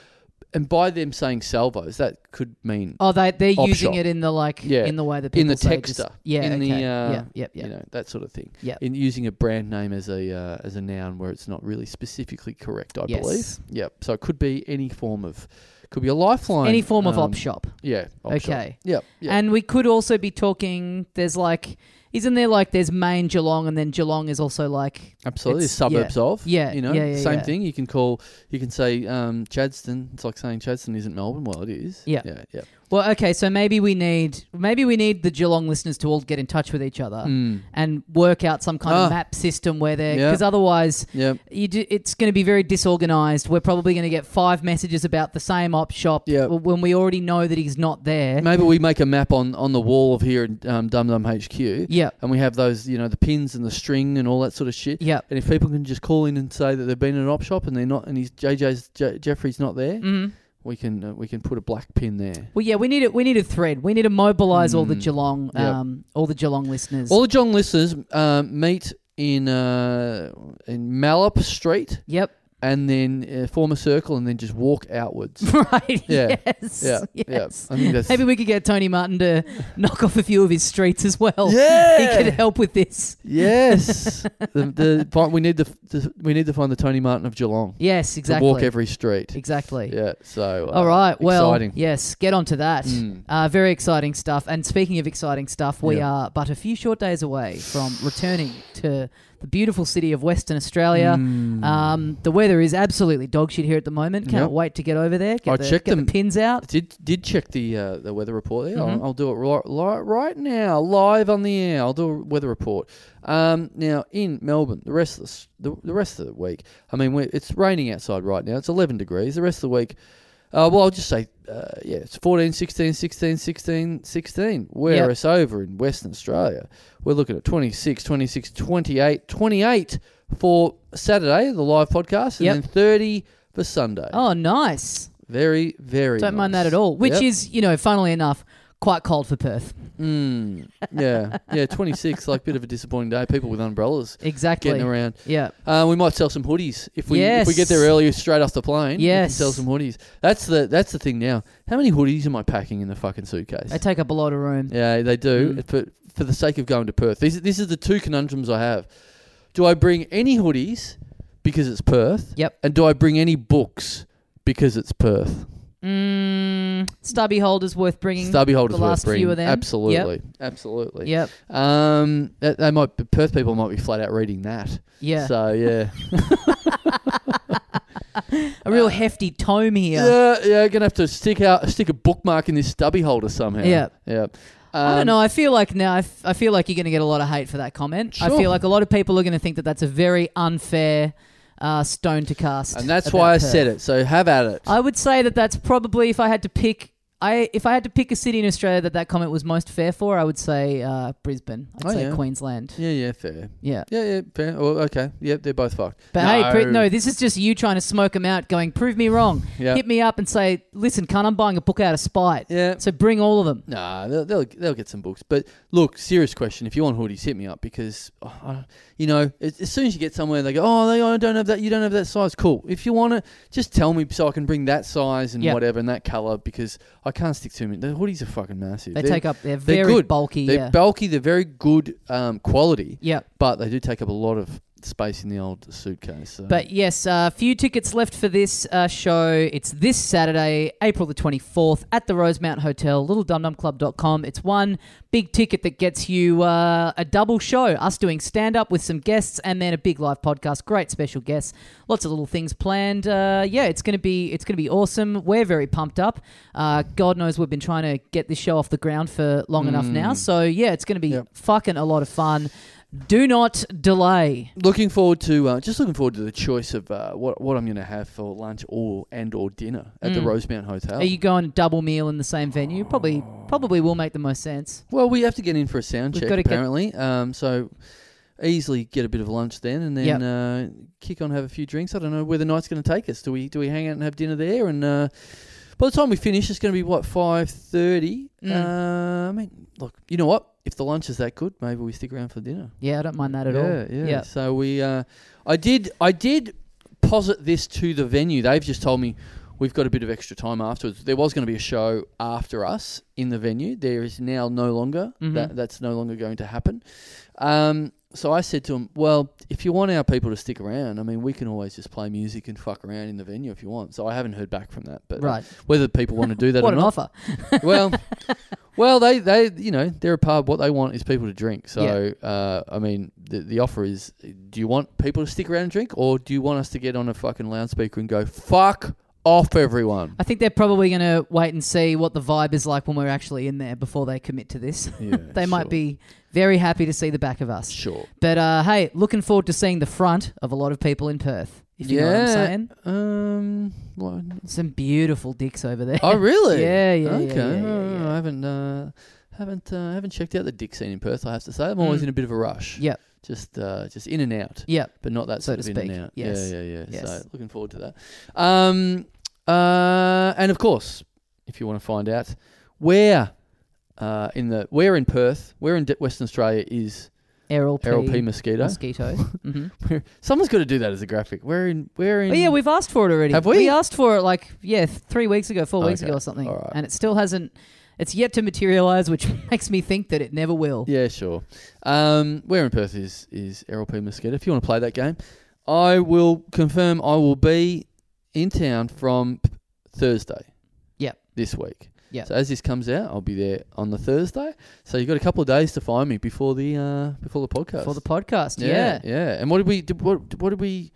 S7: and by them saying salvos, that could mean
S1: Oh, they they're
S7: Op
S1: using
S7: shop.
S1: it in the like
S7: Yeah.
S1: in the way that people
S7: in the
S1: say just-
S7: texter,
S1: yeah,
S7: in
S1: okay.
S7: the uh,
S1: yeah, yeah, yeah.
S7: you know that sort of thing.
S1: Yep.
S7: in using a brand name as a uh, as a noun where it's not really specifically correct, I
S1: Yes.
S7: believe. Yep. So it could be any form of, could be a lifeline,
S1: Any form of
S7: um,
S1: op shop.
S7: Yeah. op shop.
S1: Okay.
S7: Yep. yep.
S1: And we could also be talking. There's like, isn't there like there's main Geelong and then Geelong is also like
S7: Absolutely,
S1: it's-
S7: suburbs
S1: yeah.
S7: of
S1: Yeah,
S7: you know,
S1: yeah, yeah,
S7: same
S1: yeah.
S7: thing. You can call, you can say um, Chadston. It's like saying Chadston isn't Melbourne. Well, it is.
S1: Yeah.
S7: yeah, yeah.
S1: Well, okay, so maybe we need maybe we need the Geelong listeners to all get in touch with each other and work out some kind
S7: Hmm. Ah.
S1: of map system where they're
S7: Yeah.
S1: because otherwise,
S7: Yeah.
S1: you do, it's going to be very disorganized. We're probably going to get five messages about the same op shop
S7: Yeah.
S1: w- when we already know that he's not there.
S7: Maybe we make a map on, on the wall of here in um, Dum Dum HQ.
S1: Yeah.
S7: And we have those, you know, the pins and the string and all that sort of shit.
S1: Yep.
S7: And if people can just call in and say that they've been in an op shop and they're not, and he's JJ's J- Jeffrey's not there,
S1: Mm. Mm-hmm.
S7: we can uh, we can put a black pin there.
S1: Well, yeah, we need it. We need a thread. We need to mobilize all the
S7: Mm.
S1: Geelong,
S7: Yep.
S1: um, all the Geelong listeners.
S7: All the John listeners um, meet in uh, in Mallop Street
S1: yep. <laughs>
S7: and then uh, form a circle and then just walk outwards.
S1: Right.
S7: Yeah.
S1: <laughs> Yes.
S7: Yeah, yeah.
S1: Yes.
S7: I think that's-
S1: Maybe we could get Tony Martin
S7: <laughs>
S1: to knock off a few of his streets as well. He
S7: Yeah.
S1: could help with this.
S7: <laughs>
S1: <laughs>
S7: yes, the, the, fi- we need to f- to we need to find the Tony Martin of Geelong
S1: Yes. Exactly.
S7: to walk every street.
S1: Exactly.
S7: Yeah. So. Uh,
S1: All right. Well,
S7: Exciting.
S1: yes. Get on to that.
S7: Mm.
S1: Uh, very exciting stuff. And speaking of exciting stuff, we
S7: Yeah.
S1: are but a few short days away from returning to the beautiful city of Western Australia. Um, the weather is absolutely dog shit here at the moment. Can't
S7: Hmm. Yep.
S1: wait to get over there. Get
S7: I
S1: the,
S7: checked
S1: get
S7: them.
S1: the pins out.
S7: Did did check the uh, the weather report there?
S1: Mhm.
S7: I'll, I'll do it right, right right now, live on the air. I'll do a weather report. Um, now in Melbourne, the rest of the, s- the, the rest of the week. I mean, we it's raining outside right now. It's 11 degrees. The rest of the week. Uh, well, I'll just say, uh, yeah, it's 14, 16, 16, 16, 16. Whereas over in Western Australia, we're looking at 26, 26, 28, 28 for Saturday, the live podcast, and
S1: Yep.
S7: then 30 for Sunday.
S1: Oh, nice.
S7: Very, very.
S1: Don't mind that
S7: nice.
S1: at all. Which
S7: Yep.
S1: is, you know, funnily enough, quite cold for Perth.
S7: Mm, yeah, yeah. Twenty six, like bit of a disappointing day. People with umbrellas
S1: Exactly.
S7: getting around.
S1: Yeah.
S7: Uh, we might sell some hoodies if we if we get there
S1: Yes.
S7: earlier, straight off the plane. we can
S1: Yes.
S7: sell some hoodies. That's the that's the thing now. How many hoodies am I packing in the fucking suitcase?
S1: They take up a lot of room.
S7: yeah, they do.
S1: Mm.
S7: For for the sake of going to Perth, this this is the two conundrums I have. Do I bring any hoodies because it's Perth?
S1: Yep.
S7: And do I bring any books because it's Perth?
S1: Mm, stubby holders worth bringing.
S7: Stubby holders
S1: the
S7: worth
S1: last few
S7: bringing.
S1: of them. Yep.
S7: Absolutely, absolutely.
S1: Yep.
S7: Um, that, they might be, Perth people might be flat out reading that.
S1: Yeah. <laughs>
S7: So yeah,
S1: a real hefty tome here.
S7: Uh, yeah, yeah. Gonna have to stick out, stick a bookmark in this stubby holder somehow.
S1: Yeah.
S7: yeah.
S1: I
S7: Um,
S1: don't know. I feel like now. I, f- I feel like you're going to get a lot of hate for that comment. I
S7: Sure.
S1: feel like a lot of people are going to think that that's a very unfair uh, stone to cast.
S7: And that's
S1: about
S7: why I
S1: Perth.
S7: said it. So have at it.
S1: I would say that that's probably if I had to pick. I if I had to pick a city in Australia that that comment was most fair for, I would say uh, Brisbane. I'd
S7: Oh,
S1: say
S7: yeah.
S1: Queensland. Yeah.
S7: yeah, yeah, fair. Yeah, yeah, fair. Well, okay. Yeah, they're both fucked.
S1: But hey, pre- no, this is just you trying to smoke them out, going, prove me wrong.
S7: Yeah.
S1: Hit me up and say, listen, cunt, I'm buying a book out of spite.
S7: Yeah.
S1: So bring all of them.
S7: Nah, they'll, they'll they'll get some books. But look, serious question: If you want hoodies, hit me up because uh, you know as, as soon as you get somewhere, they go, "Oh, they, I don't have that. You don't have that size. Cool. If you want it, just tell me so I can bring that size and
S1: Yeah.
S7: whatever and that color because I can't stick to them. The hoodies are fucking massive.
S1: They take up. They're very bulky.
S7: They're
S1: yeah.
S7: bulky. They're very good um, quality.
S1: Yep.
S7: But they do take up a lot of space in the old suitcase. So.
S1: But yes, a uh, few tickets left for this uh, show. It's this Saturday, April the 24th, at the Rosemount Hotel, littledumdumclub.com. It's one big ticket that gets you uh, a double show us doing stand up with some guests and then a big live podcast. Great special guests, lots of little things planned. Uh, yeah, it's gonna be it's gonna be awesome. We're very pumped up. Uh, God knows we've been trying to get this show off the ground for long enough now. So yeah, it's gonna be fucking a lot of fun. Do not delay.
S7: looking forward to uh, just looking forward to the choice of uh, what what I'm going to have for lunch or and or dinner at
S1: Mm.
S7: the Rosemount Hotel.
S1: Are you going double meal in the same venue? Probably, probably will make the most sense.
S7: well, we have to get in for a sound
S1: We've
S7: check
S1: gotta get-
S7: apparently. Um, so easily get a bit of lunch then, and then
S1: Yep.
S7: uh, kick on have a few drinks. I don't know where the night's going to take us. Do we do we hang out and have dinner there? And uh, by the time we finish, it's going to be what five thirty.
S1: Mm.
S7: Uh, I mean, look, you know what? If the lunch is that good, maybe we stick around for dinner.
S1: Yeah, I don't mind that at all.
S7: Yeah, yeah.
S1: Yeah.
S7: So we, uh, I did, I did posit this to the venue. They've just told me we've got a bit of extra time afterwards. There was going to be a show after us in the venue. There is now no longer
S1: Mm-hmm.
S7: that. That's no longer going to happen. Um, so I said to them, "Well, if you want our people to stick around, I mean, we can always just play music and fuck around in the venue if you want." So I haven't heard back from that, but uh,
S1: Right.
S7: whether people want to
S1: <laughs>
S7: do that
S1: What
S7: or
S1: an
S7: not,
S1: offer.
S7: well, well, they, they, you know, they're a pub. What they want is people to drink. So, uh, I mean, the, the offer is: do you want people to stick around and drink, or do you want us to get on a fucking loudspeaker and go fuck off everyone?
S1: I think they're probably going to wait and see what the vibe is like when we're actually in there before they commit to this. <laughs> they might
S7: sure.
S1: be very happy to see the back of us.
S7: Sure.
S1: But uh, hey, looking forward to seeing the front of a lot of people in Perth. If you know what I'm saying.
S7: Um. Well,
S1: Some beautiful dicks over there.
S7: oh,
S1: <laughs>
S7: really?
S1: Yeah, yeah, yeah,
S7: Okay. Oh,
S1: yeah, yeah, yeah.
S7: I haven't. Uh, haven't uh, haven't checked out the dick scene in Perth. I have to say, I'm
S1: Mm.
S7: always in a bit of a rush.
S1: Yep.
S7: Just uh, just in and out.
S1: Yep.
S7: but not that
S1: So
S7: sort
S1: to
S7: of in
S1: speak,
S7: and out.
S1: yes.
S7: Yeah, yeah, yeah.
S1: Yes.
S7: So looking forward to that. Um, uh, and of course, if you want to find out where uh, in the where in Perth, where in D- Western Australia is
S1: Errol P.
S7: Errol P. Mosquito?
S1: Mosquito. <laughs> hmm
S7: Where, someone's got to do that as a graphic. Where in where in?
S1: Oh yeah, we've asked for it already.
S7: Have we?
S1: We asked for it like yeah, th- three weeks ago, four weeks
S7: Okay,
S1: ago, or something,
S7: all right.
S1: and it still hasn't. It's yet to materialize, which <laughs> makes me think that it never will.
S7: Yeah, sure. Um, where in Perth is is Errol P. Mosquito? If you want to play that game, I will confirm. I will be in town from p- Thursday.
S1: Yep.
S7: This week.
S1: Yep.
S7: So as this comes out, I'll be there on the Thursday. So you've got a couple of days to find me before the uh, before the podcast.
S1: For the podcast,
S7: yeah,
S1: yeah.
S7: yeah. And what did we? Did, what what did we?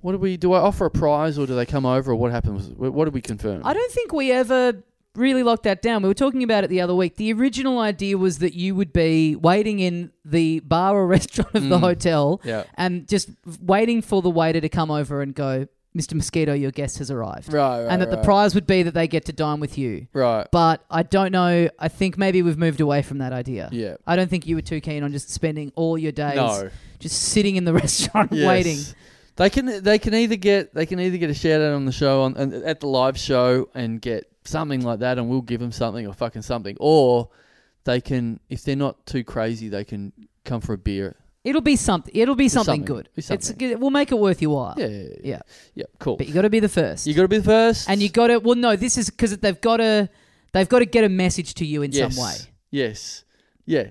S7: What do we? Do I offer a prize, or do they come over, or what happens? Wh- What did we confirm?
S1: I don't think we ever really locked that down. We were talking about it the other week. The original idea was that you would be waiting in the bar or <laughs> restaurant of the hotel,
S7: Mm. Yeah.
S1: and just waiting for the waiter to come over and go, "Mr. Mosquito, your guest has arrived,"
S7: Right, right,
S1: and that the
S7: right.
S1: prize would be that they get to dine with you.
S7: Right.
S1: but I don't know. I think maybe we've moved away from that idea.
S7: Yeah.
S1: I don't think you were too keen on just spending all your days
S7: No.
S1: just sitting in the <laughs> restaurant waiting.
S7: Yes. They can they can either get they can either get a shout out on the show on and at the live show and get something like that, and we'll give them something or fucking something, or they can if they're not too crazy, they can come for a beer.
S1: It'll be something. It'll be something,
S7: something.
S1: good.
S7: Be
S1: It's
S7: something.
S1: good. We'll make it worth your while.
S7: Yeah, yeah, yeah.
S1: Uh, Yeah.
S7: Yeah, cool.
S1: But you got to be the first.
S7: You got to be the first,
S1: and you got to. Well, no, this is because they've got to. They've got to get a message to you in
S7: yes.
S1: some way.
S7: Yes, yeah.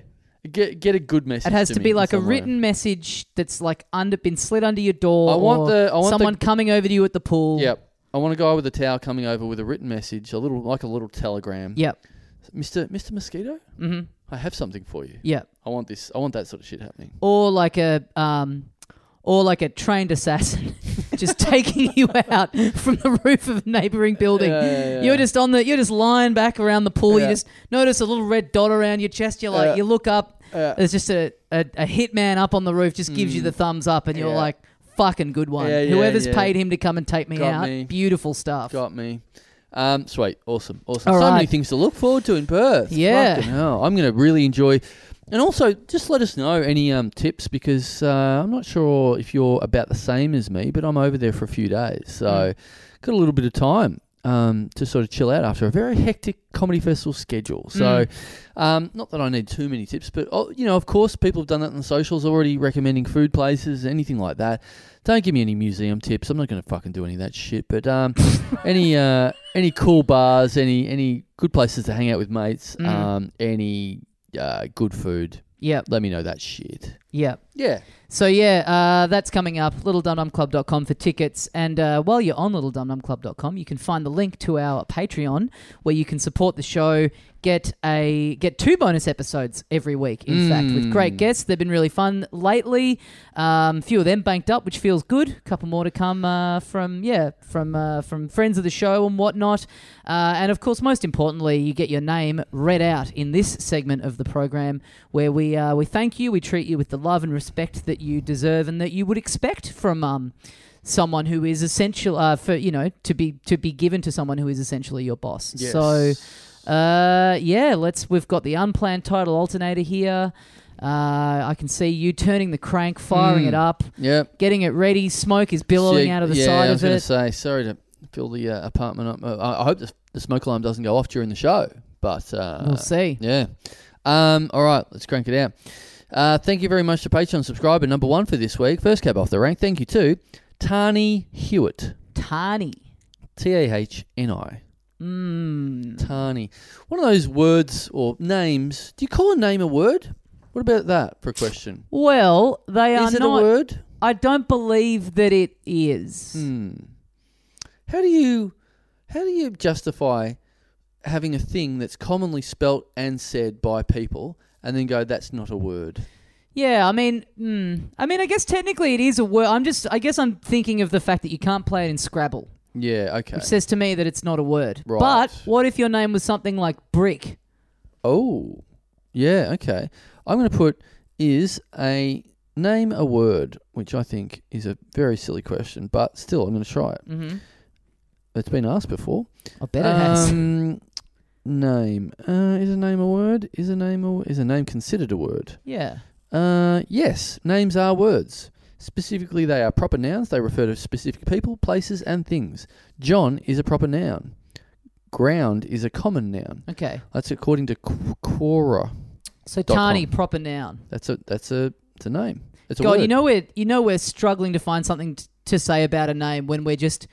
S7: Get get a good message.
S1: It has to
S7: me
S1: be
S7: in
S1: like a
S7: some way.
S1: written message that's like under been slid under your door.
S7: I want
S1: or
S7: the- I want the-
S1: someone coming over to you at the pool.
S7: Yep. I want a guy with a towel coming over with a written message, a little like a little telegram.
S1: Yep.
S7: Mister Mister Mosquito, mm-hmm. I have something for you.
S1: Yep.
S7: I want this. I want that sort of shit happening.
S1: or like a um, or like a trained assassin <laughs> just taking you out from the roof of a neighboring building.
S7: Yeah, yeah, yeah.
S1: You're just on the you're just lying back around the pool.
S7: Yeah. Uh,
S1: You just notice a little red dot around your chest. You're like
S7: Yeah.
S1: you look up.
S7: Yeah.
S1: There's just a, a a hitman up on the roof. Just gives you the thumbs up, and you're
S7: Hmm. Yeah.
S1: like. Fucking good one.
S7: Yeah, yeah,
S1: Whoever's
S7: yeah.
S1: paid him to come and take me
S7: Got
S1: out,
S7: me.
S1: beautiful stuff.
S7: Got me. Um, sweet, awesome, awesome.
S1: All
S7: so many
S1: right.
S7: things to look forward to in Perth.
S1: Yeah.
S7: Fucking hell. I'm going to really enjoy. And also, just let us know any um, tips because uh, I'm not sure if you're about the same as me, but I'm over there for a few days, so
S1: Hmm.
S7: got a little bit of time um, to sort of chill out after a very hectic comedy festival schedule. So,
S1: Hmm.
S7: um, not that I need too many tips, but oh, you know, of course, people have done that on the socials already, recommending food places, anything like that. Don't give me any museum tips. I'm not going to fucking do any of that shit. But
S1: <laughs>
S7: um, any uh, any cool bars, any any good places
S1: Mm.
S7: to hang out with mates, um, any uh, good food.
S1: Yep.
S7: Let me know that shit.
S1: Yeah.
S7: Yeah.
S1: So yeah, uh, that's coming up. LittleDumDumClub.com for tickets, and uh, while you're on LittleDumDumClub.com, you can find the link to our Patreon, where you can support the show, get a get two bonus episodes every week. In fact, with great guests, they've been really fun lately. Um, few of them banked up, which feels good. A couple more to come uh, from yeah from uh, from friends of the show and whatnot, uh, and of course, most importantly, you get your name read out in this segment of the program, where we uh, we thank you, we treat you with the love and respect that you deserve and that you would expect from um, someone who is essential uh, for you know to be to be given to someone who is essentially your boss.
S7: Yes.
S1: So. Uh, yeah, let's. We've got the unplanned title alternator here. Uh, I can see you turning the crank, firing it up,
S7: Yeah.
S1: getting it ready. Smoke is billowing
S7: Yeah,
S1: out of the
S7: Hmm. yeah,
S1: side
S7: I was
S1: of
S7: gonna
S1: it.
S7: say sorry to fill the uh, apartment up. Uh, I, I hope the, the smoke alarm doesn't go off during the show, but uh,
S1: We'll see.
S7: Yeah. Um, all right, let's crank it out. Uh, thank you very much to Patreon subscriber number one for this week. First cab off the rank. Thank you to Tani Hewitt.
S1: Tarny.
S7: T A H N I.
S1: Hmm.
S7: Mm. Tani. One of those words or names. Do you call a name a word? What about that for a question?
S1: Well, they are
S7: Is it
S1: not.
S7: a word?
S1: I don't believe that it is.
S7: Hmm. How do you how do you justify having a thing that's commonly spelt and said by people and then go that's not a word?
S1: Yeah, I mean, mm, I mean, I guess technically it is a word. I'm just, I guess, I'm thinking of the fact that you can't play it in Scrabble,
S7: Yeah, okay.
S1: which says to me that it's not a word.
S7: Right.
S1: But what if your name was something like Brick?
S7: oh. Yeah, okay. I'm going to put is a name a word, which I think is a very silly question, but still I'm going to try it.
S1: Mm-hmm.
S7: It's been asked before.
S1: I bet it
S7: <laughs>
S1: has.
S7: Um, name. Uh, is a name a word? Is a name a, is a name considered a word?
S1: Yeah.
S7: Uh, yes, names are words. Specifically, they are proper nouns. They refer to specific people, places, and things. John is a proper noun. Ground is a common noun.
S1: Okay.
S7: That's according to Qu- Quora.
S1: So
S7: Dot com.
S1: Tarny, proper noun.
S7: That's a that's a it's a name. It's a
S1: God,
S7: word.
S1: you know we're you know we're struggling to find something t- to say about a name when we're just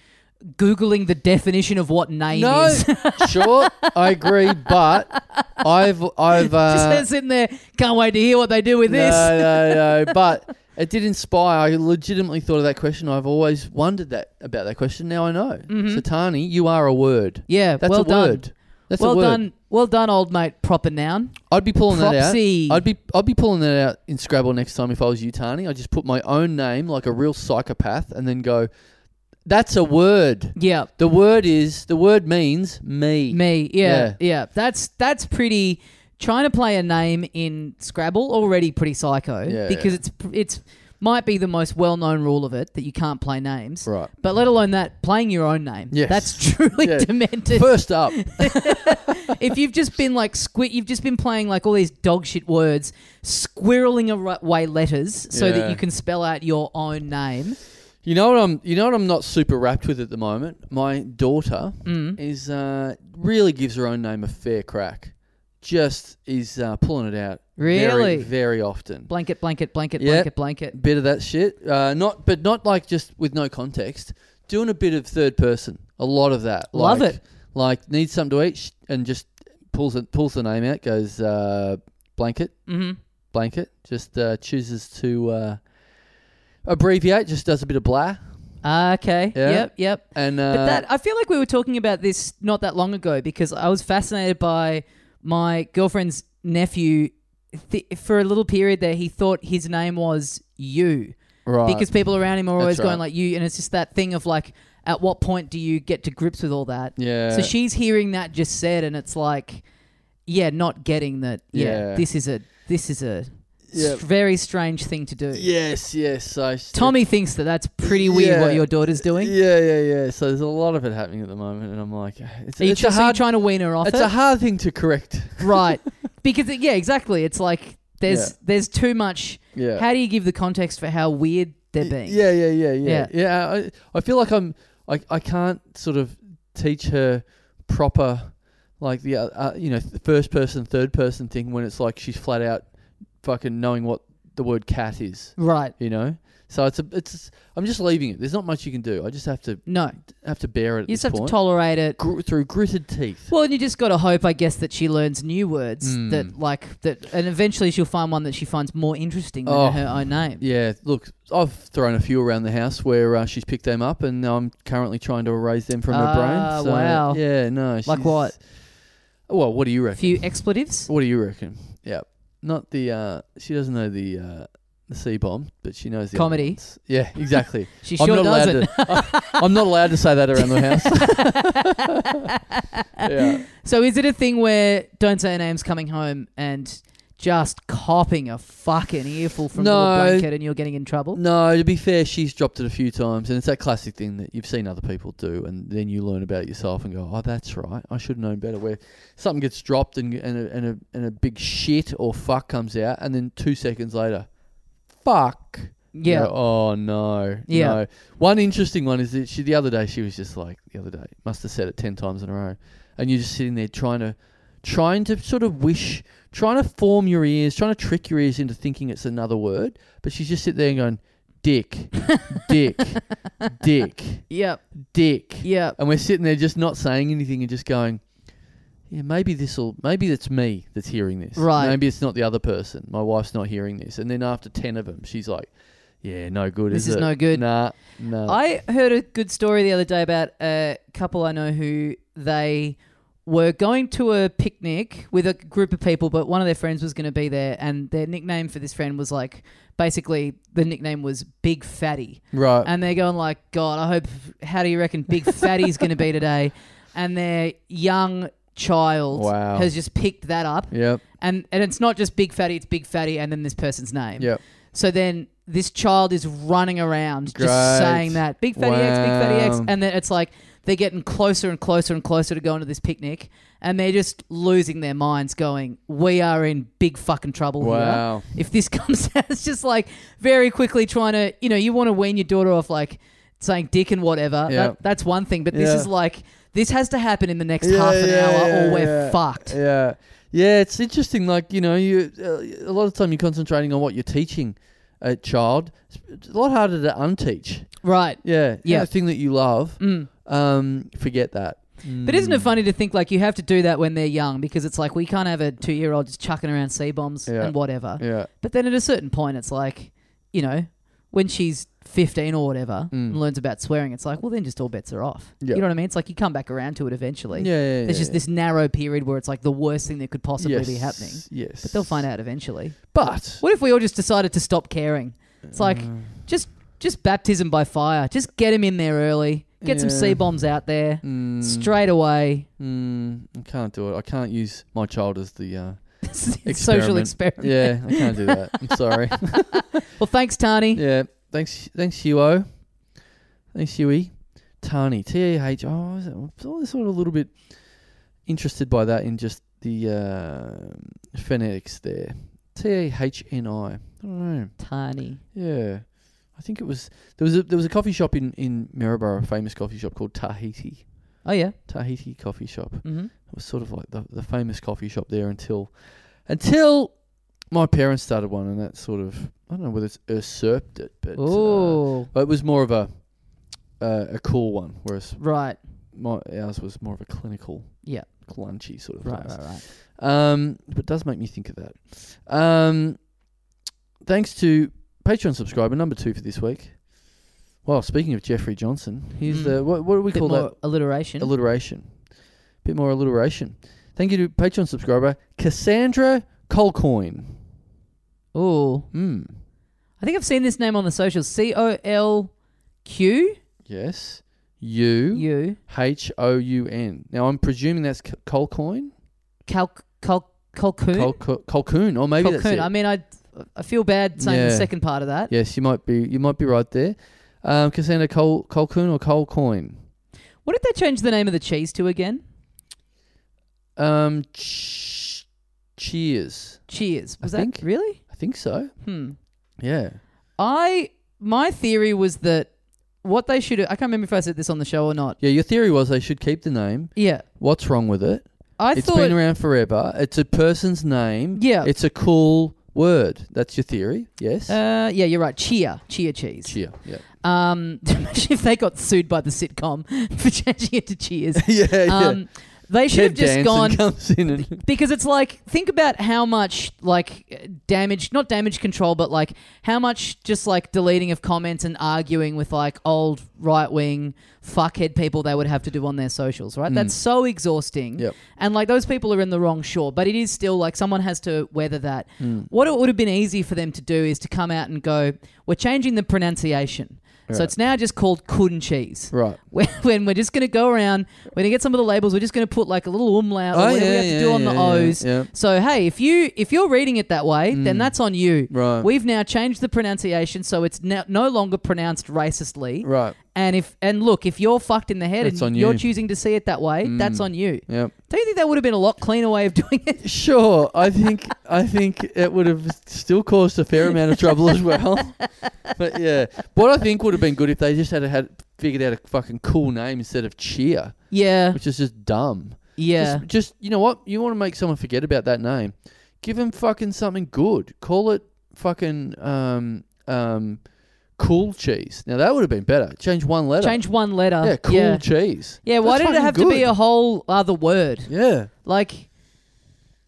S1: googling the definition of what name
S7: no,
S1: is.
S7: <laughs> sure, I agree, but I've
S1: <laughs>
S7: I've uh,
S1: just they're sitting there, can't wait to hear what they do with this.
S7: No, no, no. But it did inspire. I legitimately thought of that question. I've always wondered that about that question. Now I know. So Tani, you are a word.
S1: Mm-hmm. Yeah,
S7: that's
S1: well
S7: a word.
S1: done.
S7: That's
S1: well
S7: a word.
S1: done, well done, old mate. Proper noun.
S7: I'd be pulling
S1: Propsy.
S7: that out. I'd be I'd be pulling that out in Scrabble next time if I was you, Tani. I just put my own name like a real psychopath and then go. That's a word.
S1: Yeah,
S7: The word is the word means me.
S1: me. Yeah,
S7: Yeah.
S1: yeah, That's that's pretty. Trying to play a name in Scrabble already pretty psycho
S7: Yeah.
S1: because it's pr- it's might be the most well known rule of it that you can't play names.
S7: Right.
S1: But let alone that playing your own name.
S7: Yes.
S1: That's <laughs> truly
S7: Yeah.
S1: demented.
S7: First <laughs> up,
S1: <laughs> if you've just been like squid, you've just been playing like all these dog shit words, squirreling away letters so
S7: Yeah.
S1: that you can spell out your own name.
S7: You know what I'm. You know what I'm not super wrapped with at the moment. My daughter is uh, really gives her own name a fair crack. Just is uh, pulling it out.
S1: Really?
S7: very, very often.
S1: Blanket, blanket, blanket,
S7: Yeah.
S1: blanket, blanket.
S7: Bit of that shit. Uh, not, but not like just with no context. Doing a bit of third person. A lot of that.
S1: Love
S7: Like-
S1: it.
S7: Like needs something to eat sh- and just pulls it, pulls the name out. Goes uh, blanket,
S1: Mm-hmm.
S7: blanket. Just uh, chooses to uh, abbreviate. Just does a bit of blah.
S1: Okay.
S7: Yeah.
S1: Yep. Yep.
S7: And uh,
S1: But that I feel like we were talking about this not that long ago because I was fascinated by my girlfriend's nephew. Th- for a little period there, he thought his name was you
S7: right.
S1: because people around him are always
S7: That's right.
S1: going like you, and it's just that thing of like, at what point do you get to grips with all that?
S7: Yeah.
S1: So she's hearing that just said, and it's like, yeah, not getting that. Yeah,
S7: Yeah.
S1: this is a this is a
S7: Yeah.
S1: s- very strange thing to do.
S7: Yes, yes. So she-
S1: Tommy thinks that that's pretty weird
S7: Yeah.
S1: what your daughter's doing.
S7: Yeah, yeah, yeah. So there's a lot of it happening at the moment, and I'm like, it's,
S1: Are you
S7: it's
S1: tr-
S7: a
S1: so you're
S7: hard,
S1: trying to wean her off
S7: it's
S1: it?
S7: a hard thing to correct. <laughs>
S1: right. Because it, yeah, exactly. It's like there's
S7: Yeah.
S1: there's too much.
S7: Yeah.
S1: How do you give the context for how weird they're being?
S7: Yeah, yeah, yeah,
S1: Yeah.
S7: yeah, yeah. I, I feel like I'm, I, I can't sort of teach her proper, like the, uh, uh, you know, th- first person, third person thing when it's like she's flat out fucking knowing what the word cat is.
S1: Right.
S7: You know, so it's a it's. I'm just leaving it. There's not much you can do. I just have to
S1: No.
S7: have to bear it. At
S1: You just
S7: this
S1: have
S7: point.
S1: to tolerate it.
S7: Gr- through gritted teeth.
S1: Well, and you just got to hope, I guess, that she learns new words
S7: Hmm.
S1: that, like, that, and eventually she'll find one that she finds more interesting than
S7: Oh.
S1: her own name.
S7: Yeah, look, I've thrown a few around the house where uh, she's picked them up, and I'm currently trying to erase them from her
S1: Ah,
S7: brain. So,
S1: wow.
S7: Yeah, no.
S1: Like
S7: she's-
S1: what?
S7: Well, what do you
S1: A
S7: reckon?
S1: few expletives.
S7: What do you reckon? Yeah, not the. Uh, she doesn't know the uh, the C bomb, but she knows the other
S1: Comedy.
S7: ones. Yeah, <laughs> exactly.
S1: She sure doesn't.
S7: allowed <laughs> to. I, am not allowed to say that around the house.
S1: <laughs>
S7: <laughs> yeah.
S1: So is it a thing where don't say her name's coming home and just copping a fucking earful from the
S7: No.
S1: blanket and you're getting in trouble?
S7: No, to be fair, she's dropped it a few times, and it's that classic thing that you've seen other people do, and then you learn about yourself and go, "Oh, that's right, I should have known better." Where something gets dropped and and a, and a and a big shit or fuck comes out, and then two seconds later, fuck. You
S1: Yeah.
S7: go, oh no.
S1: Yeah.
S7: No. One interesting one is that she the other day she was just like the other day must have said it ten times in a row, and you're just sitting there trying to, trying to sort of wish, trying to form your ears, trying to trick your ears into thinking it's another word, but she's just sitting there and going, dick, dick, dick,
S1: Yep.
S7: dick,
S1: Yep.
S7: and we're sitting there just not saying anything and just going. Yeah, maybe this'll maybe it's me that's hearing this.
S1: Right.
S7: Maybe it's not the other person. My wife's not hearing this. And then after ten of them, she's like, "Yeah, no good.
S1: This
S7: is
S1: is
S7: it?
S1: no good.
S7: Nah, no.
S1: I heard a good story the other day about a couple I know who they were going to a picnic with a group of people, but one of their friends was going to be there, and their nickname for this friend was like basically the nickname was Big Fatty.
S7: Right.
S1: And they're going like, God, I hope. How do you reckon Big Fatty's going to be today? And their young child
S7: <laughs> Wow.
S1: has just picked that up,
S7: Yep.
S1: and and it's not just Big Fatty; it's Big Fatty, and then this person's name.
S7: Yep.
S1: So then this child is running around just
S7: Great.
S1: saying that big fatty X, big fatty X,
S7: Wow.
S1: and then it's like they're getting closer and closer and closer to going to this picnic, and they're just losing their minds, going, "We are in big fucking trouble
S7: Wow.
S1: here." If this <laughs> comes out, it's just like very quickly trying to, you know, you want to wean your daughter off like saying dick and whatever.
S7: Yeah.
S1: That, that's one thing, but this
S7: Yeah.
S1: is like this has to happen in the next half an
S7: yeah,
S1: hour,
S7: yeah,
S1: or we're
S7: yeah.
S1: fucked.
S7: Yeah, yeah. It's interesting. Like you know, you uh, a lot of time you're concentrating on what you're teaching a child. It's a lot harder to unteach.
S1: Right.
S7: Yeah, you
S1: Yeah. Mm.
S7: know, The thing that you love. Um, forget that. Mm.
S1: But isn't it funny to think like you have to do that when they're young because it's like we can't have a two year old just chucking around C bombs
S7: Yeah.
S1: and whatever.
S7: Yeah.
S1: But then at a certain point, it's like, you know, when she's 15 or whatever and learns about swearing, it's like, well, then just all bets are off.
S7: Mm. Yeah.
S1: You know what I mean? It's like you come back around to it eventually.
S7: Yeah, yeah,
S1: There's
S7: yeah,
S1: just
S7: yeah.
S1: this narrow period where it's like the worst thing that could possibly
S7: yes.
S1: be happening.
S7: Yes.
S1: But they'll find out eventually.
S7: But Mm.
S1: What if we all just decided to stop caring? It's like just just baptism by fire. Just get him in there early. Get some
S7: Yeah.
S1: C bombs out there straight away.
S7: mm, I can't do it. I can't use my child as
S1: <laughs>
S7: the uh,
S1: social experiment.
S7: Yeah, I can't do that. I'm
S1: <laughs>
S7: sorry.
S1: Well, thanks, Tani.
S7: Yeah. Thanks. Thanks, Hugo. Thanks, Huey. Tani. T A H. Oh, is it- I'm always sort of a little bit interested by that in just the uh, phonetics there. T A H N I. I don't know.
S1: Tani.
S7: Yeah. I think it was there was a there was a coffee shop in in Maryborough, a famous coffee shop called Tahiti.
S1: Oh yeah.
S7: Tahiti coffee shop.
S1: Mm-hmm.
S7: It was sort of like the, the famous coffee shop there until until my parents started one, and that sort of I don't know whether it's usurped it, but uh,
S1: Oh
S7: but it was more of a uh, a cool one, whereas
S1: right.
S7: my, ours was more of a clinical,
S1: Yeah.
S7: clunchy sort of
S1: Right.
S7: place.
S1: Right. Right.
S7: Um, but it does make me think of that. Um, thanks to Patreon subscriber number two for this week. Well, speaking of Jeffrey Johnson, here's
S1: Mm.
S7: the what, what do we
S1: Bit
S7: call
S1: more
S7: that?
S1: alliteration.
S7: alliteration. Bit more alliteration. Thank you to Patreon subscriber Cassandra Colcoin.
S1: oh,
S7: Hmm.
S1: I think I've seen this name on the socials. C O L Q
S7: Yes. U
S1: U
S7: H O U N. Now I'm presuming that's C- Colcoin.
S1: Calc Calc Calcoon.
S7: Col- Col- Colcoon, or maybe that's
S1: Calcoon.
S7: it.
S1: I mean, I I feel bad saying the
S7: Yeah.
S1: second part of that.
S7: yes, you might be. You might be right there. Um, Cassandra Col- Colcoon or Colcoin.
S1: What did they change the name of the cheese to again?
S7: Um, ch- cheers.
S1: Cheers. Was
S7: I
S1: that
S7: think.
S1: really?
S7: I think so.
S1: Hmm.
S7: Yeah.
S1: I my theory was that what they should I can't remember if I said this on the show or not.
S7: Yeah. Your theory was they should keep the name.
S1: Yeah.
S7: What's wrong with it?
S1: I
S7: It's
S1: thought
S7: been around forever. It's a person's name.
S1: Yeah.
S7: It's a cool word. That's your theory, yes?
S1: Uh, yeah, you're right. Chia, chia cheese.
S7: Cheer. Yeah.
S1: Um, <laughs> imagine if they got sued by the sitcom <laughs> for changing it to Cheers.
S7: <laughs> <laughs> yeah, yeah.
S1: Um, they should have
S7: Ted
S1: just
S7: Danson
S1: gone
S7: <laughs> comes in and
S1: because it's like think about how much like damage not damage control but like how much just like deleting of comments and arguing with like old right wing fuckhead people they would have to do on their socials right that's so exhausting
S7: Mm. Yep.
S1: and like those people are in the wrong shore but it is still like someone has to weather that
S7: Mm.
S1: what it would have been easy for them to do is to come out and go we're changing the pronunciation so
S7: Right.
S1: it's now just called cud cheese
S7: right.
S1: <laughs> when, when we're just going to go around, we're going to get some of the labels. We're just going to put like a little umlaut or
S7: Oh,
S1: whatever we
S7: yeah,
S1: have to
S7: yeah,
S1: do on the
S7: yeah, yeah,
S1: O's.
S7: yeah. Mm.
S1: So hey, if you if you're reading it that way, then that's on you.
S7: Right.
S1: We've now changed the pronunciation, so it's no, no longer pronounced racistly.
S7: Right.
S1: And if and look, if you're fucked in the head
S7: That's
S1: and
S7: on
S1: you're
S7: you. Mm.
S1: choosing to see it that way, that's on you.
S7: Yep.
S1: Don't you think that would have been a lot cleaner way of <laughs> doing it?
S7: <laughs> Sure, I think I think it would have still caused a fair amount of trouble as <laughs> well. But yeah, what I think would have been good if they just had had figured out a fucking cool name instead of cheer,
S1: Yeah.
S7: which is just dumb.
S1: Yeah.
S7: Just, just you know what? You want to make someone forget about that name? Give them fucking something good. Call it fucking um um cool cheese. Now that would have been better. Change one letter.
S1: Change one letter.
S7: yeah, cool
S1: Yeah.
S7: cheese.
S1: Yeah, why
S7: That's
S1: did it
S7: fucking
S1: have to be
S7: good.
S1: a whole other word?
S7: Yeah.
S1: Like,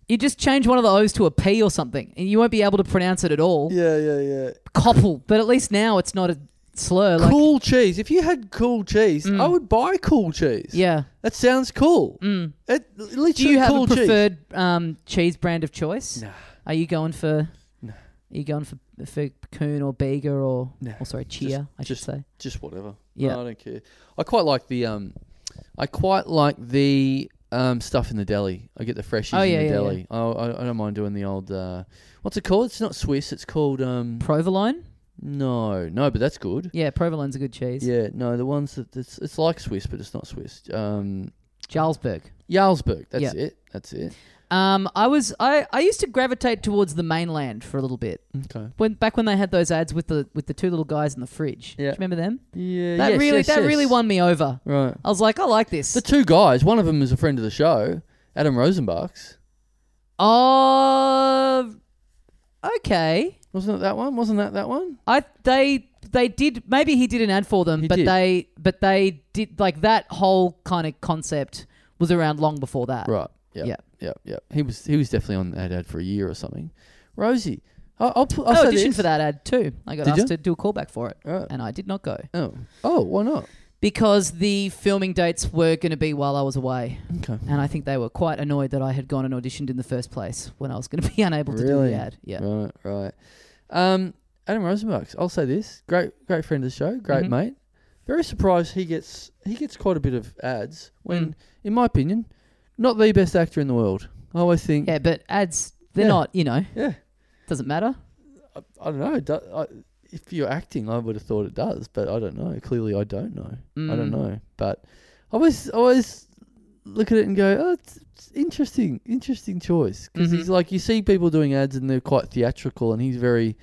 S1: you just change one of the O's to a P or something, and you won't be able to pronounce it at all.
S7: Yeah, yeah, yeah.
S1: Copple, but at least now it's not a slur. Like, Mm.
S7: cool cheese. If you had cool cheese, I would buy cool cheese.
S1: yeah.
S7: That sounds cool. Mm. It, literally
S1: Do you have
S7: cool
S1: a preferred um, cheese brand of choice? Are you going for? Are you going for for coon or Bega or
S7: No.
S1: or sorry Chia? I should
S7: just-
S1: say.
S7: cheese. Just whatever.
S1: Yeah.
S7: No, I don't care. I quite like the um I quite like the um stuff in the deli. I get the freshies
S1: Oh, yeah,
S7: in the
S1: yeah,
S7: deli. Oh, I, I don't mind doing the old uh what's it called? It's not Swiss, it's called um
S1: Provolone.
S7: No, no, but that's good.
S1: Yeah, provolone's a good cheese.
S7: Yeah, no, the ones that it's, it's like Swiss, but it's not Swiss. Um,
S1: Jarlsberg.
S7: Jarlsberg. That's
S1: Yeah.
S7: it. That's it.
S1: Um, I was I, I used to gravitate towards the mainland for a little bit
S7: Okay.
S1: when back when they had those ads with the with the two little guys in the fridge. Do
S7: Yeah.
S1: you remember them?
S7: Yeah.
S1: That
S7: yes,
S1: really
S7: yes,
S1: that
S7: yes.
S1: really won me over.
S7: Right.
S1: I was like, I like this.
S7: The two guys, one of them is a friend of the show, Adam Rosenbach's.
S1: Oh, okay.
S7: Wasn't it that one? Wasn't that that one?
S1: I they they did maybe he did an ad for them,
S7: He
S1: but
S7: did.
S1: they but they did like that whole kind of concept was around long before that.
S7: Right. Yeah.
S1: Yeah.
S7: Yeah. Yeah. He was he was definitely on that ad for a year or something. Rosie, I'll, I'll, put, I'll
S1: I
S7: say
S1: auditioned
S7: this.
S1: Oh, for that ad too. I got
S7: Did
S1: asked
S7: you?
S1: to do a callback for it,
S7: Right.
S1: and I did not go
S7: Oh. Oh, why not?
S1: because the filming dates were going to be while I was away,
S7: Okay.
S1: and I think they were quite annoyed that I had gone and auditioned in the first place when I was going to be <laughs> unable to do
S7: Really?
S1: the ad. Yeah.
S7: Right. Right. Um, Adam Rosenbach's. I'll say this. Great. Great friend of the show. Great
S1: Mhm.
S7: mate. Very surprised he gets he gets quite a bit of ads when,
S1: Mm.
S7: in my opinion, not the best actor in the world. I always think.
S1: Yeah, but ads they're
S7: Yeah.
S1: not. You know,
S7: yeah.
S1: doesn't matter.
S7: I don't know. Do, I, if you're acting, I would have thought it does, but I don't know. Clearly, I don't know. I
S1: Mm.
S7: don't know. But I always, I always look at it and go, oh, it's, it's interesting, interesting choice. Because
S1: Mhm.
S7: he's like, you see people doing ads and they're quite theatrical, and he's very,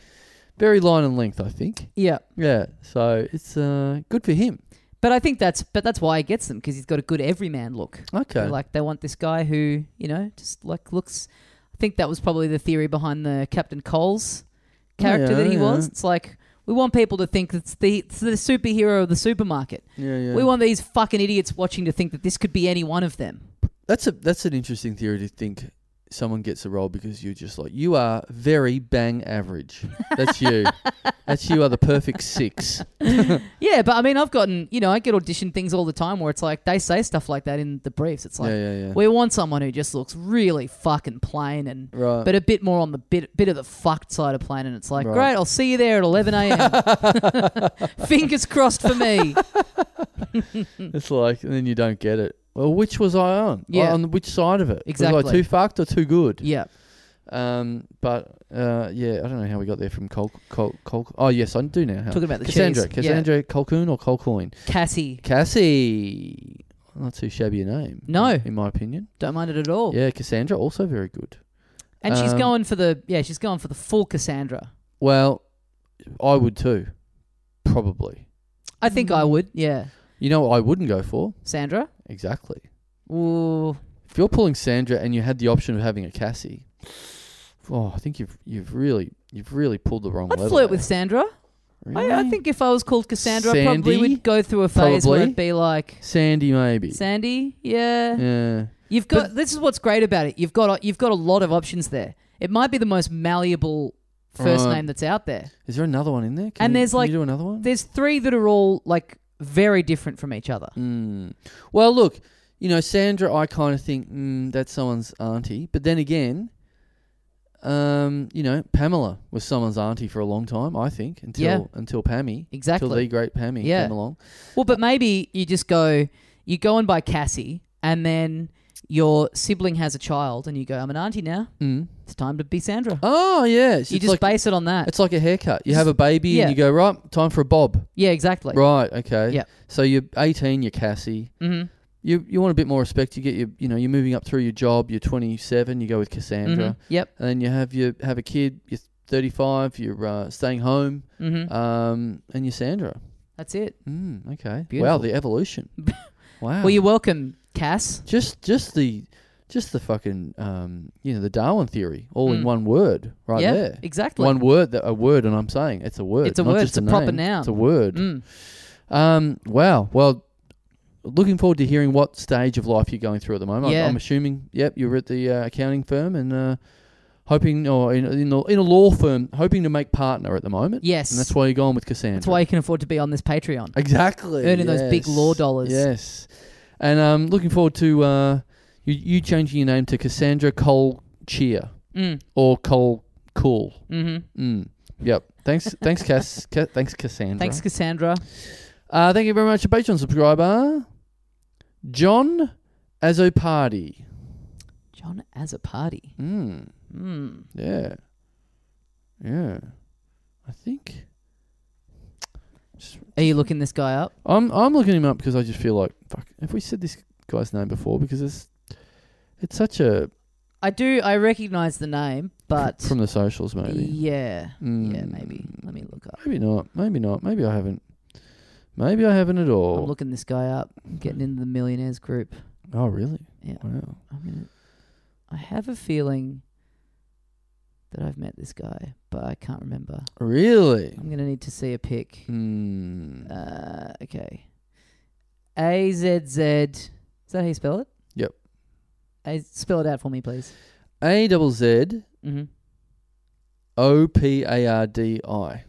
S7: very line and length, I think.
S1: Yeah.
S7: Yeah. So it's uh, good for him.
S1: But I think that's but that's why he gets them because he's got a good everyman look.
S7: Okay.
S1: They're Like they want this guy who you know just like looks. I think that was probably the theory behind the Captain Cole's character
S7: Yeah,
S1: that he
S7: yeah.
S1: was. It's like we want people to think it's the it's the superhero of the supermarket.
S7: yeah, yeah.
S1: We want these fucking idiots watching to think that this could be any one of them.
S7: That's a that's an interesting theory to think someone gets a role because you're just like you are very bang average.
S1: <laughs>
S7: That's you. that's you are the perfect six.
S1: Yeah, but I mean, I've gotten you know I get audition things all the time where it's like they say stuff like that in the briefs. It's like
S7: yeah, yeah, yeah.
S1: we want someone who just looks really fucking plain and
S7: right.
S1: Uh, but a bit more on the bit bit of the fucked side of planet. It's like,
S7: Right.
S1: great, I'll see you there at 11 a.m.
S7: <laughs>
S1: Fingers crossed for me.
S7: it's like and then you don't get it. Well, which was I on?
S1: Yeah.
S7: On which side of it? Was
S1: Exactly.
S7: I too fucked or too good?
S1: yeah,
S7: Um, but uh, yeah, I don't know how we got there from Col Col, Col- Oh yes, I do now. How.
S1: Talking about the
S7: Cassandra,
S1: cheese. Yeah.
S7: Cassandra Colcoon or Colcoin?
S1: Cassie,
S7: Cassie. Not too shabby a name.
S1: No. Oh.
S7: in my opinion.
S1: don't mind it at all.
S7: Yeah, Cassandra also very good.
S1: And she's
S7: Um,
S1: going for the yeah, she's going for the full Cassandra.
S7: Well, I would too, probably.
S1: I think
S7: Mm.
S1: I would. Yeah,
S7: You know what I wouldn't go for?
S1: Sandra.
S7: Exactly.
S1: Ooh,
S7: If you're pulling Sandra and you had the option of having a Cassie, oh, I think you've you've really you've really pulled the wrong
S1: I'd
S7: lever.
S1: flirt
S7: there.
S1: with Sandra.
S7: Really?
S1: I, I think if I was called Cassandra, I probably
S7: Sandy?
S1: would go through a phase where
S7: Probably.
S1: it'd be like
S7: Sandy maybe.
S1: Sandy. Yeah,
S7: yeah.
S1: you've got. this is what's great about it. You've got a, you've got a lot of options there. It might be the most malleable first
S7: Right.
S1: name that's out there.
S7: Is there another one in there? Can
S1: And
S7: you-
S1: there's,
S7: can
S1: like-
S7: you do another one.
S1: There's three that are all like very different from each other.
S7: Mm. Well, look, you know, Sandra, I kind of think mm, that's someone's auntie. But then again, um, you know, Pamela was someone's auntie for a long time, I think, until
S1: Yeah.
S7: until Pammy, until
S1: Exactly.
S7: the great Pammy
S1: Yeah.
S7: came along.
S1: Well, but maybe you just go, you go and buy Cassie, and then your sibling has a child, and you go, I'm an auntie now.
S7: Mm.
S1: It's time to be Sandra.
S7: Oh yeah, it's,
S1: you
S7: it's
S1: just
S7: like,
S1: base it on that.
S7: it's like a haircut. You have a baby
S1: Yeah.
S7: and you go right, time for a bob.
S1: Yeah, exactly.
S7: right, okay.
S1: Yeah.
S7: So you're 18, you're Cassie.
S1: hmm
S7: You you want a bit more respect. You get your you know you're moving up through your job. You're 27. You go with Cassandra.
S1: Mm-hmm. Yep.
S7: and then you have you have a kid. You're 35. You're uh, staying home,
S1: hmm
S7: um, and you're Sandra.
S1: That's it.
S7: Mm, okay. Wow,
S1: Beautiful.
S7: the evolution. wow.
S1: <laughs> Well, you're welcome, Cass.
S7: just just the just the fucking um, you know the Darwin theory all in
S1: Mm.
S7: one word right
S1: yeah,
S7: there.
S1: exactly.
S7: One word that a word, and I'm saying it's a word.
S1: It's a
S7: not
S1: word,
S7: just
S1: it's a proper
S7: name,
S1: noun.
S7: It's a word.
S1: Mm.
S7: Um, wow. Well, looking forward to hearing what stage of life you're going through at the moment. I'm-
S1: Yeah.
S7: I'm, assuming, yep, you're at the uh, accounting firm and uh, hoping, or in, in, a, in a law firm, hoping to make partner at the moment.
S1: Yes.
S7: And that's why you're going with Cassandra.
S1: That's why you can afford to be on this Patreon.
S7: <laughs> Exactly.
S1: Earning those big
S7: yes,
S1: law dollars.
S7: Yes. And um, looking forward to uh, you, you changing your name to Cassandra Cole Cheer
S1: Mm.
S7: or Cole Cool.
S1: hmm
S7: Mm. Yep. Thanks,
S1: <laughs>
S7: thanks, Cass. Ca- thanks, Cassandra.
S1: Thanks, Cassandra.
S7: Uh, thank you very much, a Patreon subscriber, John Azopardi.
S1: John as a party.
S7: Mm,
S1: Mm.
S7: yeah, yeah. I think
S1: Are you looking this guy up?
S7: I'm I'm looking him up because I just feel like fuck. Have we said this guy's name before? Because it's it's such a
S1: I do. I recognise the name, but
S7: from the socials maybe.
S1: yeah, yeah,
S7: Mm,
S1: maybe. Let me look up.
S7: Maybe not. Maybe not. Maybe I haven't. Maybe I haven't at all.
S1: I'm looking this guy up. I'm getting into the millionaires group.
S7: oh really?
S1: Yeah.
S7: Wow.
S1: I'm gonna. I have a feeling that I've met this guy, but I can't remember.
S7: Really?
S1: I'm gonna need to see a pic.
S7: Hmm. Mm.
S1: Uh, okay. A Z Z. Is that how you spell it?
S7: Yep.
S1: A, spell it out for me, please.
S7: A double Z
S1: Mm-hmm.
S7: O P A R D I.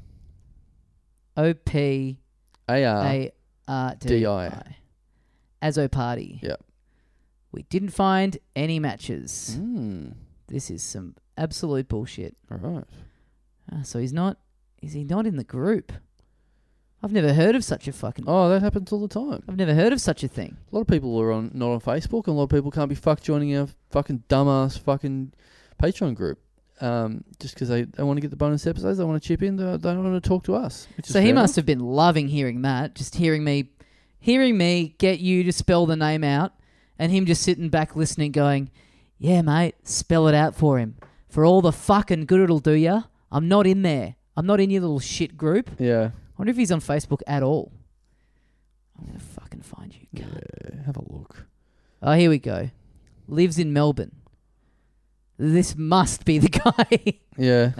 S1: O P
S7: A R.
S1: A R D I.
S7: D-I.
S1: Azo Party.
S7: Yep.
S1: We didn't find any matches.
S7: Mm.
S1: This is some absolute bullshit.
S7: All right.
S1: Ah, so he's not. Is he not in the group? I've never heard of such a fucking.
S7: Oh, that happens all the time.
S1: I've never heard of such a thing.
S7: A lot of people are on not on Facebook, and a lot of people can't be fucked joining our fucking dumbass fucking Patreon group. Um, just because they, they want to get the bonus episodes, they want to chip in, they, they don't want to talk to us. which is
S1: So he
S7: fair
S1: must have been loving hearing that. Just hearing me, hearing me get you to spell the name out, and him just sitting back listening, going, "Yeah, mate, spell it out for him. For all the fucking good it'll do ya. I'm not in there. I'm not in your little shit group.
S7: enough. Yeah.
S1: I wonder if he's on Facebook at all. I'm gonna fucking find you. cunt.
S7: Yeah, Have a look.
S1: Oh, here we go. Lives in Melbourne. This must be the <laughs> guy. <laughs>
S7: Yeah.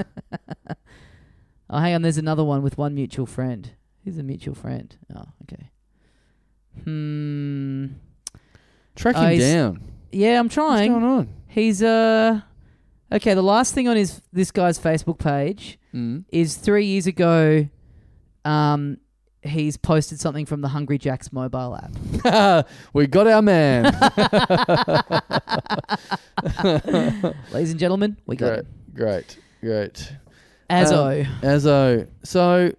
S1: Oh, hang on. There's another one with one mutual friend. Who's a mutual friend? Oh, okay. Hmm.
S7: Track him
S1: Oh, he's
S7: down.
S1: Yeah, I'm
S7: What's
S1: trying.
S7: going on?
S1: He's uh. Okay, the last thing on his this guy's Facebook page
S7: Mm.
S1: is three years ago. Um, he's posted something from the Hungry Jack's mobile app.
S7: <laughs> we got
S1: <laughs>
S7: our man.
S1: Ladies and gentlemen, we got
S7: great,
S1: him.
S7: great, great.
S1: As
S7: Um, Azo. So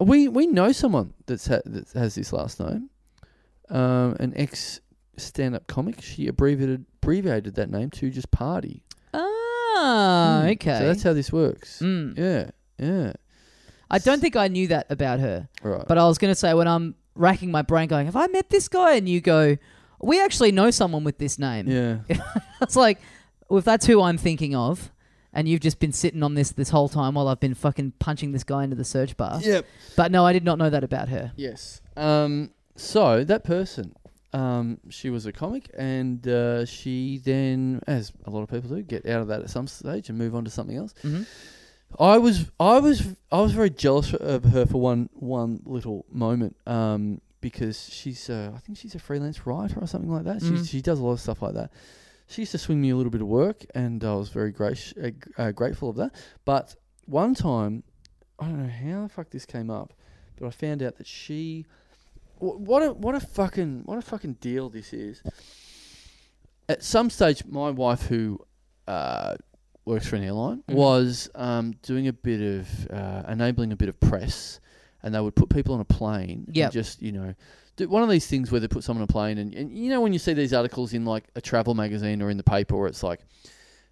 S7: we we know someone that's ha- that has this last name, um, an ex stand-up comic. She abbreviated abbreviated that name to just party.
S1: Ah,
S7: Mm.
S1: okay.
S7: So that's how this works.
S1: Mm.
S7: Yeah, yeah.
S1: I don't think I knew that about her.
S7: Right.
S1: But uh, I was going to say when I'm racking my brain, going, "Have I met this guy?" and you go, "We actually know someone with this name." <laughs>
S7: yeah.
S1: It's like, well, if that's who I'm thinking of, and you've just been sitting on this this whole time while I've been fucking punching this guy into the search bar.
S7: Yep.
S1: But no, I did not know that about her.
S7: Yes. Um. So that person Um, she was a comic, and uh, she then, as a lot of people do, get out of that at some stage and move on to something else.
S1: Mhm.
S7: I was, I was, I was very jealous of her for one, one little moment, um, because she's, uh, I think she's a freelance writer or something like that. She,
S1: Mhm.
S7: she does a lot of stuff like that. She used to swing me a little bit of work, and I was very grac- uh, g- uh, grateful of that. But one time, I don't know how the fuck this came up, but I found out that she Wh- what a what a fucking what a fucking deal this is. At some stage, my wife, who uh, works for an airline,
S1: Mhm.
S7: was um, doing a bit of uh, enabling a bit of press, and they would put people on a plane. and
S1: Yep.
S7: just you know, do one of these things where they put someone on a plane, and, and you know when you see these articles in like a travel magazine or in the paper, where it's like,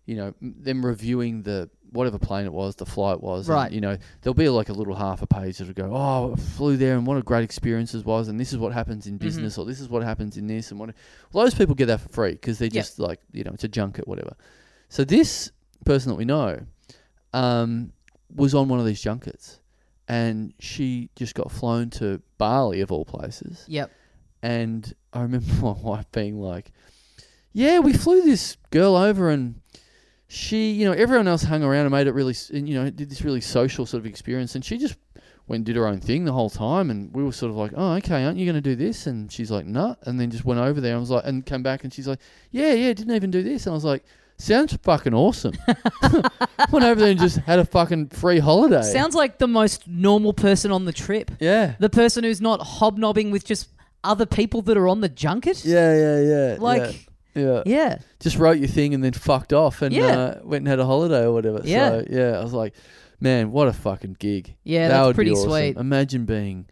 S7: you know, m- them reviewing the whatever plane it was, the flight was, and,
S1: Right.
S7: you know, there'll be like a little half a page that'll go, oh, I flew there and what a great experience this was, and this is what happens
S1: Mm-hmm.
S7: in business, or this is what happens in this, and what. Well, those people get that for free because they're
S1: Yeah.
S7: just like you know, it's a junket, whatever. So this person that we know, um, was on one of these junkets, and she just got flown to Bali of all places.
S1: Yep.
S7: And I remember <laughs> my wife being like, "Yeah, we flew this girl over, and she, you know, everyone else hung around and made it really, s- and, you know, did this really social sort of experience, and she just went and did her own thing the whole time. And we were sort of like, oh, okay, aren't you going to do this? And she's like, nah, and then just went over there. and was like, and came back, and she's like, yeah, yeah, didn't even do this. And I was like. Sounds fucking awesome. <laughs> Went over there and just had a fucking free holiday.
S1: Sounds like the most normal person on the trip.
S7: yeah,
S1: The person who's not hobnobbing with just other people that are on the junket.
S7: yeah, yeah, yeah.
S1: Like,
S7: yeah. yeah.
S1: yeah.
S7: just wrote your thing and then fucked off and
S1: Yeah.
S7: uh, went and had a holiday or whatever.
S1: Yeah.
S7: So, yeah, I was like, man, what a fucking gig.
S1: Yeah,
S7: That
S1: that's
S7: would be
S1: pretty
S7: awesome.
S1: sweet.
S7: Imagine being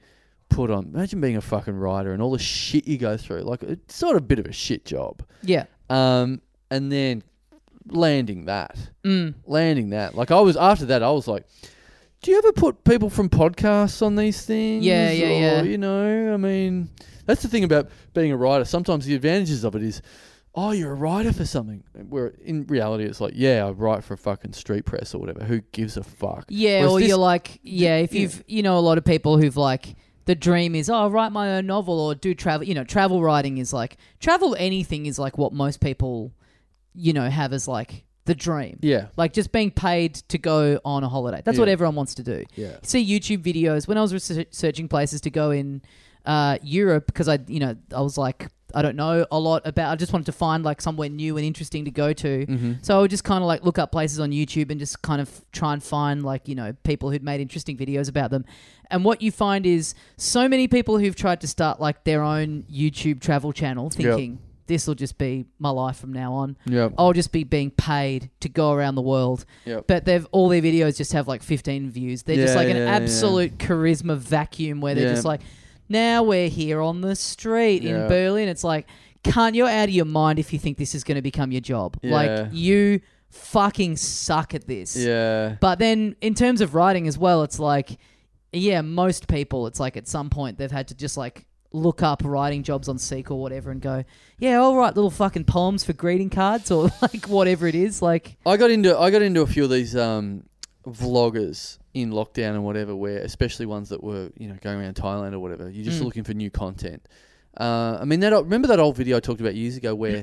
S7: put on, imagine being a fucking writer and all the shit you go through. Like, it's sort of a bit of a shit job.
S1: Yeah.
S7: Um, and then landing that,
S1: Mm.
S7: landing that. Like, I was, after that, I was like, do you ever put people from podcasts on these things?
S1: Yeah, yeah,
S7: or,
S1: yeah.
S7: You know, I mean, that's the thing about being a writer. Sometimes the advantages of it is, oh, you're a writer for something. Where in reality, it's like, yeah, I write for fucking street press or whatever. Who gives a fuck?
S1: Yeah,
S7: Whereas
S1: or
S7: this-
S1: you're like, yeah, if you've, you know, a lot of people who've like, the dream is, oh, I'll write my own novel or do travel, you know, travel writing is like, travel anything is like what most people, you know, have as like the dream.
S7: yeah,
S1: Like just being paid to go on a holiday. That's what
S7: Yeah.
S1: everyone wants to do.
S7: Yeah.
S1: See YouTube videos. When I was research- searching places to go in uh, Europe, because I, you know, I was like, I don't know a lot about. I just wanted to find like somewhere new and interesting to go to.
S7: Mm-hmm.
S1: So I would just kind of like look up places on YouTube and just kind of try and find like you know people who'd made interesting videos about them. And what you find is so many people who've tried to start like their own YouTube travel channel, thinking this will just be my life from now on.
S7: Yep.
S1: I'll just be being paid to go around the world.
S7: Yep.
S1: But they've all their videos just have like 15 views. They're just
S7: Yeah,
S1: like an
S7: yeah, yeah.
S1: absolute charisma vacuum where they're
S7: Yeah.
S1: just like, now we're here on the street
S7: Yeah.
S1: in Berlin. It's like, can't you're out of your mind if you think this is going to become your job?
S7: Yeah.
S1: Like you fucking suck at this.
S7: yeah,
S1: But then in terms of writing as well, it's like, yeah, most people, it's like at some point they've had to just like look up writing jobs on Seek or whatever and go, yeah, I'll write little fucking poems for greeting cards or <laughs> like whatever it is. Like,
S7: I got into I got into a few of these um, vloggers in lockdown and whatever, where especially ones that were you know going around Thailand or whatever. You're
S1: Mm.
S7: just looking for new content. Uh, I mean that old- remember that old video I talked about years
S1: <clears throat>
S7: ago where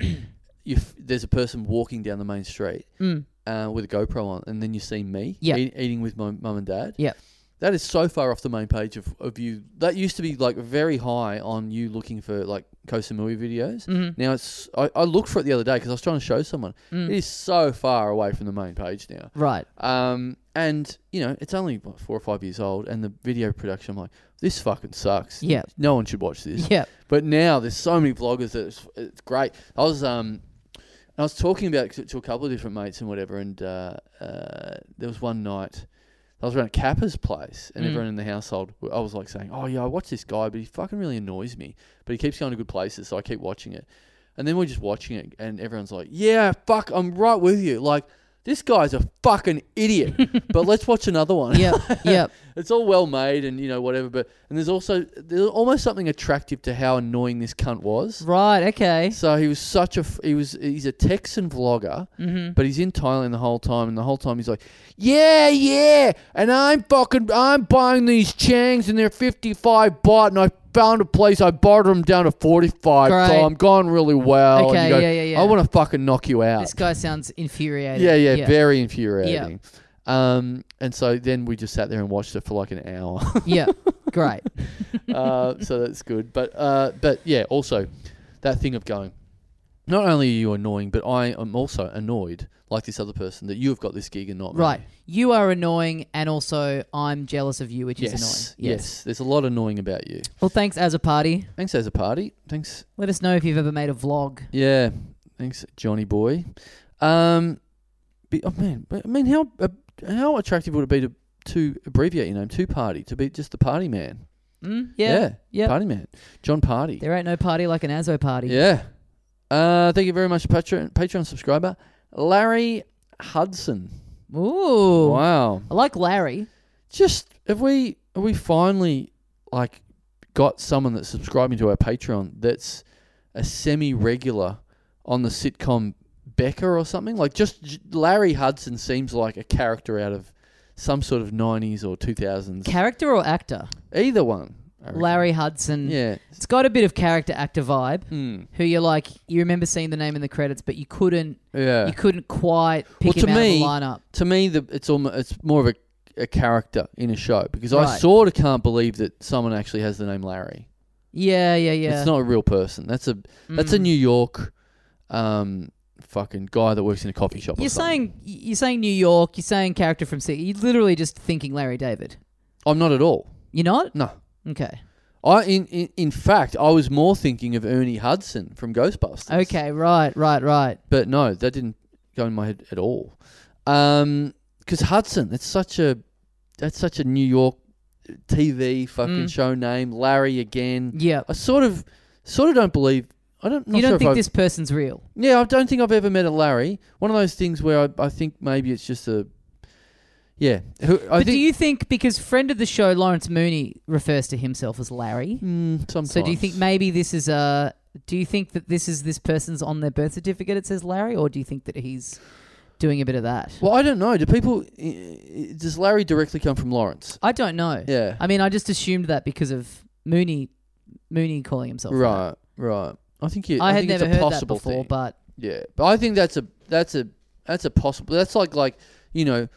S7: you f- there's a person walking down the main street
S1: Mm.
S7: uh, with a GoPro on, and then you see me
S1: Yeah.
S7: eat- eating with my mum and dad.
S1: Yeah.
S7: That is so far off the main page of, of you. That used to be like very high on you looking for like Kosamui videos.
S1: Mm-hmm.
S7: Now it's I, I looked for it the other day because I was trying to show someone. It is so far away from the main page now.
S1: Mm. right.
S7: Um, and you know it's only what, four or five years old, and the video production. I'm like, this fucking sucks.
S1: Yeah.
S7: No one should watch this.
S1: Yeah.
S7: But now there's so many vloggers that it's, it's great. I was um, I was talking about it to, to a couple of different mates and whatever, and uh, uh, there was one night I was around at Kappa's place, and everyone in the household, I was like saying, "Oh yeah, I watch this guy, but he fucking really annoys me. But he keeps going to good places, so I keep watching it." And then we're just watching it, and everyone's like, "Yeah, fuck, I'm right with you. Like, this guy's a fucking idiot." but let's watch another one. <laughs>
S1: Yep. Yep.
S7: it's all well made and you know whatever. But and there's also there's almost something attractive to how annoying this cunt was.
S1: Right, okay.
S7: So he was such a f- he was he's a Texan vlogger,
S1: Mm-hmm.
S7: but he's in Thailand the whole time, and the whole time he's like, yeah, yeah, and I'm fucking I'm buying these Changs and they're 55 baht, and I found a place I bartered them down to 45, so
S1: Great.
S7: I'm going really well. And
S1: Okay,
S7: you go,
S1: yeah, yeah, yeah.
S7: I want to fucking knock you out.
S1: This guy sounds infuriated.
S7: Yeah, yeah, very infuriating. Um, and so then we just sat there and watched it for like an hour.
S1: <laughs> Yeah,
S7: <laughs>
S1: great.
S7: uh, so that's good. But uh, but yeah, also that thing of going. Not only are you annoying, but I am also annoyed, like this other person, that you have got this gig and not me.
S1: Right. You are annoying, and also I'm jealous of you, which
S7: Yes,
S1: is
S7: yes.
S1: annoying.
S7: There's a lot annoying about you.
S1: Well, thanks as a party.
S7: Thanks as a party. Thanks.
S1: Let us know if you've ever made a vlog.
S7: Yeah. Thanks, Johnny boy. Um, be, oh man. but, I mean, how uh, how attractive would it be to to abbreviate your name to party to be just the party man?
S1: Mm? Yeah.
S7: yeah.
S1: Yep.
S7: Party man. John Party.
S1: There ain't no party like an Azo party.
S7: Yeah. Uh, thank you very much, Patreon, Patreon subscriber Larry Hudson.
S1: Ooh.
S7: Wow.
S1: I like Larry.
S7: Just have we have we finally like got someone that's subscribing to our Patreon that's a semi regular on the sitcom Becca or something? Like just j- Larry Hudson seems like a character out of some sort of 90s or 2000s.
S1: Character or actor?
S7: Either one. I reckon.
S1: Larry Hudson.
S7: Yeah.
S1: It's got a bit of character actor vibe.
S7: Hmm.
S1: Who you're like, you remember seeing the name in the credits, but you couldn't,
S7: Yeah.
S1: you couldn't quite pick him
S7: Well, to
S1: out
S7: me-
S1: of the lineup.
S7: to me, the, it's almost it's more of a, a character in a show because I
S1: Right.
S7: sort of can't believe that someone actually has the name Larry.
S1: Yeah, yeah, yeah. Mm.
S7: It's not a real person. That's a that's a New York, um, fucking guy that works in a coffee shop. or
S1: You're
S7: something.
S1: saying you're saying New York. You're saying character from City. You're literally just thinking Larry David.
S7: I'm not at all.
S1: You're not
S7: No,
S1: okay.
S7: I in, in in fact I was more thinking of Ernie Hudson from Ghostbusters.
S1: Okay, right, right, right.
S7: but no, that didn't go in my head at all. Um 'cause Hudson, it's such a that's such a New York TV fucking
S1: Mm.
S7: show name. Larry again.
S1: Yeah.
S7: I sort of, sort of don't believe. I don't. Not
S1: you don't
S7: sure if
S1: think
S7: I've-
S1: this person's real?
S7: Yeah, I don't think I've ever met a Larry. One of those things where I, I think maybe it's just a. Yeah, who, I
S1: but
S7: think.
S1: do you think because friend of the show Lawrence Mooney refers to himself as Larry?
S7: Mm, sometimes.
S1: So do you think maybe this is a? Do you think that this is this person's on their birth certificate? It says Larry, or do you think that he's doing a bit of that?
S7: Well, I don't know. Do people? i- i- Does Larry directly come from Lawrence?
S1: I don't know.
S7: Yeah.
S1: I mean, I just assumed that because of Mooney, Mooney calling himself. that.
S7: right. Right. I think yeah,
S1: I, had
S7: think
S1: never heard
S7: it's a
S1: that
S7: possible
S1: before,
S7: thing.
S1: but
S7: Yeah, but I think that's a that's a that's a possible. That's like like you know,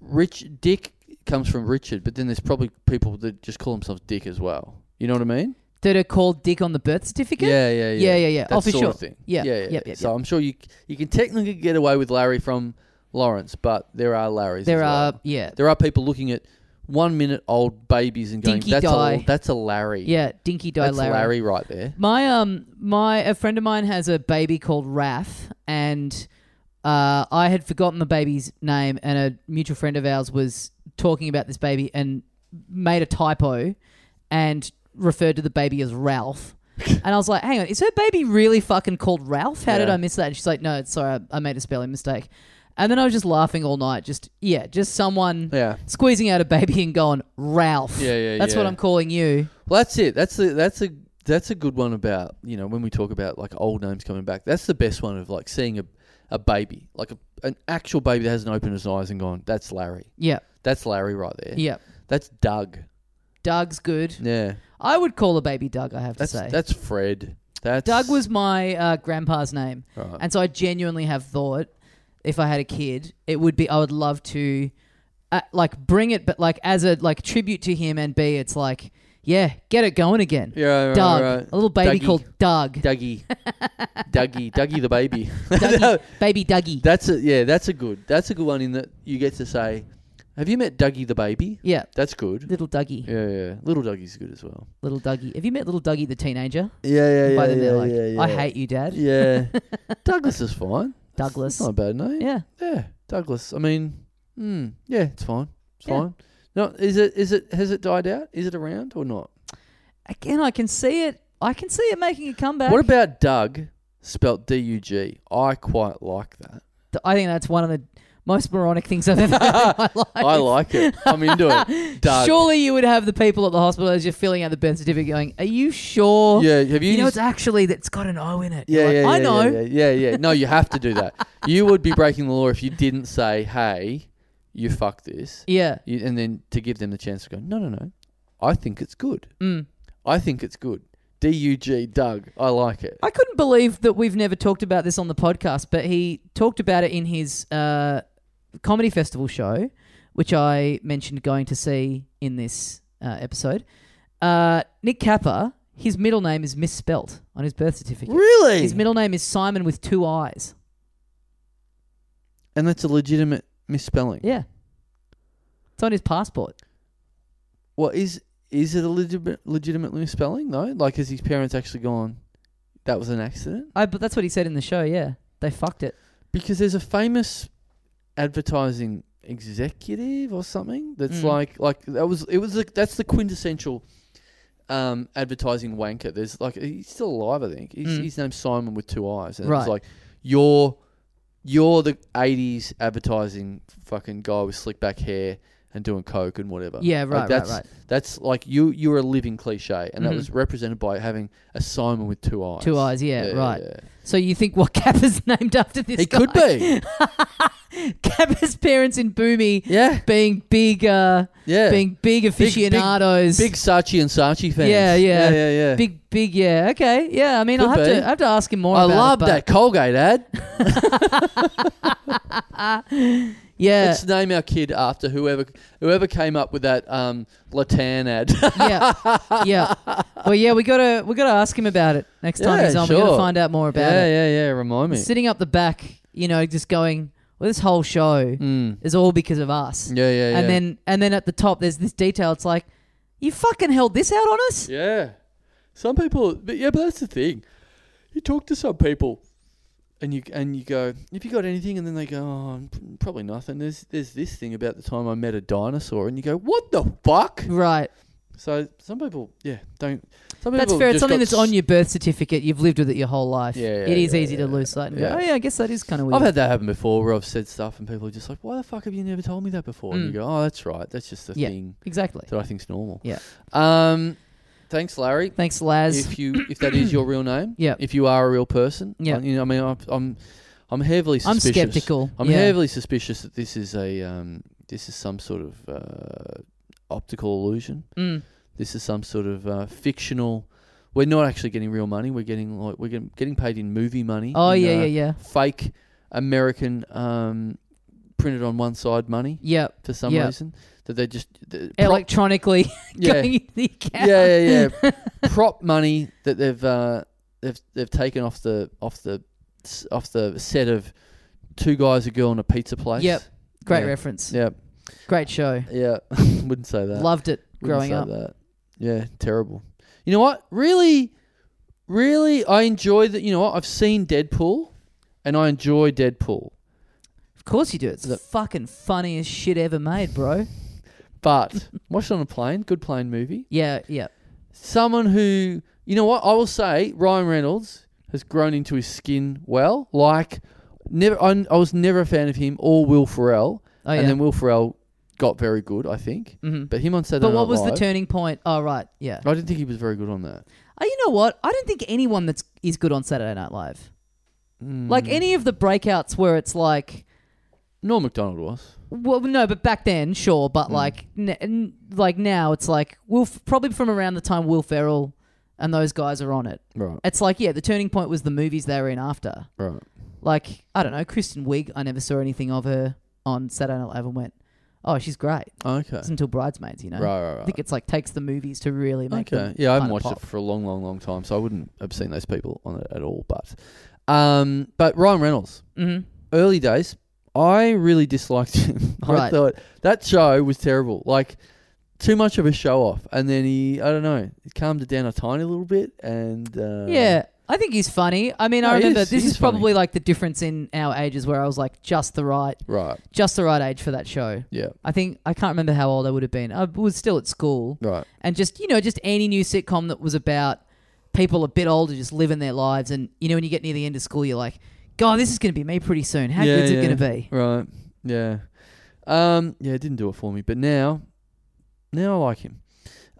S7: Rich Dick comes from Richard, but then there's probably people that just call themselves Dick as well. You know what I mean?
S1: that are called Dick on the birth certificate.
S7: Yeah, yeah, yeah,
S1: Yeah, yeah, yeah.
S7: That
S1: Oh, for
S7: sort
S1: sure.
S7: of thing.
S1: Yeah,
S7: yeah,
S1: yep, yep,
S7: So
S1: yep.
S7: I'm sure you c- you can technically get away with Larry from Lawrence, but there are Larrys.
S1: There
S7: as
S1: are
S7: well.
S1: yeah,
S7: there are people looking at one minute old babies and going,
S1: Dinky
S7: "That's
S1: die."
S7: a that's a Larry.
S1: yeah. Dinky die
S7: that's
S1: Larry.
S7: Larry right there.
S1: My um my a friend of mine has a baby called Raph, and uh, I had forgotten the baby's name, and a mutual friend of ours was talking about this baby and made a typo and referred to the baby as
S7: <laughs>
S1: Ralph. and I was like, hang on, is her baby really fucking called Ralph? How did
S7: Yeah.
S1: I miss that? And she's like, no, it's sorry, I, I made a spelling mistake. And then I was just laughing all night. Just, yeah, just someone
S7: Yeah.
S1: squeezing out a baby and going, Ralph.
S7: Yeah, yeah,
S1: That's what
S7: yeah.
S1: I'm calling you.
S7: Well, that's it. That's a that's a that's a good one about you know when we talk about like old names coming back. That's the best one of like seeing a a baby like a, an actual baby that hasn't opened its eyes and gone. That's Larry.
S1: Yeah,
S7: That's Larry right there.
S1: yeah.
S7: That's Doug.
S1: Doug's good.
S7: Yeah.
S1: I would call a baby Doug, I have
S7: That's
S1: to say.
S7: that's Fred. That's
S1: Doug was my uh, grandpa's name.
S7: Right.
S1: And so I genuinely have thought if I had a kid, it would be, I would love to uh, like bring it, but like as a like tribute to him and B, it's like, yeah, get it going again.
S7: yeah right,
S1: Doug.
S7: right.
S1: A little baby
S7: Dougie.
S1: called
S7: <laughs>
S1: Doug. <laughs>
S7: Dougie. Dougie. Dougie the baby.
S1: Dougie, baby Dougie.
S7: <laughs> that's a yeah. That's a good. That's a good one in that you get to say, "Have you met Dougie the baby?"
S1: yeah.
S7: That's good.
S1: Little Dougie.
S7: Yeah, yeah. Little Dougie's good as well.
S1: Little Dougie. Have you met little Dougie the teenager?
S7: Yeah, yeah,
S1: By
S7: yeah.
S1: then
S7: yeah,
S1: they're like,
S7: yeah, yeah.
S1: I hate you, Dad.
S7: Yeah.
S1: <laughs>
S7: Douglas is fine.
S1: Douglas.
S7: It's not a bad name.
S1: Yeah.
S7: Yeah, Douglas. I mean, mm, yeah, it's fine. It's
S1: Yeah.
S7: fine. No, is it? Is it? Has it died out? Is it around or not?
S1: Again, I can see it. I can see it making a comeback.
S7: What about Doug, spelt D U G? I quite like that.
S1: Th- I think that's one of the most moronic things I've
S7: <laughs>
S1: ever heard in my life.
S7: I like it. I'm into
S1: <laughs>
S7: it. Doug.
S1: Surely you would have the people at the hospital as you're filling out the birth certificate going, Are you sure?
S7: Yeah, have you
S1: You know,
S7: used-
S1: it's actually, that's got an O in it.
S7: <laughs> Yeah,
S1: You're
S7: yeah,
S1: like, I
S7: yeah,
S1: know.
S7: Yeah, yeah, yeah, yeah. No, you have to
S1: <laughs>
S7: do that. you would be breaking the law if you didn't say, "Hey, you fuck this,"
S1: Yeah.
S7: you, and then to give them the chance to go, "No, no, no, I think it's good. I think it's good." D U G Doug, I like it.
S1: I couldn't believe that we've never talked about this on the podcast, but he talked about it in his uh, comedy festival show, which I mentioned going to see in this uh, episode. Uh, Nick Kappa, his middle name is misspelt on his birth certificate.
S7: really?
S1: His middle name is Simon with two I's.
S7: and that's a legitimate misspelling.
S1: Yeah. It's on his passport.
S7: Well, is is it a legitimate legitimate misspelling though? Like, has his parents actually gone? That was an accident.
S1: I, Oh, but that's what he said in the show, yeah. They fucked it.
S7: because there's a famous advertising executive or something that's
S1: Mm.
S7: like like that was it was a, that's the quintessential um advertising wanker there's like he's still alive i think he's,
S1: Mm.
S7: his name's simon with two eyes and
S1: Right.
S7: it's like you're you're the 80s advertising fucking guy with slick back hair and doing coke and whatever
S1: Yeah,
S7: Like,
S1: right, right,
S7: that's
S1: right.
S7: that's like you you're a living cliche and that
S1: Mhm.
S7: was represented by having a simon with two eyes
S1: Two eyes, yeah, right.
S7: yeah.
S1: So you think what <laughs> Kappa's named after this
S7: he
S1: guy?
S7: could
S1: <laughs>
S7: be
S1: Kappa's parents in Boomy
S7: yeah
S1: being big uh,
S7: yeah
S1: being big aficionados.
S7: Big Sachi and Sachi fans.
S1: Yeah, yeah.
S7: yeah, yeah.
S1: big, big, yeah. Okay, yeah. I mean, I'll
S7: Could
S1: have
S7: be.
S1: to I have to ask him more.
S7: I
S1: about it,
S7: love
S1: but-
S7: that Colgate
S1: <laughs>
S7: ad.
S1: Yeah,
S7: Let's name our kid after whoever whoever came up with that um, Latan ad.
S1: <laughs> yeah, yeah. Well, yeah, we gotta we gotta ask him about it next time
S7: Yeah,
S1: he's on. We gotta
S7: sure.
S1: find out more about
S7: <laughs> yeah,
S1: it.
S7: yeah, yeah. Remind me.
S1: Sitting up the back, you know, just going. Well, this whole show
S7: Mm.
S1: is all because of us.
S7: Yeah, yeah, yeah.
S1: And then and then at the top, there's this detail. It's like, you fucking held this out on us.
S7: yeah, some people. But yeah, but that's the thing. You talk to some people, and you and you go, "If you got anything?" And then they go, "Oh, p- probably nothing." There's there's this thing about the time I met a dinosaur, and you go, "What the fuck?"
S1: Right.
S7: So some people, yeah, don't. Some
S1: That's
S7: people
S1: fair. It's
S7: just
S1: something
S7: got
S1: that's on your birth certificate. You've lived with it your whole life.
S7: Yeah, yeah,
S1: it is
S7: yeah,
S1: easy to
S7: yeah,
S1: lose sight and
S7: yeah.
S1: go, oh yeah, I guess that is kind of weird.
S7: I've had that happen before where I've said stuff and people are just like, why the fuck have you never told me that before? And you
S1: Mm.
S7: go, oh, that's right. That's just the
S1: Yeah.
S7: thing
S1: exactly.
S7: that I think's normal.
S1: Yeah.
S7: Um, thanks, Larry.
S1: Thanks, Laz.
S7: If you if that is your real name,
S1: <coughs> Yeah.
S7: If you are a real person,
S1: Yeah.
S7: I, you know, I mean, I'm, I'm I'm heavily
S1: I'm
S7: suspicious.
S1: skeptical,
S7: I'm
S1: yeah.
S7: heavily suspicious that this is a um this is some sort of uh, optical illusion.
S1: Mm.
S7: This is some sort of uh, fictional. We're not actually getting real money. We're getting like we're getting, getting paid in movie money.
S1: Oh
S7: in,
S1: yeah,
S7: uh,
S1: yeah, yeah,
S7: fake American um, printed on one side money
S1: yeah.
S7: for some
S1: Yeah.
S7: reason that they just the-
S1: <laughs>
S7: prop,
S1: Electronically
S7: <laughs> yeah,
S1: going into the account.
S7: yeah yeah
S1: <laughs>
S7: yeah prop money that they've uh, they've they've taken off the off the s- off the set of two guys a girl and a pizza place.
S1: Yep. Great
S7: Yeah.
S1: reference.
S7: Yeah.
S1: Great show.
S7: Yeah. <laughs> Wouldn't say that.
S1: Loved it
S7: Wouldn't
S1: growing
S7: say
S1: up.
S7: That. Yeah, terrible. You know what? Really, really, I enjoy that. You know what? I've seen Deadpool, and I enjoy Deadpool.
S1: Of course you do. It's the
S7: Look.
S1: fucking funniest shit ever made, bro. <laughs>
S7: But watched it on a plane. Good plane movie.
S1: Yeah, yeah.
S7: someone who you know what I will say Ryan Reynolds has grown into his skin well. Like never, I, I was never a fan of him or Will Ferrell,
S1: Oh yeah.
S7: and then Will Ferrell got very good, I think.
S1: Mhm.
S7: But him on Saturday
S1: But what
S7: Night
S1: was the
S7: Live,
S1: turning point? Oh right, yeah.
S7: I didn't think he was very good on that.
S1: Oh, you know what? I don't think anyone that's is good on Saturday Night Live. Like any of the breakouts where it's like,
S7: Norm Macdonald was.
S1: well, no, but back then, sure,
S7: Mm.
S1: but like, n- n- like now, it's like Will F- probably from around the time Will Ferrell and those guys are on it.
S7: Right,
S1: It's like, yeah, the turning point was the movies they were in after.
S7: right.
S1: Like, I don't know, Kristen Wiig. I never saw anything of her on Saturday Night Live and went, oh, she's great.
S7: Okay.
S1: It's until Bridesmaids, you know.
S7: Right, right,
S1: I
S7: right.
S1: think it's like takes the movies to really make.
S7: Okay.
S1: them
S7: Yeah, I haven't
S1: kinda
S7: watched
S1: pop.
S7: it for a long, long, long time, so I wouldn't have seen those people on it at all. But, um, but Ryan Reynolds,
S1: Mhm.
S7: early days, I really disliked <laughs> him. I
S1: Right.
S7: thought that show was terrible. Like too much of a show off. And then he, I don't know, he calmed it down a tiny little bit. And uh,
S1: Yeah, I think he's funny. I mean, I
S7: No, he
S1: remember
S7: is-
S1: this
S7: he
S1: is,
S7: is funny.
S1: probably like the difference in our ages where I was like just the right,
S7: right,
S1: just the right age for that show.
S7: yeah,
S1: I think I can't remember how old I would have been. I was still at school,
S7: right,
S1: and just you know, just any new sitcom that was about people a bit older just living their lives, and you know, when you get near the end of school, you're like, God, this is going to be me pretty soon. How
S7: yeah,
S1: good's
S7: yeah,
S1: it going to be?
S7: Right, Yeah. Um, yeah, it didn't do it for me. But now, now I like him.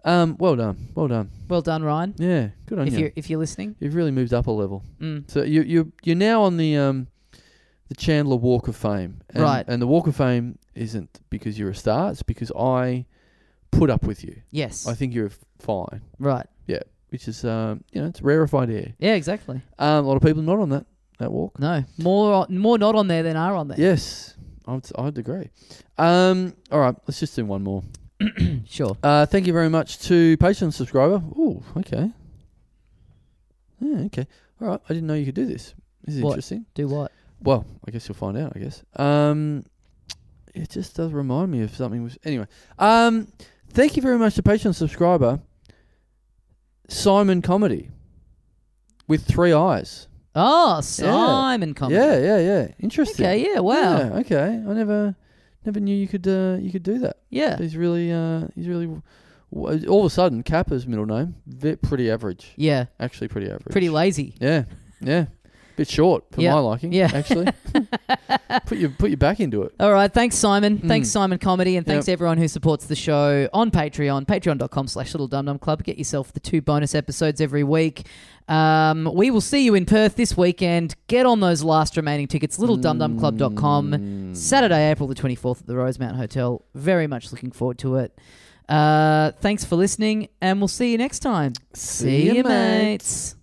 S7: Um, well done. Well done.
S1: Well done, Ryan.
S7: Yeah, good on
S1: If
S7: you.
S1: you're if you're listening,
S7: You've really moved up a level.
S1: mm.
S7: So you you you're now on the um the Chandler Walk of Fame. And,
S1: Right.
S7: And the Walk of Fame isn't because you're a star, it's because I put up with you.
S1: yes,
S7: I think you're f- fine,
S1: right.
S7: which is um you know, it's rarefied air.
S1: Yeah, exactly.
S7: Um a lot of people not on that that walk.
S1: No, more more not on there than are on there.
S7: Yes. I'd I'd agree. Um all right, let's just do one more.
S1: Sure.
S7: Uh, thank you very much to Patreon subscriber. Ooh, okay. Yeah, okay. All right. I didn't know you could do this. This is
S1: What?
S7: interesting.
S1: Do what?
S7: Well, I guess you'll find out, I guess. Um, it just does remind me of something. Was, anyway, um, thank you very much to Patreon subscriber Simon Comedy with three eyes.
S1: Oh, Simon comedy.
S7: Yeah, yeah, yeah. Interesting.
S1: Okay. Yeah. Wow.
S7: Yeah, okay. I never never knew you could uh, you could do that.
S1: Yeah.
S7: He's really, uh, he's really. w- w- All of a sudden, Kappa's middle name, ve- pretty average.
S1: Yeah.
S7: Actually, pretty average.
S1: Pretty lazy.
S7: Yeah, yeah. Bit short for
S1: Yeah,
S7: my liking.
S1: yeah. <laughs>
S7: actually. put your put your back into it.
S1: All right. Thanks, Simon.
S7: Mm.
S1: Thanks, Simon Comedy. And thanks
S7: Yep.
S1: everyone who supports the show on Patreon, patreon.com slash little dum dum club. Get yourself the two bonus episodes every week. Um, we will see you in Perth this weekend. Get on those last remaining tickets,
S7: Hmm.
S1: littledumdumclub.com, Saturday, April the 24th at the Rosemount Hotel. Very much looking forward to it. Uh, thanks for listening, and we'll see you next time.
S7: See ya, mates.
S1: mates.